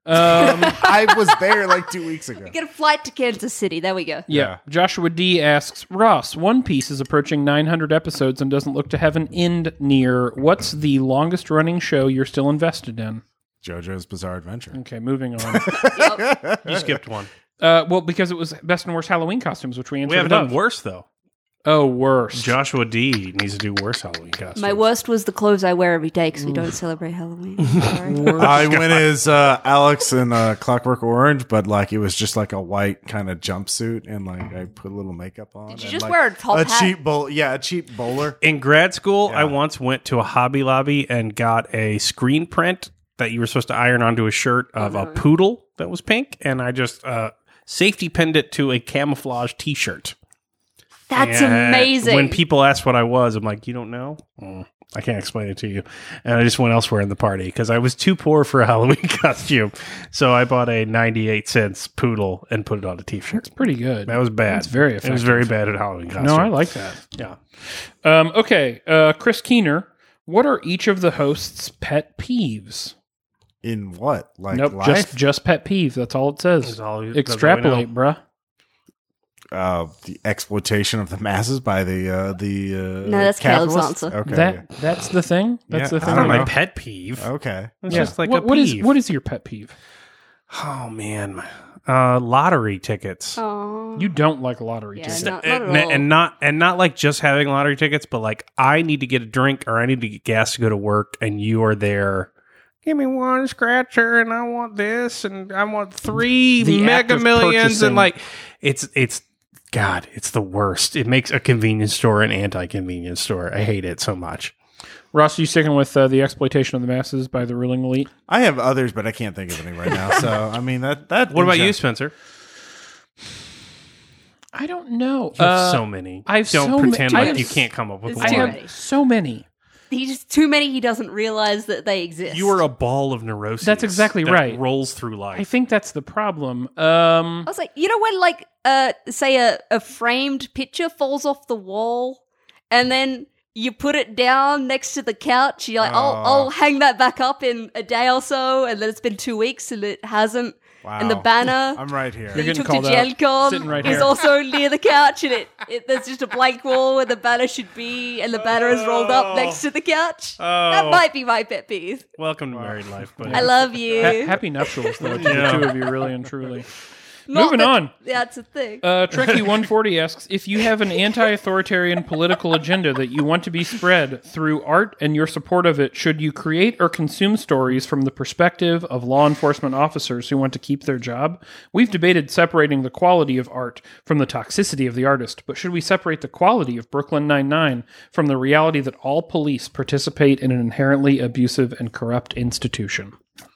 Speaker 2: Um,
Speaker 4: I was there like two weeks ago.
Speaker 3: Get a flight to Kansas City. There we go.
Speaker 2: Yeah.
Speaker 4: Yeah.
Speaker 2: Joshua D asks Ross, One Piece is approaching 900 episodes and doesn't look to have an end near. What's the longest running show you're still invested in?
Speaker 4: JoJo's Bizarre Adventure.
Speaker 2: Okay, moving on.
Speaker 3: Yep.
Speaker 1: You skipped one.
Speaker 2: uh, well, because it was best and worst Halloween costumes, which we answered.
Speaker 1: We haven't
Speaker 2: above.
Speaker 1: done worse though.
Speaker 2: Oh, worse.
Speaker 1: Joshua D needs to do worse Halloween costume.
Speaker 3: My worst was the clothes I wear every day because we don't celebrate Halloween. Sorry.
Speaker 4: I went as uh, Alex in uh, Clockwork Orange, but like it was just like a white kind of jumpsuit, and like I put a little makeup on.
Speaker 3: Did you
Speaker 4: and,
Speaker 3: just
Speaker 4: like,
Speaker 3: wear a top hat?
Speaker 4: cheap bowl? Yeah, a cheap bowler.
Speaker 1: In grad school, I once went to a Hobby Lobby and got a screen print that you were supposed to iron onto a shirt of a poodle that was pink, and I just uh, safety pinned it to a camouflage T-shirt.
Speaker 3: That's
Speaker 1: And
Speaker 3: amazing.
Speaker 1: When people ask what I was, I'm like, you don't know? Mm, I can't explain it to you. And I just went elsewhere in the party because I was too poor for a Halloween costume. So I bought a 98 cents poodle and put it on a t-shirt.
Speaker 2: It's pretty good.
Speaker 1: That was bad.
Speaker 2: It's very
Speaker 1: It was
Speaker 2: effective.
Speaker 1: very bad at Halloween costume.
Speaker 2: No, I like that.
Speaker 1: Yeah.
Speaker 2: Um, okay, uh, Chris Keener. What are each of the hosts' pet peeves?
Speaker 4: In what? Like
Speaker 2: nope,
Speaker 4: life?
Speaker 2: just just pet peeves. That's all it says.
Speaker 1: That's all- that's all we
Speaker 2: Extrapolate, bruh.
Speaker 4: uh, the exploitation of the masses by the uh, the uh,
Speaker 3: No, that's Caleb's
Speaker 4: capitalists?
Speaker 3: answer.
Speaker 4: Okay,
Speaker 2: that that's the thing. That's
Speaker 4: Yeah,
Speaker 2: the
Speaker 4: I
Speaker 2: thing. Oh.
Speaker 1: Not
Speaker 4: don't
Speaker 1: my
Speaker 4: know.
Speaker 1: pet peeve.
Speaker 4: yeah. okay.
Speaker 1: It's
Speaker 2: Yeah.
Speaker 1: just like
Speaker 2: what,
Speaker 1: a
Speaker 2: what is-
Speaker 1: peeve.
Speaker 2: what is your pet peeve?
Speaker 1: oh man. Uh, lottery tickets.
Speaker 3: Aw.
Speaker 2: You don't like lottery
Speaker 3: Yeah,
Speaker 2: tickets.
Speaker 3: no. Not- not
Speaker 1: and,
Speaker 3: at all.
Speaker 1: and not and not like just having lottery tickets, but like I need to get a drink or I need to get gas to go to work, and you are there. Give me one scratcher, and I want this, and I want three
Speaker 2: The act
Speaker 1: mega
Speaker 2: of
Speaker 1: millions,
Speaker 2: purchasing.
Speaker 1: and like it's it's God, it's the worst. It makes a convenience store an anti-convenience store. I hate it so much.
Speaker 2: Ross, are you sticking with uh, the exploitation of the masses by the ruling elite?
Speaker 4: I have others, but I can't think of any right now. So I mean that that.
Speaker 1: What about
Speaker 4: in
Speaker 1: you,
Speaker 4: gen-
Speaker 1: Spencer?
Speaker 2: I don't know.
Speaker 1: You have
Speaker 2: Uh,
Speaker 1: so many.
Speaker 2: I've
Speaker 1: don't
Speaker 2: so
Speaker 1: pretend
Speaker 2: ma- I
Speaker 1: like
Speaker 2: have
Speaker 1: you
Speaker 2: s-
Speaker 1: can't come up with
Speaker 3: It's
Speaker 2: I
Speaker 1: one.
Speaker 3: too
Speaker 2: have
Speaker 3: many.
Speaker 2: so many.
Speaker 3: He just too many. He doesn't realize that they exist.
Speaker 1: You are a ball of neuroses.
Speaker 2: That's exactly
Speaker 1: that
Speaker 2: right.
Speaker 1: Rolls through
Speaker 2: I
Speaker 1: life.
Speaker 2: think that's the problem. Um,
Speaker 3: I was like, you know when like uh say a, a framed picture falls off the wall and then you put it down next to the couch, you're like, I'll
Speaker 4: Oh.
Speaker 3: I'll hang that back up in a day or so and then it's been two weeks and it hasn't
Speaker 4: Wow.
Speaker 3: and the banner
Speaker 4: I'm right here.
Speaker 3: that you
Speaker 2: getting
Speaker 3: took to
Speaker 2: called out. Sitting
Speaker 3: GenCon
Speaker 2: right
Speaker 3: is
Speaker 2: here.
Speaker 3: also near the couch and it, it there's just a blank wall where the banner should be and the banner is rolled up next to the couch. That
Speaker 1: Oh.
Speaker 3: might be my pet peeve.
Speaker 1: Welcome to married life, buddy.
Speaker 3: I love
Speaker 2: ha-
Speaker 3: you.
Speaker 2: happy nuptials, though, to
Speaker 1: Yeah.
Speaker 2: the two of you, really and truly.
Speaker 3: Not
Speaker 2: Moving
Speaker 3: that-
Speaker 2: on.
Speaker 3: That's a thing.
Speaker 2: Uh, Trekkie140 asks If you have an anti authoritarian political agenda that you want to be spread through art and your support of it, should you create or consume stories from the perspective of law enforcement officers who want to keep their job? We've debated separating the quality of art from the toxicity of the artist, but should we separate the quality of Brooklyn Nine-Nine from the reality that all police participate in an inherently abusive and corrupt institution?
Speaker 4: Wow.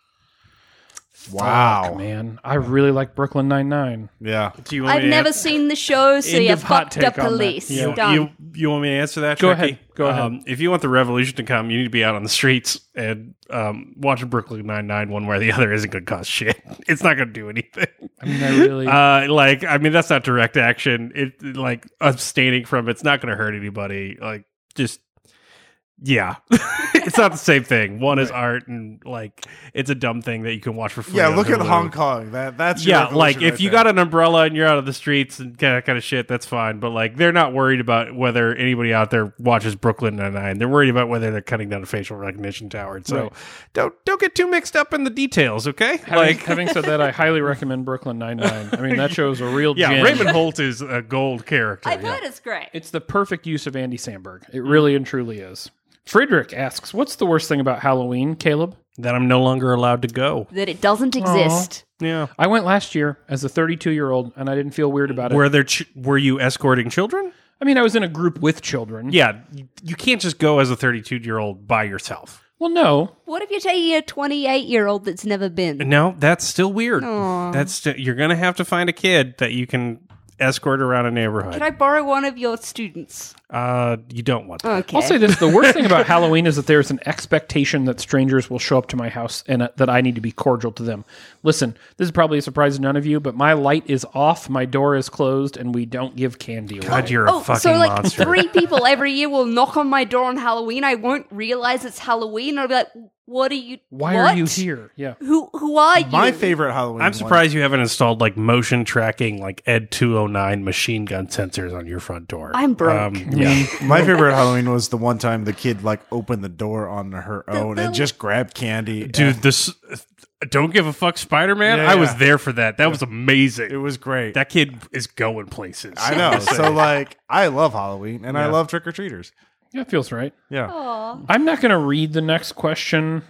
Speaker 2: Fuck, man. I really like Brooklyn Nine-Nine.
Speaker 4: Yeah.
Speaker 1: Do you want
Speaker 3: I've
Speaker 1: me to
Speaker 3: never seen the show, so
Speaker 2: End
Speaker 3: yeah,
Speaker 2: of hot
Speaker 3: fuck the
Speaker 2: take on that.
Speaker 3: police.
Speaker 1: You,
Speaker 3: Done.
Speaker 1: you you want me to answer that?
Speaker 2: Go
Speaker 1: Sharky?
Speaker 2: ahead. Go ahead.
Speaker 1: Um, if you want the revolution to come, you need to be out on the streets and um, watching Brooklyn Nine Nine one way or the other isn't going to cost shit. It's not going to do anything.
Speaker 2: I mean, I really.
Speaker 1: Uh, like I mean, that's not direct action. It like abstaining from it's not going to hurt anybody. Like just yeah, it's not the same thing. One is art, and like it's a dumb thing that you can watch for free.
Speaker 4: Yeah.
Speaker 1: on
Speaker 4: Look at
Speaker 1: Hulu.
Speaker 4: Hong Kong. That that's your
Speaker 1: Yeah, like
Speaker 4: revolution
Speaker 1: if
Speaker 4: right
Speaker 1: you
Speaker 4: there.
Speaker 1: got an umbrella and you're out of the streets and that kind of shit, that's fine. But like, they're not worried about whether anybody out there watches Brooklyn Nine Nine. They're worried about whether they're cutting down a facial recognition tower. So
Speaker 2: Right.
Speaker 1: don't don't get too mixed up in the details, okay?
Speaker 2: Having,
Speaker 1: like,
Speaker 2: having said that, I highly recommend Brooklyn Nine Nine. I mean, that show is a real
Speaker 1: yeah,
Speaker 2: gem.
Speaker 1: Raymond Holt is a gold character.
Speaker 3: I've
Speaker 1: yeah.
Speaker 3: heard it's great.
Speaker 2: It's the perfect use of Andy Sandberg. It really and truly is. Friedrich asks, "What's the worst thing about Halloween, Caleb?"
Speaker 1: That I'm no longer allowed to go.
Speaker 3: that it doesn't exist.
Speaker 1: Yeah.
Speaker 2: I went last year as a 32-year-old, and I didn't feel weird about it.
Speaker 1: Were there? Ch- were you escorting children?
Speaker 2: I mean, I was in a group with children.
Speaker 1: Yeah, you- you can't just go as a 32 year old by yourself.
Speaker 2: Well, no,
Speaker 3: What if you're taking a 28 year old that's never been?
Speaker 1: No, that's still weird. That's sti- you're gonna have to find a kid that you can escort around a neighborhood.
Speaker 3: Can I borrow one of your students?
Speaker 1: uh, you don't want that.
Speaker 3: Okay.
Speaker 2: I'll say this: the worst thing about Halloween is that there is an expectation that strangers will show up to my house and uh, that I need to be cordial to them. Listen, this is probably a surprise to none of you, but my light is off, my door is closed, and we don't give candy away.
Speaker 1: God, you're a
Speaker 3: oh,
Speaker 1: fucking
Speaker 3: so like
Speaker 1: monster.
Speaker 3: three people every year will knock on my door on Halloween. I won't realize it's Halloween. I'll be like, "What are you?
Speaker 2: Why
Speaker 3: what?
Speaker 2: are you here? Yeah.
Speaker 3: Who who are you?"
Speaker 4: my favorite Halloween.
Speaker 1: I'm
Speaker 4: one-
Speaker 1: surprised you haven't installed like motion tracking, like Ed 209 machine gun sensors on your front door. Um,
Speaker 3: I'm broke.
Speaker 1: yeah,
Speaker 4: My favorite Halloween was the one time the kid like opened the door on her own and
Speaker 3: the-
Speaker 4: just grabbed candy.
Speaker 1: dude, this don't give a fuck, Spider Man.
Speaker 4: Yeah,
Speaker 1: I was
Speaker 4: yeah.
Speaker 1: there for that. That was amazing.
Speaker 4: it was great.
Speaker 1: that kid is going places.
Speaker 4: I know. so like, I love Halloween and I love trick or treaters.
Speaker 2: That feels right.
Speaker 4: Yeah.
Speaker 3: Aw.
Speaker 2: I'm not going to read the next question.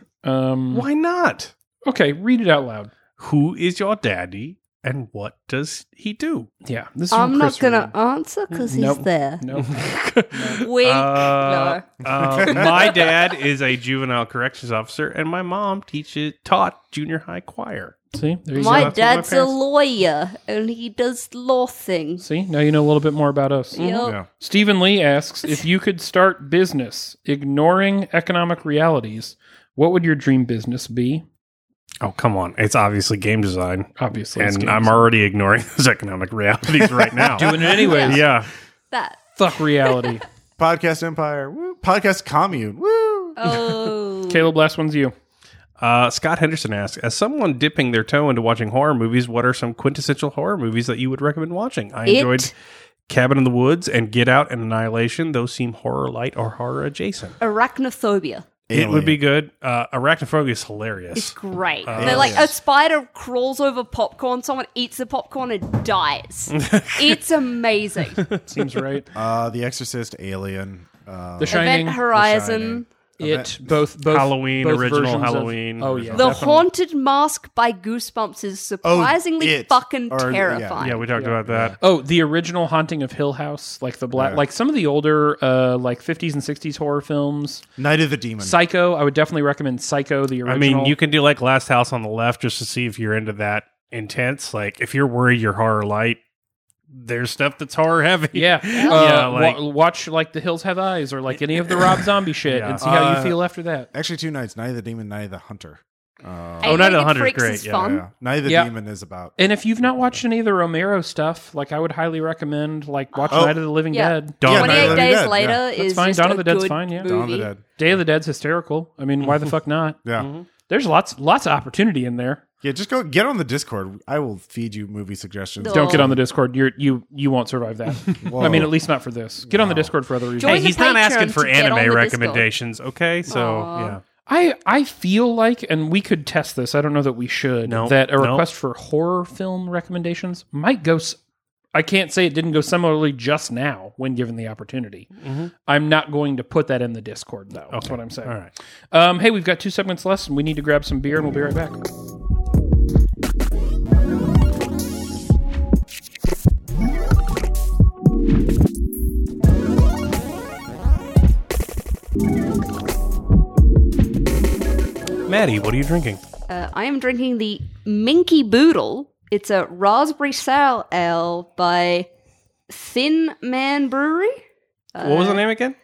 Speaker 2: Um,
Speaker 1: Why not?
Speaker 2: Okay, read it out loud.
Speaker 1: Who is your daddy and what does he do?
Speaker 2: Yeah, this is
Speaker 3: I'm
Speaker 2: from
Speaker 3: not
Speaker 2: Chris Mm-hmm.
Speaker 3: gonna answer because
Speaker 2: Nope.
Speaker 3: he's there.
Speaker 2: Reed. No.
Speaker 3: Wink.
Speaker 1: Uh,
Speaker 3: no.
Speaker 1: uh, my dad is a juvenile corrections officer, and my mom teaches taught junior high choir.
Speaker 2: See, there you
Speaker 3: My
Speaker 2: go.
Speaker 1: what my
Speaker 3: dad's a
Speaker 1: parents-
Speaker 3: lawyer and he does law things.
Speaker 2: See, now you know a little bit more about us.
Speaker 3: Yep.
Speaker 4: Yeah.
Speaker 2: Stephen Lee asks if you could start business ignoring economic realities, what would your dream business be?
Speaker 1: Oh, come on. It's obviously game design.
Speaker 2: Obviously, it's
Speaker 1: And
Speaker 2: games.
Speaker 1: I'm already ignoring those economic realities right now.
Speaker 2: doing it anyway.
Speaker 1: yeah.
Speaker 3: That.
Speaker 2: Fuck reality.
Speaker 4: Podcast Empire. Woo. Podcast Commune. Woo.
Speaker 3: Oh.
Speaker 2: Caleb, last one's you.
Speaker 1: Uh, Scott Henderson asks, as someone dipping their toe into watching horror movies, what are some quintessential horror movies that you would recommend watching? I
Speaker 3: It.
Speaker 1: enjoyed Cabin in the Woods and Get Out and Annihilation. Those seem horror light or horror adjacent.
Speaker 3: Arachnophobia.
Speaker 1: It would be good. Uh, Arachnophobia is hilarious.
Speaker 3: It's great. They're like a spider crawls over popcorn, someone eats the popcorn and dies. it's amazing.
Speaker 2: Seems right.
Speaker 4: Uh, the Exorcist, Alien. Uh,
Speaker 2: The Shining,
Speaker 3: Event Horizon.
Speaker 2: it both both
Speaker 1: Halloween,
Speaker 2: both
Speaker 1: original
Speaker 2: versions of-
Speaker 1: Halloween,
Speaker 2: oh yeah,
Speaker 1: original-
Speaker 3: The
Speaker 2: definitely.
Speaker 3: Haunted Mask by Goosebumps is surprisingly
Speaker 4: it.
Speaker 3: fucking
Speaker 4: Or- yeah,
Speaker 3: terrifying.
Speaker 1: yeah, we talked about that.
Speaker 2: Oh, the original Haunting of Hill House, like the black, like some of the older, uh, like fifties and sixties horror films.
Speaker 4: Night of the Demon.
Speaker 2: Psycho, I would definitely recommend Psycho, the original.
Speaker 1: I mean, you can do like Last House on the Left just to see if you're into that intense. Like, if you're worried you're horror light, there's stuff that's horror heavy.
Speaker 2: yeah, uh,
Speaker 1: Yeah, like-
Speaker 2: wa- watch like The Hills Have Eyes or like any of the Rob Zombie shit,
Speaker 1: Yeah.
Speaker 2: and see how you
Speaker 4: Uh,
Speaker 2: feel after that.
Speaker 4: Actually, two nights. Night of the Demon, Night of the Hunter. Uh,
Speaker 1: Oh, Night of the
Speaker 3: Eight-Legged
Speaker 1: Hunter's
Speaker 3: Freaks
Speaker 1: great,
Speaker 3: is
Speaker 1: yeah,
Speaker 3: fun.
Speaker 4: yeah. Night of the
Speaker 2: Yeah.
Speaker 4: Demon is about.
Speaker 2: And if you've not watched any of the Romero stuff, like I would highly recommend like watch
Speaker 4: Oh.
Speaker 2: Night of the Living
Speaker 3: Yeah.
Speaker 2: Dead.
Speaker 1: Dawn
Speaker 4: Yeah,
Speaker 1: of the
Speaker 4: Night
Speaker 3: 28
Speaker 4: of
Speaker 1: Dead.
Speaker 4: the
Speaker 3: Days
Speaker 4: Dead,
Speaker 3: Later
Speaker 4: yeah.
Speaker 3: is
Speaker 2: fine.
Speaker 3: just
Speaker 2: Dawn
Speaker 3: a
Speaker 2: of the Dead's
Speaker 3: good
Speaker 2: fine, yeah.
Speaker 4: Dawn of the
Speaker 3: movie.
Speaker 4: Dead.
Speaker 2: Day of the Dead's hysterical. I mean, why the fuck not?
Speaker 4: Yeah.
Speaker 2: There's lots lots of opportunity in there.
Speaker 4: Yeah, just go get on the Discord. I will feed you movie suggestions.
Speaker 3: No.
Speaker 2: Don't get on the Discord. You're you you won't survive that.
Speaker 4: Whoa.
Speaker 2: I mean, at least not for this. Get on the Discord for other reasons.
Speaker 3: Join
Speaker 1: Hey,
Speaker 3: the
Speaker 1: he's not
Speaker 3: Patreon
Speaker 1: asking for
Speaker 3: to get on
Speaker 1: anime
Speaker 3: the
Speaker 1: recommendations, okay? So,
Speaker 3: Aw.
Speaker 1: yeah.
Speaker 2: I I feel like, and we could test this. I don't know that we should.
Speaker 1: No,
Speaker 2: that a
Speaker 1: no.
Speaker 2: request for horror film recommendations might go. s- I can't say it didn't go similarly just now when given the opportunity. I'm not going to put that in the Discord though. That's what I'm saying.
Speaker 1: Mm-hmm. All right.
Speaker 2: Um, hey, we've got two segments left, and we need to grab some beer, and we'll be right back.
Speaker 1: Maddie, what are you drinking?
Speaker 3: Uh, I am drinking the Minky Boodle. It's a raspberry sour ale by Thin Man Brewery.
Speaker 1: what
Speaker 3: Uh,
Speaker 1: was the name again?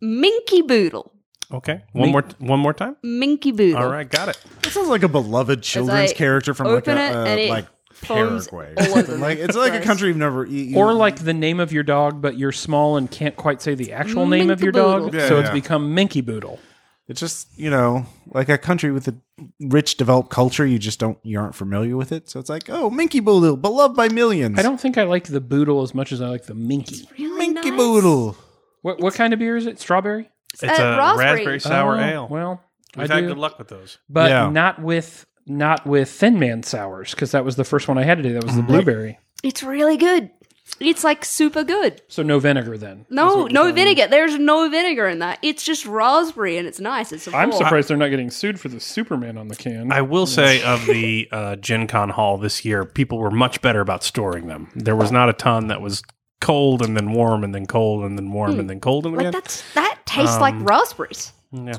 Speaker 3: Minky Boodle.
Speaker 1: Okay. One more one more time.
Speaker 3: Minky Boodle.
Speaker 1: All right, got it.
Speaker 4: That sounds like a beloved children's
Speaker 3: I
Speaker 4: character from like
Speaker 3: open
Speaker 4: a,
Speaker 3: it
Speaker 4: uh,
Speaker 3: and it
Speaker 4: like
Speaker 3: foams
Speaker 4: Paraguay.
Speaker 3: all
Speaker 4: or
Speaker 3: over
Speaker 4: something.
Speaker 3: the
Speaker 4: like it's like a
Speaker 3: place.
Speaker 4: country you've never eaten.
Speaker 2: Or like the name of your dog, but you're small and can't quite say the actual name of your dog,
Speaker 4: Minkaboodle.
Speaker 2: so
Speaker 4: Yeah,
Speaker 2: it's
Speaker 4: yeah.
Speaker 2: become Minky Boodle.
Speaker 4: it's just you know like a country with a rich developed culture. You just don't you aren't familiar with it. So it's like oh Minky Boodle, beloved by millions.
Speaker 2: I don't think I like the Boodle as much as I like the Minky.
Speaker 3: Really
Speaker 4: Minky
Speaker 3: nice.
Speaker 4: Boodle.
Speaker 2: What what kind of beer is it? Strawberry?
Speaker 1: It's
Speaker 3: uh,
Speaker 1: a
Speaker 3: raspberry.
Speaker 1: raspberry sour
Speaker 2: Oh,
Speaker 1: ale.
Speaker 2: Well,
Speaker 1: We've
Speaker 2: I
Speaker 1: had
Speaker 2: do,
Speaker 1: good luck with those.
Speaker 2: but
Speaker 4: Yeah.
Speaker 2: not with not with Thin Man sours because that was the first one I had today. That
Speaker 1: Mm-hmm.
Speaker 2: was the blueberry.
Speaker 3: It's really good. It's like super good.
Speaker 2: So no vinegar then.
Speaker 3: No, no vinegar. There's no vinegar in that. It's just raspberry and it's nice. It's a
Speaker 2: I'm
Speaker 3: full-
Speaker 2: surprised they're not getting sued for the Superman on the can.
Speaker 1: I will say of the uh, Gen Con Hall this year, people were much better about storing them. There was not a ton that was cold and then warm and then cold and then warm and then cold and
Speaker 3: Like
Speaker 1: again.
Speaker 3: that's that tastes like raspberries.
Speaker 1: yeah.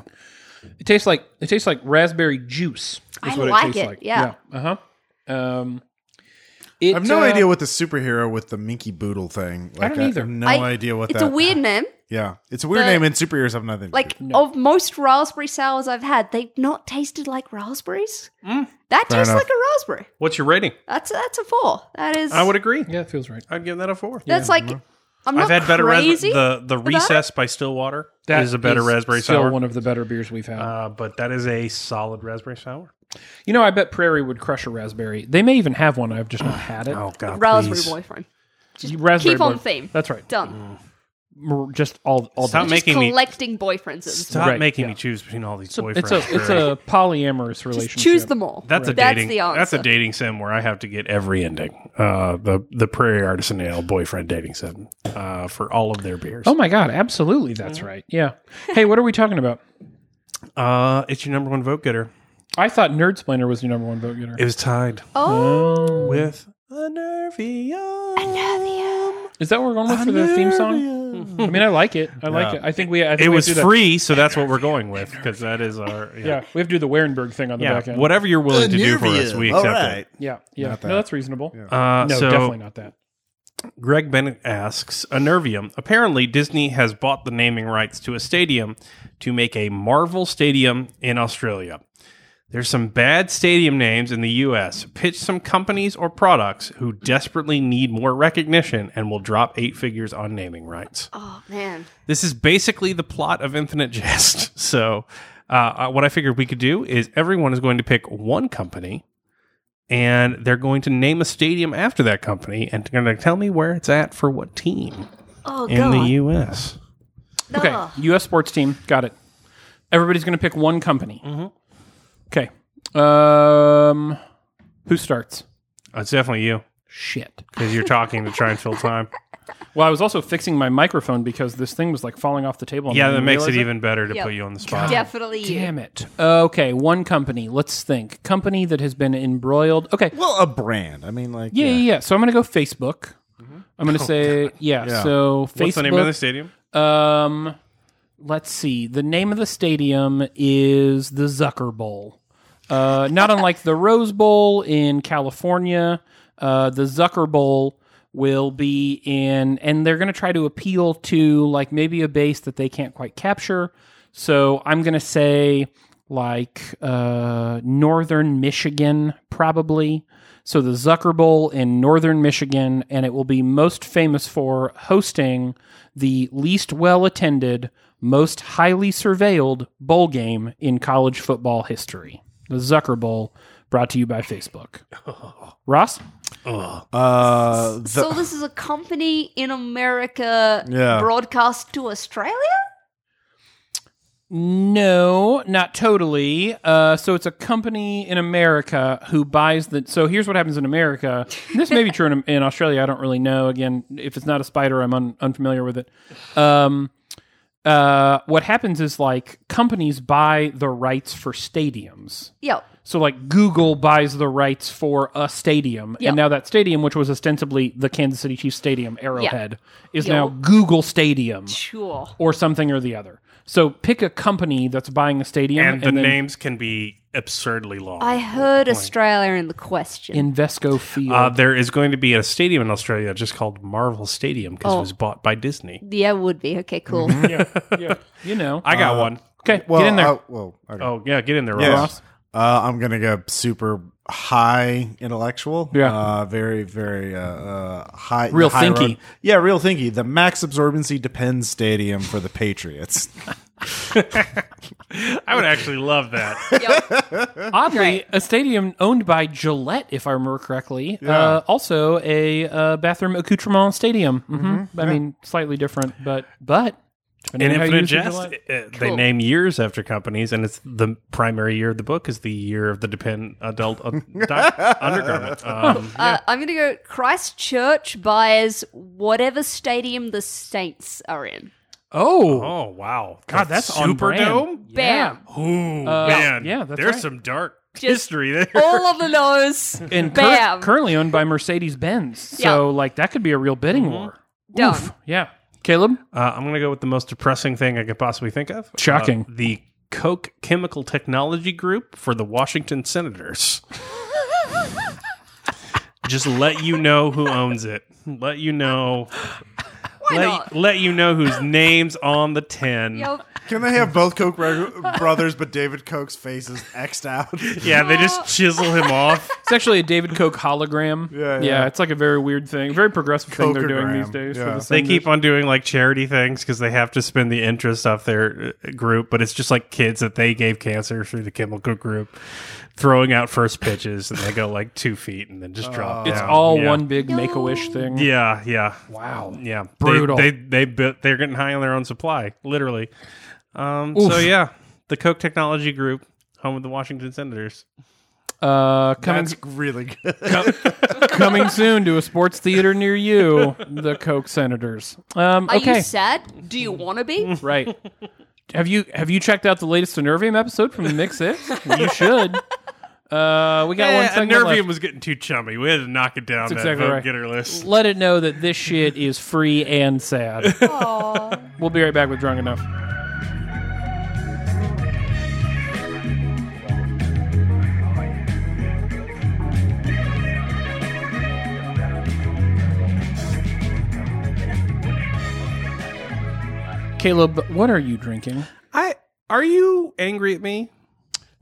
Speaker 2: it tastes like it tastes like raspberry juice. Is
Speaker 3: I
Speaker 2: what
Speaker 3: like
Speaker 2: it tastes
Speaker 3: it,
Speaker 2: like.
Speaker 3: yeah.
Speaker 2: Uh huh. Um,
Speaker 4: I have no idea what the superhero with the Minky Boodle thing. Like,
Speaker 2: uh, don't either.
Speaker 4: have no
Speaker 3: I-
Speaker 4: idea what
Speaker 3: It's
Speaker 4: that.
Speaker 3: a weird name.
Speaker 4: Yeah, it's a weird
Speaker 3: But-
Speaker 4: name, and superheroes have nothing. to do
Speaker 3: Like of most raspberry sours I've had, they've not tasted like raspberries.
Speaker 1: Mm.
Speaker 3: That tastes
Speaker 4: enough.
Speaker 3: like a raspberry.
Speaker 1: What's your rating?
Speaker 3: That's that's a four. That is.
Speaker 1: I would agree.
Speaker 2: Yeah, it feels right.
Speaker 1: I'd give that a four.
Speaker 3: That's like. I'm not
Speaker 1: I've had better ras-
Speaker 3: crazy.
Speaker 1: the the recess by Stillwater
Speaker 2: That
Speaker 1: is a better raspberry
Speaker 2: still
Speaker 1: sour,
Speaker 2: One of the better beers we've had.
Speaker 1: uh, but that is a solid raspberry sour.
Speaker 2: you know, I bet Prairie would crush a raspberry. They may even have one. I've just not had it.
Speaker 1: God,
Speaker 3: raspberry boyfriend.
Speaker 2: raspberry
Speaker 3: keep on
Speaker 2: boy-
Speaker 3: theme.
Speaker 2: That's right.
Speaker 3: Done.
Speaker 2: We're Just all all
Speaker 1: Stop
Speaker 2: day.
Speaker 1: making me-
Speaker 3: Collecting boyfriends. is-
Speaker 1: Stop
Speaker 2: Right,
Speaker 1: making
Speaker 2: yeah.
Speaker 1: me choose between all these boyfriends.
Speaker 2: It's a it's
Speaker 1: Barry.
Speaker 2: a polyamorous
Speaker 3: Just
Speaker 2: relationship.
Speaker 3: choose them all.
Speaker 1: That's a
Speaker 3: That's
Speaker 1: dating.
Speaker 3: the answer.
Speaker 1: that's a dating sim where I have to get every ending. Uh, the the Prairie Artisan Ale boyfriend dating sim uh, for all of their beers.
Speaker 2: Oh my god, absolutely, that's right. Yeah. Hey, what are we talking about?
Speaker 1: Uh, it's your number one vote getter.
Speaker 2: I thought Nerdsplainer was your number one vote getter.
Speaker 1: It was tied
Speaker 3: Oh,
Speaker 1: with Nervium. Mm.
Speaker 2: Is that what we're going with for the theme song? I mean, I like it. I like
Speaker 4: Yeah.
Speaker 2: it. I think we. I think
Speaker 1: It
Speaker 2: we
Speaker 1: was
Speaker 2: have to do the-
Speaker 1: free, so that's what we're going with because that is our
Speaker 2: yeah, we have to do the Warenberg thing on the
Speaker 1: yeah,
Speaker 2: back end.
Speaker 1: whatever you're willing to do for us, we accept it.
Speaker 2: Yeah, yeah.
Speaker 4: Not
Speaker 2: No,
Speaker 4: that.
Speaker 2: that's reasonable.
Speaker 1: Uh,
Speaker 2: No,
Speaker 1: so
Speaker 2: definitely not that.
Speaker 1: Greg Bennett asks Nervium. Apparently, Disney has bought the naming rights to a stadium to make a Marvel Stadium in Australia. There's some bad stadium names in the US. Pitch some companies or products who desperately need more recognition and will drop eight figures on naming rights.
Speaker 3: Oh man,
Speaker 1: This is basically the plot of Infinite Jest. So, uh, uh, what I figured we could do is everyone is going to pick one company and they're going to name a stadium after that company and they're going to tell me where it's at for what team
Speaker 3: oh
Speaker 1: in
Speaker 3: god.
Speaker 1: the U.S.
Speaker 2: Okay,
Speaker 3: Ah.
Speaker 2: U.S. sports team. Got it. Everybody's going to pick one company.
Speaker 1: Mm-hmm.
Speaker 2: Okay. Um, who starts?
Speaker 1: Oh, It's definitely you
Speaker 2: Shit.
Speaker 1: because you're talking to try and fill time.
Speaker 2: Well, I was also fixing my microphone because this thing was like falling off the table. and I
Speaker 1: Yeah, that
Speaker 2: didn't
Speaker 1: makes it
Speaker 2: realize
Speaker 1: even better to
Speaker 3: Yep.
Speaker 1: put you on the spot.
Speaker 3: Definitely you.
Speaker 2: Uh, Damn it. Okay, one company. Let's think. Company that has been embroiled. Okay.
Speaker 4: Well, a brand. I mean, like
Speaker 2: Yeah, yeah, yeah. So I'm going to go Facebook.
Speaker 1: Mm-hmm.
Speaker 2: I'm
Speaker 1: Oh,
Speaker 2: going to say, yeah, So Facebook.
Speaker 1: What's the name of the stadium?
Speaker 2: Um, let's see. The name of the stadium is the Zucker Bowl. Uh, not unlike the Rose Bowl in California, uh, the Zucker Bowl will be in, and they're going to try to appeal to like maybe a base that they can't quite capture. So I'm going to say like uh, Northern Michigan, probably. So the Zucker Bowl in Northern Michigan, and it will be most famous for hosting the least well attended, most highly surveilled bowl game in college football history. The Zucker Bowl, brought to you by Facebook. Ross?
Speaker 4: uh, the,
Speaker 3: so this is a company in America
Speaker 4: Yeah.
Speaker 3: broadcast to Australia.
Speaker 2: No, not totally. Uh, so it's a company in America who buys the. So here's what happens in America. And this may be true in, in Australia. I don't really know. Again, if it's not a spider, I'm un, unfamiliar with it. Um, uh, what happens is like companies buy the rights for stadiums.
Speaker 3: Yep.
Speaker 2: So like Google buys the rights for a stadium,
Speaker 3: Yeah.
Speaker 2: and now that stadium, which was ostensibly the Kansas City Chiefs Stadium, Arrowhead, is
Speaker 3: Yeah.
Speaker 2: now Google Stadium
Speaker 3: Sure.
Speaker 2: or something or the other. So pick a company that's buying a stadium
Speaker 1: And the
Speaker 2: then
Speaker 1: names can be absurdly long.
Speaker 3: I heard Australia in the question.
Speaker 2: Invesco Field.
Speaker 1: Uh, there is going to be a stadium in Australia just called Marvel Stadium because it was bought by Disney.
Speaker 3: yeah, would be. Okay, cool.
Speaker 2: Mm-hmm. you know.
Speaker 1: I got one.
Speaker 2: okay,
Speaker 4: well,
Speaker 2: get in there.
Speaker 4: uh, well, okay.
Speaker 1: Oh yeah, get in there,
Speaker 4: Yeah.
Speaker 1: Ross.
Speaker 4: Uh, I'm gonna go super high intellectual.
Speaker 2: Yeah.
Speaker 4: Uh, very, very uh, uh, high.
Speaker 2: Real
Speaker 4: high
Speaker 2: thinky.
Speaker 4: road. Yeah, real thinky. The max absorbency depends stadium for the Patriots.
Speaker 1: I would actually love that.
Speaker 2: Oddly, a stadium owned by Gillette, if I remember correctly. Uh, also a uh, bathroom accoutrement stadium. hmm I mean, slightly different, but but.
Speaker 1: In
Speaker 2: depending on how
Speaker 1: Infinite
Speaker 2: you use your
Speaker 1: Jest,
Speaker 2: Gillette.
Speaker 1: uh, they
Speaker 3: Cool.
Speaker 1: name years after companies, and it's the primary year of the book is the year of the depend adult uh, di- undergarment. Um,
Speaker 3: Uh, I'm going to go Christchurch buys whatever stadium the Saints are in.
Speaker 2: Oh,
Speaker 1: oh wow,
Speaker 2: God, that's on brand.
Speaker 1: Superdome.
Speaker 2: Yeah.
Speaker 3: Bam.
Speaker 1: Ooh
Speaker 2: Uh,
Speaker 1: man,
Speaker 2: yeah, that's
Speaker 1: there's
Speaker 2: right.
Speaker 1: some dark history there.
Speaker 3: All on the nose.
Speaker 2: And cur-
Speaker 3: Bam.
Speaker 2: currently owned by Mercedes Benz. So, like, that could be a real bidding war.
Speaker 3: Done.
Speaker 2: Oof. Yeah. Caleb?
Speaker 1: Uh, I'm going to go with the most depressing thing I could possibly think of.
Speaker 2: Shocking.
Speaker 1: Uh, the Koch Chemical Technology Group for the Washington Senators. Just let you know who owns it. Let you know.
Speaker 3: Why
Speaker 1: Let,
Speaker 3: not?
Speaker 1: let you know whose name's on the tin.
Speaker 3: Yup.
Speaker 4: Can they have both Koch brothers, but David Koch's face is xed out?
Speaker 1: Yeah, they just chisel him off.
Speaker 2: It's actually a David Koch hologram.
Speaker 4: Yeah, yeah.
Speaker 2: it's like a very weird thing, very progressive thing they're doing
Speaker 4: Kochagram,
Speaker 2: these days.
Speaker 4: yeah.
Speaker 2: For the
Speaker 1: They
Speaker 2: Senators.
Speaker 1: keep on doing like charity things because they have to spend the interest off their uh, group, but it's just like kids that they gave cancer through the chemical group throwing out first pitches and they go like two feet and then just drop.
Speaker 2: It's
Speaker 1: down.
Speaker 2: all
Speaker 1: Yeah.
Speaker 2: one big Make a Wish thing.
Speaker 1: Yeah, yeah,
Speaker 2: Wow.
Speaker 1: yeah. They-
Speaker 2: Brutal.
Speaker 1: They they, built, they're getting high on their own supply, literally. Um, so
Speaker 2: Oof.
Speaker 1: yeah, the Koch Technology Group, home of the Washington Senators.
Speaker 2: Uh, coming
Speaker 4: That's really good.
Speaker 2: coming soon to a sports theater near you, the Koch Senators. Um,
Speaker 3: Are
Speaker 2: okay,
Speaker 3: you sad? Do you want to be?
Speaker 2: right. Have you have you checked out the latest Nervium episode from the Mix Six? you should. Uh, we got one
Speaker 1: Eh,
Speaker 2: segment
Speaker 1: Nervium
Speaker 2: left.
Speaker 1: was getting too chummy. We had to knock it down.
Speaker 2: That's
Speaker 1: that
Speaker 2: exactly
Speaker 1: vote
Speaker 2: right.
Speaker 1: getter list.
Speaker 2: Let it know that this shit is free and sad. we'll be right back with Drunk Enough. Caleb, what are you drinking?
Speaker 1: I are you angry at me?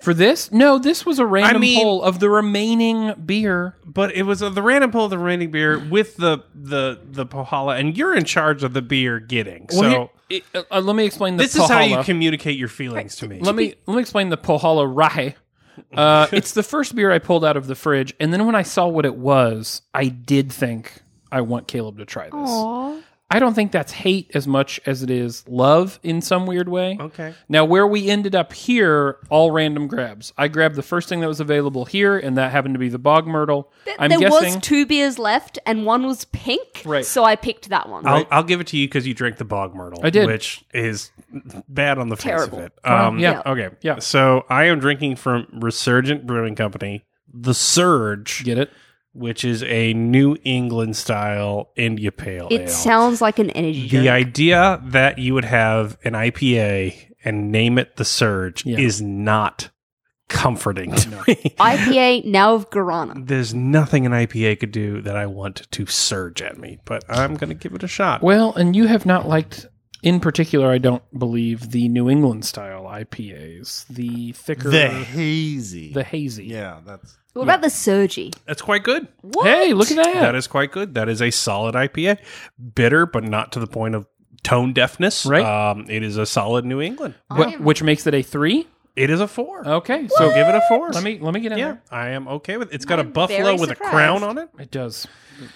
Speaker 2: For this? No, this was a random
Speaker 1: mean-
Speaker 2: poll of the remaining beer.
Speaker 1: But it was uh, the random pull of the remaining beer with the the the Pohala, and you're in charge of the beer getting. So
Speaker 2: Well, here- uh, uh, let me explain the
Speaker 1: this is how you
Speaker 2: Pahala.
Speaker 1: communicate your feelings to me.
Speaker 2: Let me let me explain the Pohala Rye. Uh, it's the first beer I pulled out of the fridge, and then when I saw what it was, I did think I want Caleb to try this. I don't think that's hate as much as it is love in some weird way.
Speaker 1: Okay.
Speaker 2: Now where we ended up here, all random grabs. I grabbed the first thing that was available here, and that happened to be the bog myrtle. I'm
Speaker 3: there
Speaker 2: guessing
Speaker 3: was two beers left, and one was pink.
Speaker 2: Right.
Speaker 3: So I picked that one.
Speaker 1: I'll, I'll give it to you because you drank the bog myrtle.
Speaker 2: I did.
Speaker 1: which is bad on the face
Speaker 3: Terrible.
Speaker 1: of it. Um,
Speaker 2: yeah.
Speaker 1: Okay.
Speaker 2: Yeah.
Speaker 1: So I am drinking from Resurgent Brewing Company, the Surge,
Speaker 2: get it.
Speaker 1: which is a New England style India Pale
Speaker 3: it
Speaker 1: Ale.
Speaker 3: sounds like an energy
Speaker 1: the
Speaker 3: drink.
Speaker 1: idea that you would have an IPA and name it the Surge
Speaker 2: Yeah.
Speaker 1: is not comforting to me.
Speaker 3: IPA now of guarana.
Speaker 1: There's nothing an IPA could do that I want to surge at me, but I'm going to give it a shot.
Speaker 2: Well, and you have not liked, in particular, I don't believe the New England style IPAs, the thicker,
Speaker 4: The
Speaker 2: the,
Speaker 4: hazy.
Speaker 2: hazy.
Speaker 4: yeah, that's
Speaker 3: What about the Surgy?
Speaker 1: That's quite good.
Speaker 3: What?
Speaker 2: Hey, look at that!
Speaker 1: That is quite good. That is a solid IPA. Bitter, but not to the point of tone deafness.
Speaker 2: Right.
Speaker 1: Um, it is a solid New England.
Speaker 2: Wh- which makes it a three.
Speaker 1: It is a four.
Speaker 2: Okay,
Speaker 1: So
Speaker 2: so
Speaker 1: give it a four.
Speaker 2: let me let me get in
Speaker 1: Yeah,
Speaker 2: there.
Speaker 1: I am okay with it. It's got a
Speaker 3: I'm
Speaker 1: buffalo
Speaker 3: very
Speaker 1: with a
Speaker 3: surprised.
Speaker 1: crown on it.
Speaker 2: It does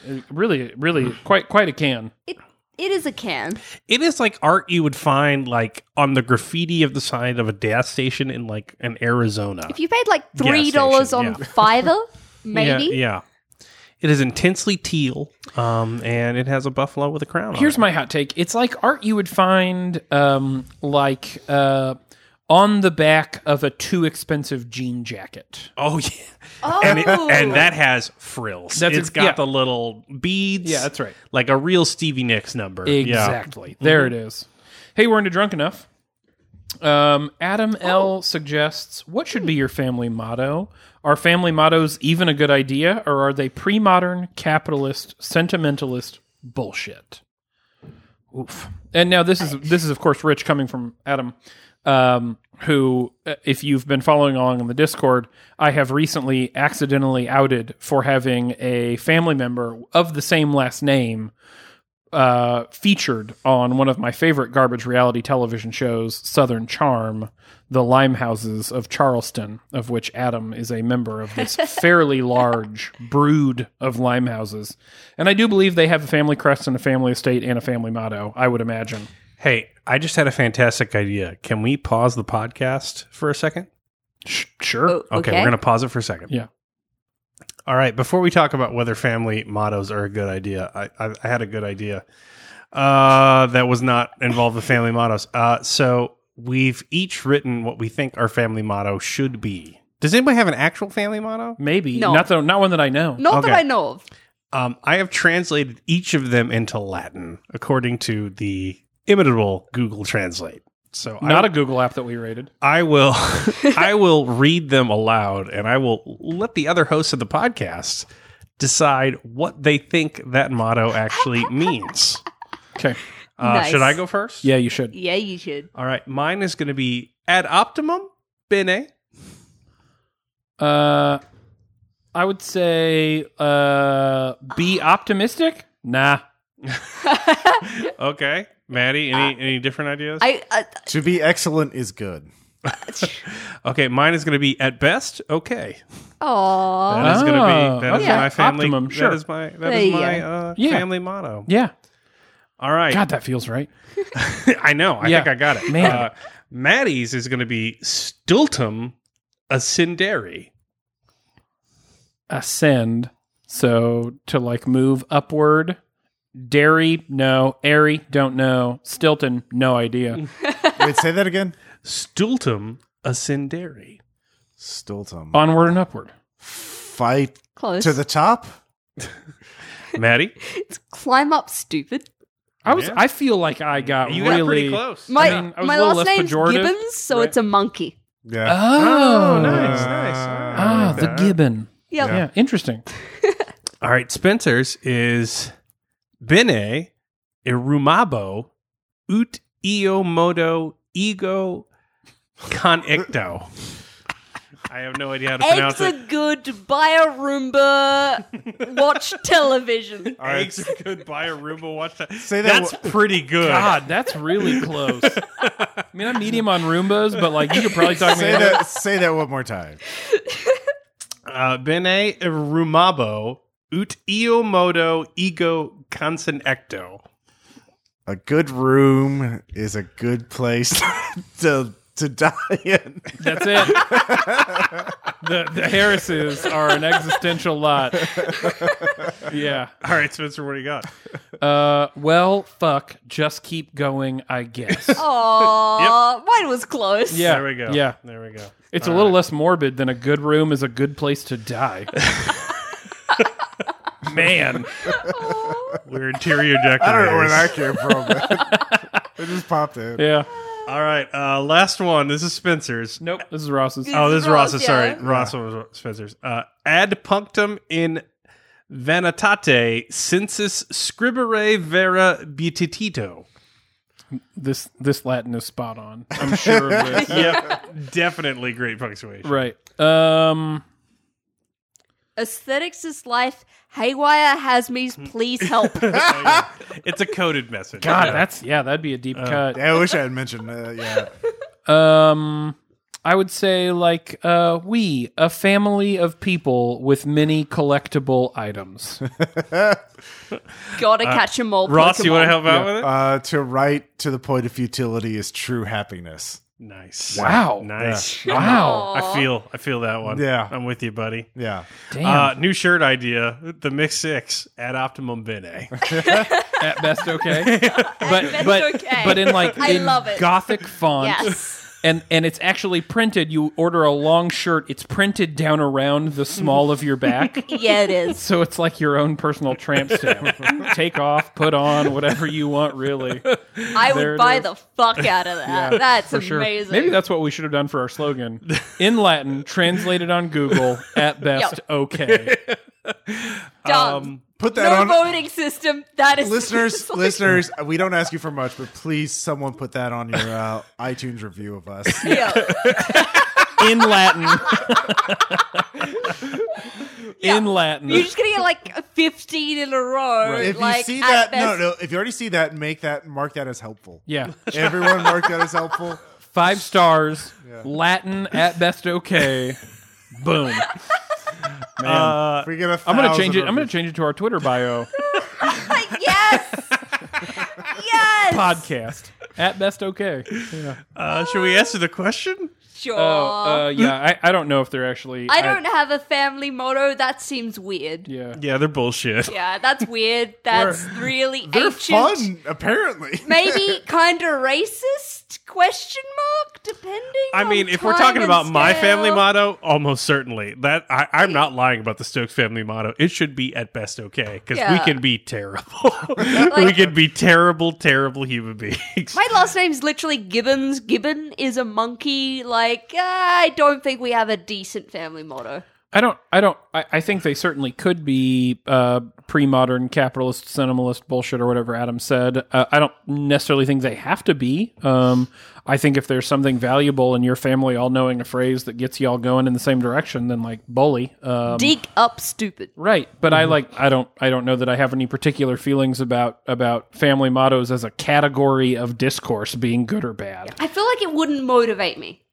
Speaker 2: It- really, really quite quite a can.
Speaker 3: It, it is a can.
Speaker 1: It is like art you would find like on the graffiti of the side of a gas station in like an Arizona.
Speaker 3: If you paid like
Speaker 1: Gas
Speaker 3: three dollars
Speaker 1: station,
Speaker 3: on
Speaker 1: yeah.
Speaker 3: Fiverr, maybe.
Speaker 1: Yeah, yeah. It is intensely teal, um, and it has a buffalo with a crown.
Speaker 2: Here's
Speaker 1: on
Speaker 2: my hot take: it's like art you would find, um, like. Uh, on the back of a too expensive jean jacket.
Speaker 1: it. Oh yeah,
Speaker 3: Oh,
Speaker 1: and, it, and that has frills.
Speaker 2: That's
Speaker 1: it's
Speaker 2: ex-
Speaker 1: got
Speaker 2: yeah.
Speaker 1: the little beads.
Speaker 2: Yeah, that's right.
Speaker 1: Like a real Stevie Nicks number. Yeah.
Speaker 2: Exactly. There it is. Hey, we're into drunk enough. Um, Adam L suggests what should be your family motto? Are family mottos even a good idea, or are they pre-modern, capitalist, sentimentalist bullshit? Oof. And now this is this is of course rich coming from Adam, um, who, uh, if you've been following along on the Discord, I have recently accidentally outed for having a family member of the same last name uh, featured on one of my favorite garbage reality television shows, Southern Charm, the Limehouses of Charleston, of which Adam is a member of this fairly large brood of limehouses. And I do believe they have a family crest and a family estate and a family motto, I would imagine.
Speaker 1: Hey, I just had a fantastic idea. Can we pause the podcast for a second?
Speaker 2: Sh- sure.
Speaker 3: Oh,
Speaker 1: Okay, we're going to pause it for a second.
Speaker 2: Yeah.
Speaker 1: All right. Before we talk about whether family mottos are a good idea, I, I, I had a good idea uh, that was not involved with family mottos. Uh, so we've each written what we think our family motto should be. Does anybody have an actual family motto?
Speaker 2: Maybe.
Speaker 3: No.
Speaker 2: Not, the, not one that I know.
Speaker 3: Not that
Speaker 1: Okay.
Speaker 3: I know of.
Speaker 1: Um, I have translated each of them into Latin according to the imitable Google Translate. So I
Speaker 2: Not a Google app that we rated.
Speaker 1: I will I will read them aloud and I will let the other hosts of the podcast decide what they think that motto actually means.
Speaker 2: Okay.
Speaker 1: Uh,
Speaker 3: Nice.
Speaker 1: Should I go first?
Speaker 2: Yeah, you should.
Speaker 3: Yeah, you should.
Speaker 1: All right. Mine is going to be ad optimum bene.
Speaker 2: Uh, I would say uh, be optimistic. Nah.
Speaker 1: Okay. Maddie, any any different ideas?
Speaker 3: I uh,
Speaker 4: to be excellent is good.
Speaker 1: okay. Mine is going to be at best okay.
Speaker 3: oh,
Speaker 1: That is going to
Speaker 2: Ah,
Speaker 1: be that is
Speaker 3: okay.
Speaker 1: my family.
Speaker 2: Optimum, sure.
Speaker 1: That is my that
Speaker 3: There
Speaker 1: is
Speaker 3: you
Speaker 1: my
Speaker 3: go.
Speaker 1: uh,
Speaker 2: Yeah.
Speaker 1: family motto.
Speaker 2: Yeah.
Speaker 1: All right.
Speaker 2: God, that feels right.
Speaker 1: I know. I
Speaker 2: Yeah.
Speaker 1: think I got it.
Speaker 2: Man.
Speaker 1: Uh, Maddie's is going to be Stiltum Ascendere.
Speaker 2: ascend. So to like move upward. Dairy, no. Airy, don't know. Stilton, no idea.
Speaker 4: Wait, say that again.
Speaker 1: Stultum Ascendere.
Speaker 4: Stilton.
Speaker 2: Onward and upward.
Speaker 4: Fight
Speaker 3: Close.
Speaker 4: to the top.
Speaker 1: Maddie,
Speaker 3: It's climb up, stupid.
Speaker 2: I was.
Speaker 1: Yeah.
Speaker 2: I feel like I got
Speaker 1: you
Speaker 2: really
Speaker 1: got pretty close.
Speaker 3: My
Speaker 2: mean, I was
Speaker 3: my
Speaker 2: a little
Speaker 3: last
Speaker 2: less
Speaker 3: name's
Speaker 2: pejorative,
Speaker 3: Gibbons, so
Speaker 2: right?
Speaker 3: it's a monkey.
Speaker 4: Yeah.
Speaker 2: Oh,
Speaker 1: Oh, nice, nice.
Speaker 2: Ah,
Speaker 1: I like
Speaker 2: the
Speaker 1: that.
Speaker 2: gibbon.
Speaker 3: Yep.
Speaker 2: Yeah. interesting.
Speaker 1: All right, Spencer's is Bene Irumabo ut iomodo ego con icto. I have no idea how to pronounce
Speaker 3: Eggs are
Speaker 1: it.
Speaker 3: good. Buy a Roomba. watch television.
Speaker 4: All right.
Speaker 1: Eggs are good. Buy a Roomba. Watch that.
Speaker 4: Say that
Speaker 1: That's
Speaker 4: wa-
Speaker 1: pretty good.
Speaker 2: God, that's really close. I mean, I medium on Roombas, but like you could probably talk me.
Speaker 4: Say
Speaker 2: into it.
Speaker 4: that. Say that one more time.
Speaker 1: Uh, Bene Irumabo ut iomodo ego con ecto.
Speaker 4: A good room is a good place to to die in.
Speaker 2: That's it. the the Harrises are an existential lot. Yeah.
Speaker 1: All right, Spencer, what do you got?
Speaker 2: Uh. Well, fuck. Just keep going, I guess.
Speaker 3: Oh. Aww, mine was close.
Speaker 2: Yeah.
Speaker 1: There we go.
Speaker 2: Yeah.
Speaker 1: There we go.
Speaker 2: It's a little less morbid than a good room is a good place to die. Man.
Speaker 1: We're interior decorators.
Speaker 4: I don't know where that came from. but it just popped in.
Speaker 2: Yeah.
Speaker 1: All right, uh, last one. This is Spencer's.
Speaker 2: Nope. This is Ross's.
Speaker 1: Oh, this is
Speaker 3: Ross,
Speaker 1: Ross's.
Speaker 3: yeah.
Speaker 1: Sorry, Ross was Spencer's. Uh, ad punctum in vanitate census scribere vera bititito.
Speaker 2: This this Latin is spot on. I'm sure of this.
Speaker 1: Yep, definitely great punctuation.
Speaker 2: Right. Um
Speaker 3: Aesthetics is life. Haywire has me's.
Speaker 2: Mm-hmm.
Speaker 3: Please help.
Speaker 1: It's a coded message.
Speaker 2: God,
Speaker 1: Yeah.
Speaker 2: that's yeah, that'd be a deep cut.
Speaker 4: Yeah, I wish I had mentioned that. Yeah.
Speaker 2: Um I would say like uh we, a family of people with many collectible items.
Speaker 3: Gotta
Speaker 2: Uh,
Speaker 3: catch 'em all.
Speaker 1: Ross. You want to
Speaker 3: Pokemon.
Speaker 1: help out with it?
Speaker 4: Uh, to write to the point of futility is true happiness.
Speaker 1: Nice.
Speaker 2: Wow.
Speaker 1: Nice.
Speaker 2: Wow.
Speaker 1: I feel. I feel that one.
Speaker 4: Yeah.
Speaker 1: I'm with you, buddy.
Speaker 4: Yeah.
Speaker 2: Damn.
Speaker 1: Uh, new shirt idea: the mix six at optimum bene.
Speaker 2: At best okay. But
Speaker 3: best
Speaker 2: but
Speaker 3: okay.
Speaker 2: but in like
Speaker 3: I
Speaker 2: in
Speaker 3: love it.
Speaker 2: gothic font.
Speaker 3: Yes.
Speaker 2: and and it's actually printed. You order a long shirt. It's printed down around the small of your back,
Speaker 3: Yeah, it is.
Speaker 2: so it's like your own personal tramp stamp. Take off, put on, whatever you want. Really,
Speaker 3: I
Speaker 2: There it
Speaker 3: would buy
Speaker 2: is.
Speaker 3: the fuck out of that. That's
Speaker 2: for sure.
Speaker 3: amazing.
Speaker 2: Maybe that's what we should have done for our slogan in Latin, translated on Google. At best, okay.
Speaker 3: done.
Speaker 2: um,
Speaker 4: Put
Speaker 3: no
Speaker 4: that on.
Speaker 3: voting system. That is
Speaker 4: Listeners, listeners, we don't ask you for much, but please, someone put that on your uh, iTunes review of us.
Speaker 3: Yeah.
Speaker 2: In Latin. In Latin.
Speaker 3: You're just gonna get like 15 in a row.
Speaker 4: If
Speaker 3: like,
Speaker 4: you see
Speaker 3: at
Speaker 4: that, no,
Speaker 3: best.
Speaker 4: no. If you already see that, make that mark that as helpful.
Speaker 2: yeah,
Speaker 4: Everyone mark that as helpful.
Speaker 2: five stars. Latin at best, okay. Boom. Man.
Speaker 1: Uh,
Speaker 4: If we get a
Speaker 2: I'm gonna
Speaker 4: thousand
Speaker 2: change it. I'm gonna
Speaker 4: reviews-
Speaker 2: change it to our Twitter bio
Speaker 3: yes, yes.
Speaker 2: podcast at best. Okay.
Speaker 1: uh, should we answer the question?
Speaker 3: sure.
Speaker 2: Oh, uh, yeah. I, I don't know if they're actually.
Speaker 3: I don't have a family motto. That seems weird. Yeah,
Speaker 2: yeah.
Speaker 1: Yeah, they're bullshit.
Speaker 3: that's weird. That's really
Speaker 4: They're
Speaker 3: ancient.
Speaker 4: fun, apparently.
Speaker 3: Maybe kind of racist? Question mark. Depending.
Speaker 1: I
Speaker 3: on
Speaker 1: mean, if we're
Speaker 3: time
Speaker 1: talking
Speaker 3: and
Speaker 1: about my family
Speaker 3: scale.
Speaker 1: motto, almost certainly that I, I'm not lying about the Stokes family motto. It should be at best okay because we
Speaker 3: Yeah.
Speaker 1: can be terrible. we can be terrible, terrible human beings.
Speaker 3: My last name's literally Gibbons. Gibbon is a monkey. Like, I don't think we have a decent family motto.
Speaker 2: I don't. I don't. I, I think they certainly could be uh, pre-modern capitalist, sentimentalist bullshit or whatever Adam said. Uh, I don't necessarily think they have to be. Um, I think if there's something valuable in your family all knowing a phrase that gets y'all going in the same direction, then like bully. Um,
Speaker 3: Dig up stupid.
Speaker 2: Right, but I like I don't I don't know that I have any particular feelings about about family mottos as a category of discourse being good or bad.
Speaker 3: I feel like it wouldn't motivate me.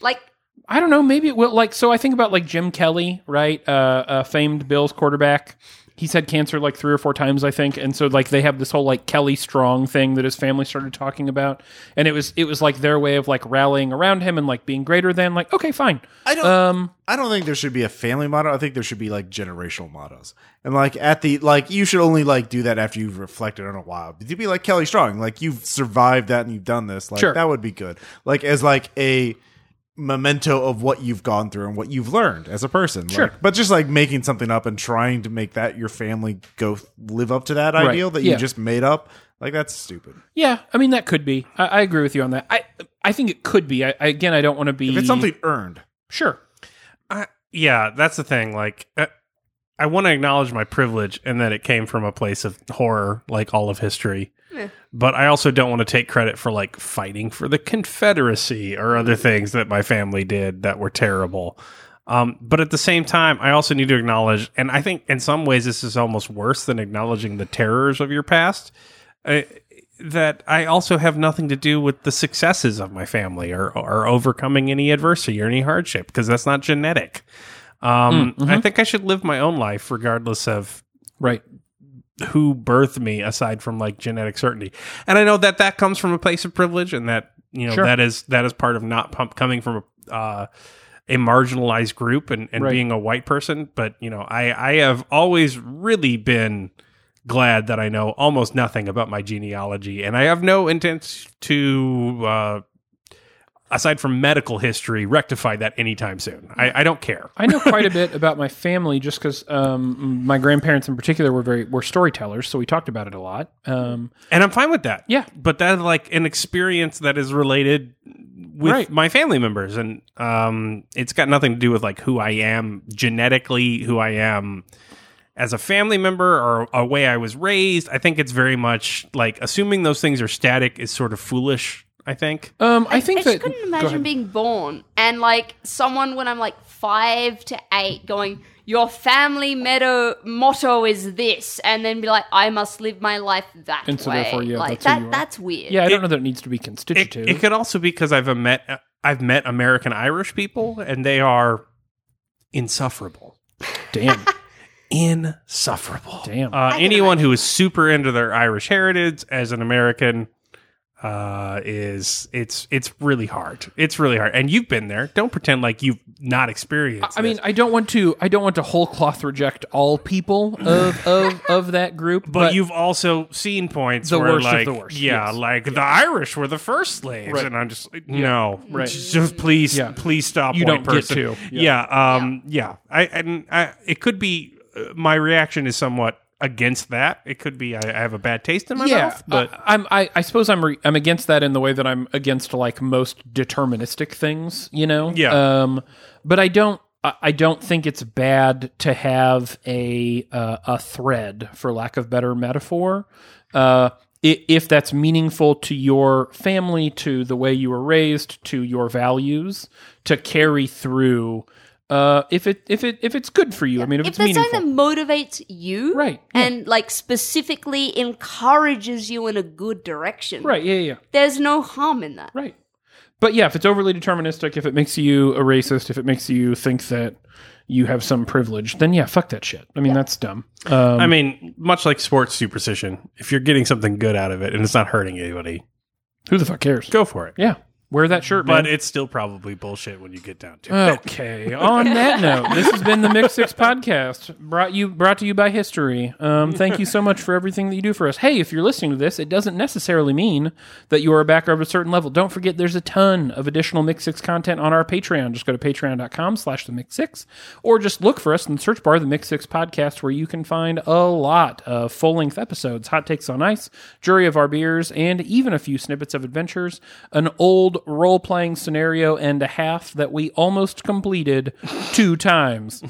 Speaker 3: Like,
Speaker 2: I don't know, maybe it will like so I think about like Jim Kelly, right? Uh, uh famed Bills quarterback. He's had cancer like three or four times, I think, and so like they have this whole like Kelly Strong thing that his family started talking about, and it was it was like their way of like rallying around him and like being greater than like okay, fine,
Speaker 4: I don't.
Speaker 2: um,
Speaker 4: I don't think there should be a family motto. I think there should be like generational mottos. And like at the like you should only like do that after you've reflected on a while. But you'd be like Kelly Strong, like you've survived that and you've done this. Like
Speaker 2: Sure.
Speaker 4: that would be good. Like as like a memento of what you've gone through and what you've learned as a person.
Speaker 2: Sure.
Speaker 4: Like, but just like making something up and trying to make that your family go th- live up to that
Speaker 2: Right.
Speaker 4: ideal that
Speaker 2: Yeah.
Speaker 4: you just made up, like that's stupid.
Speaker 2: Yeah, I mean that could be. I, I agree with you on that. I I think it could be. I, I again, I don't want to be.
Speaker 4: If it's something earned,
Speaker 2: sure.
Speaker 1: I, yeah, that's the thing. Like, I, I want to acknowledge my privilege and that it came from a place of horror, like all of history.
Speaker 3: Yeah.
Speaker 1: But I also don't want to take credit for like fighting for the Confederacy or other things that my family did that were terrible. Um, but at the same time, I also need to acknowledge, and I think in some ways this is almost worse than acknowledging the terrors of your past. I, that I also have nothing to do with the successes of my family or, or overcoming any adversity or any hardship because that's not genetic. Um,
Speaker 2: Hmm, mm-hmm.
Speaker 1: I think I should live my own life regardless of
Speaker 2: Right.
Speaker 1: who birthed me, aside from like genetic certainty. And I know that that comes from a place of privilege, and that you know
Speaker 2: Sure.
Speaker 1: that is that is part of not pump coming from a. Uh, a marginalized group and, and
Speaker 2: Right.
Speaker 1: being a white person but you know i i have always really been glad that I know almost nothing about my genealogy, and I have no intent to, uh, aside from medical history, rectify that anytime soon. I, I don't care.
Speaker 2: I know quite a bit about my family just because um, my grandparents in particular were very were storytellers, so we talked about it a lot. Um,
Speaker 1: and I'm fine with that.
Speaker 2: Yeah.
Speaker 1: but that's like an experience that is related with
Speaker 2: Right.
Speaker 1: my family members, and um, it's got nothing to do with like who I am genetically, who I am as a family member, or a way I was raised. I think it's very much like assuming those things are static is sort of foolish. I think.
Speaker 2: um, I, think
Speaker 3: I
Speaker 2: that
Speaker 3: just couldn't
Speaker 2: go ahead.
Speaker 3: imagine being born and like someone when I'm like five to eight going, Your family meadow motto is this, and then be like, I must live my life that
Speaker 2: And so
Speaker 3: way.
Speaker 2: therefore, yeah,
Speaker 3: like
Speaker 2: that's who
Speaker 3: that
Speaker 2: you are.
Speaker 3: that's weird.
Speaker 2: Yeah, I don't know that it needs to be
Speaker 1: it,
Speaker 2: constitutive.
Speaker 1: it could also be because I've a met I've met American Irish people and they are insufferable,
Speaker 2: Damn.
Speaker 1: insufferable.
Speaker 2: Damn.
Speaker 1: Uh, anyone who is super into their Irish heritage as an American uh, is it's it's really hard. It's really hard, and you've been there. Don't pretend like you've not experienced.
Speaker 2: I mean,
Speaker 1: this.
Speaker 2: I don't want to. I don't want to whole cloth reject all people of of, of that group,
Speaker 1: But, you've also seen points
Speaker 2: The
Speaker 1: where,
Speaker 2: worst of
Speaker 1: like,
Speaker 2: the worst,
Speaker 1: yeah,
Speaker 2: yes.
Speaker 1: like the Irish were the first slaves,
Speaker 2: Right.
Speaker 1: and I'm just like, no,
Speaker 2: Right.
Speaker 1: Just please,
Speaker 2: Yeah.
Speaker 1: please stop.
Speaker 2: You
Speaker 1: white
Speaker 2: don't get
Speaker 1: person.
Speaker 2: to.
Speaker 1: Yeah. um, yeah. I and I, it could be uh, my reaction is somewhat against that. It could be I, I have a bad taste in my mouth, but
Speaker 2: I, uh, I'm I, I suppose I'm re, I'm against that in the way that I'm against like most deterministic things, you know.
Speaker 1: Yeah.
Speaker 2: Um, but I don't I, I don't think it's bad to have a uh, a thread, for lack of better metaphor. Uh, i- if that's meaningful to your family, to the way you were raised, to your values, to carry through, uh, if it if it if it's good for you, I mean, if,
Speaker 3: if
Speaker 2: it's
Speaker 3: there's
Speaker 2: meaningful,
Speaker 3: something that motivates you
Speaker 2: Right, yeah.
Speaker 3: and like specifically encourages you in a good direction
Speaker 2: right? Yeah, yeah, yeah.
Speaker 3: there's no harm in that
Speaker 2: Right. But yeah, if it's overly deterministic, if it makes you a racist, if it makes you think that you have some privilege, then yeah, fuck that shit. I mean, that's dumb. Um,
Speaker 1: I mean, much like sports superstition, if you're getting something good out of it and it's not hurting anybody,
Speaker 2: who the fuck cares?
Speaker 1: go for it.
Speaker 2: Yeah, wear that shirt,
Speaker 1: But
Speaker 2: man. Uh,
Speaker 1: it's still probably bullshit when you get down to it.
Speaker 2: okay. On that note, this has been the Mix Six podcast, brought you brought to you by History. Um, thank you so much for everything that you do for us. Hey, if you're listening to this, it doesn't necessarily mean that you are a backer of a certain level. Don't forget, there's a ton of additional Mix Six content on our Patreon. Just go to patreon.com/slash the Mix Six, or just look for us in the search bar, the Mix Six podcast, where you can find a lot of full length episodes, hot takes on ice, jury of our beers, and even a few snippets of adventures, an old role playing scenario and a half that we almost completed two times.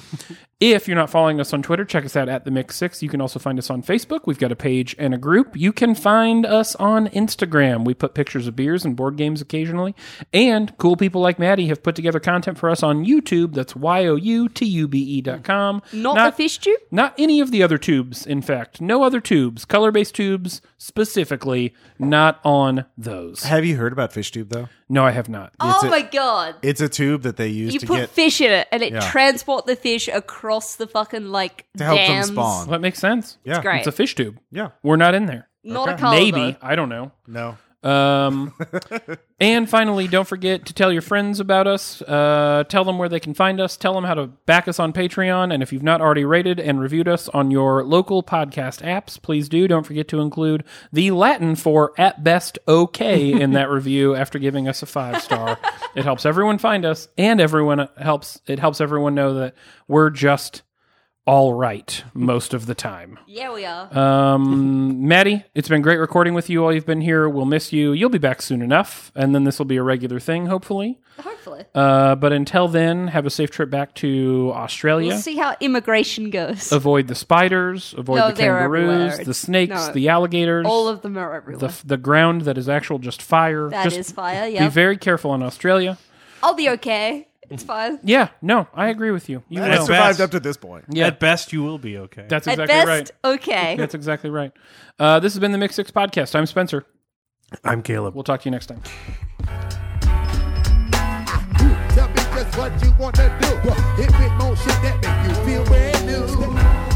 Speaker 2: If you're not following us on Twitter, check us out at the Mix Six. You can also find us on Facebook. We've got a page and a group. You can find us on Instagram. We put pictures of beers and board games occasionally. And cool people like Maddie have put together content for us on YouTube. That's Y O U T U B E dot com.
Speaker 3: not, the fish tube
Speaker 2: Not any of the other tubes, in fact. No other tubes. Color based tubes specifically, not on those.
Speaker 4: have you heard about fish tube though?
Speaker 2: No, I have not.
Speaker 3: oh
Speaker 4: a-
Speaker 3: my god
Speaker 4: It's a tube that they use
Speaker 3: you
Speaker 4: to
Speaker 3: put
Speaker 4: get
Speaker 3: fish in it and it
Speaker 4: Yeah.
Speaker 3: transport the fish across the fucking like
Speaker 4: to help
Speaker 3: dams.
Speaker 4: them spawn.
Speaker 2: Well, that makes sense.
Speaker 4: yeah,
Speaker 3: great.
Speaker 2: It's a fish tube.
Speaker 4: yeah,
Speaker 2: We're not in there.
Speaker 3: Not a
Speaker 4: Okay.
Speaker 3: color.
Speaker 2: Maybe.
Speaker 3: though.
Speaker 2: I don't know.
Speaker 4: no.
Speaker 2: Um, and finally, don't forget to tell your friends about us. Uh, tell them where they can find us. Tell them how to back us on Patreon. And if you've not already rated and reviewed us on your local podcast apps, please do. Don't forget to include the Latin for at best okay in that review after giving us a five star. it helps everyone find us, and everyone helps. It helps everyone know that we're just all right most of the time.
Speaker 3: Yeah, we are.
Speaker 2: Uh, Um, Maddie, it's been great recording with you while you've been here. We'll miss you. You'll be back soon enough, and then this will be a regular thing, hopefully.
Speaker 3: Hopefully.
Speaker 2: Uh, but until then, have a safe trip back to Australia.
Speaker 3: We'll see how immigration goes.
Speaker 2: Avoid the spiders. Avoid
Speaker 3: No,
Speaker 2: the
Speaker 3: they're
Speaker 2: kangaroos,
Speaker 3: everywhere.
Speaker 2: the snakes,
Speaker 3: No.
Speaker 2: the alligators.
Speaker 3: All of them are everywhere.
Speaker 2: the f- the ground that is actual just fire.
Speaker 3: That
Speaker 2: just
Speaker 3: is fire,
Speaker 2: Be
Speaker 3: yeah.
Speaker 2: very careful in Australia.
Speaker 3: I'll be okay. It's fine.
Speaker 2: Yeah, no, I agree with you. You
Speaker 4: I
Speaker 2: will.
Speaker 4: survived
Speaker 1: Best.
Speaker 4: up to this point.
Speaker 2: Yeah.
Speaker 1: At best, you will be okay.
Speaker 2: That's
Speaker 3: At
Speaker 2: exactly
Speaker 3: best,
Speaker 2: right.
Speaker 3: okay.
Speaker 2: That's exactly right. Uh, this has been the Mix Six Podcast. I'm Spencer.
Speaker 1: I'm Caleb.
Speaker 2: We'll talk to you next time.
Speaker 5: Tell me just what you want to do. Hit with more shit that make you feel brand new. oh,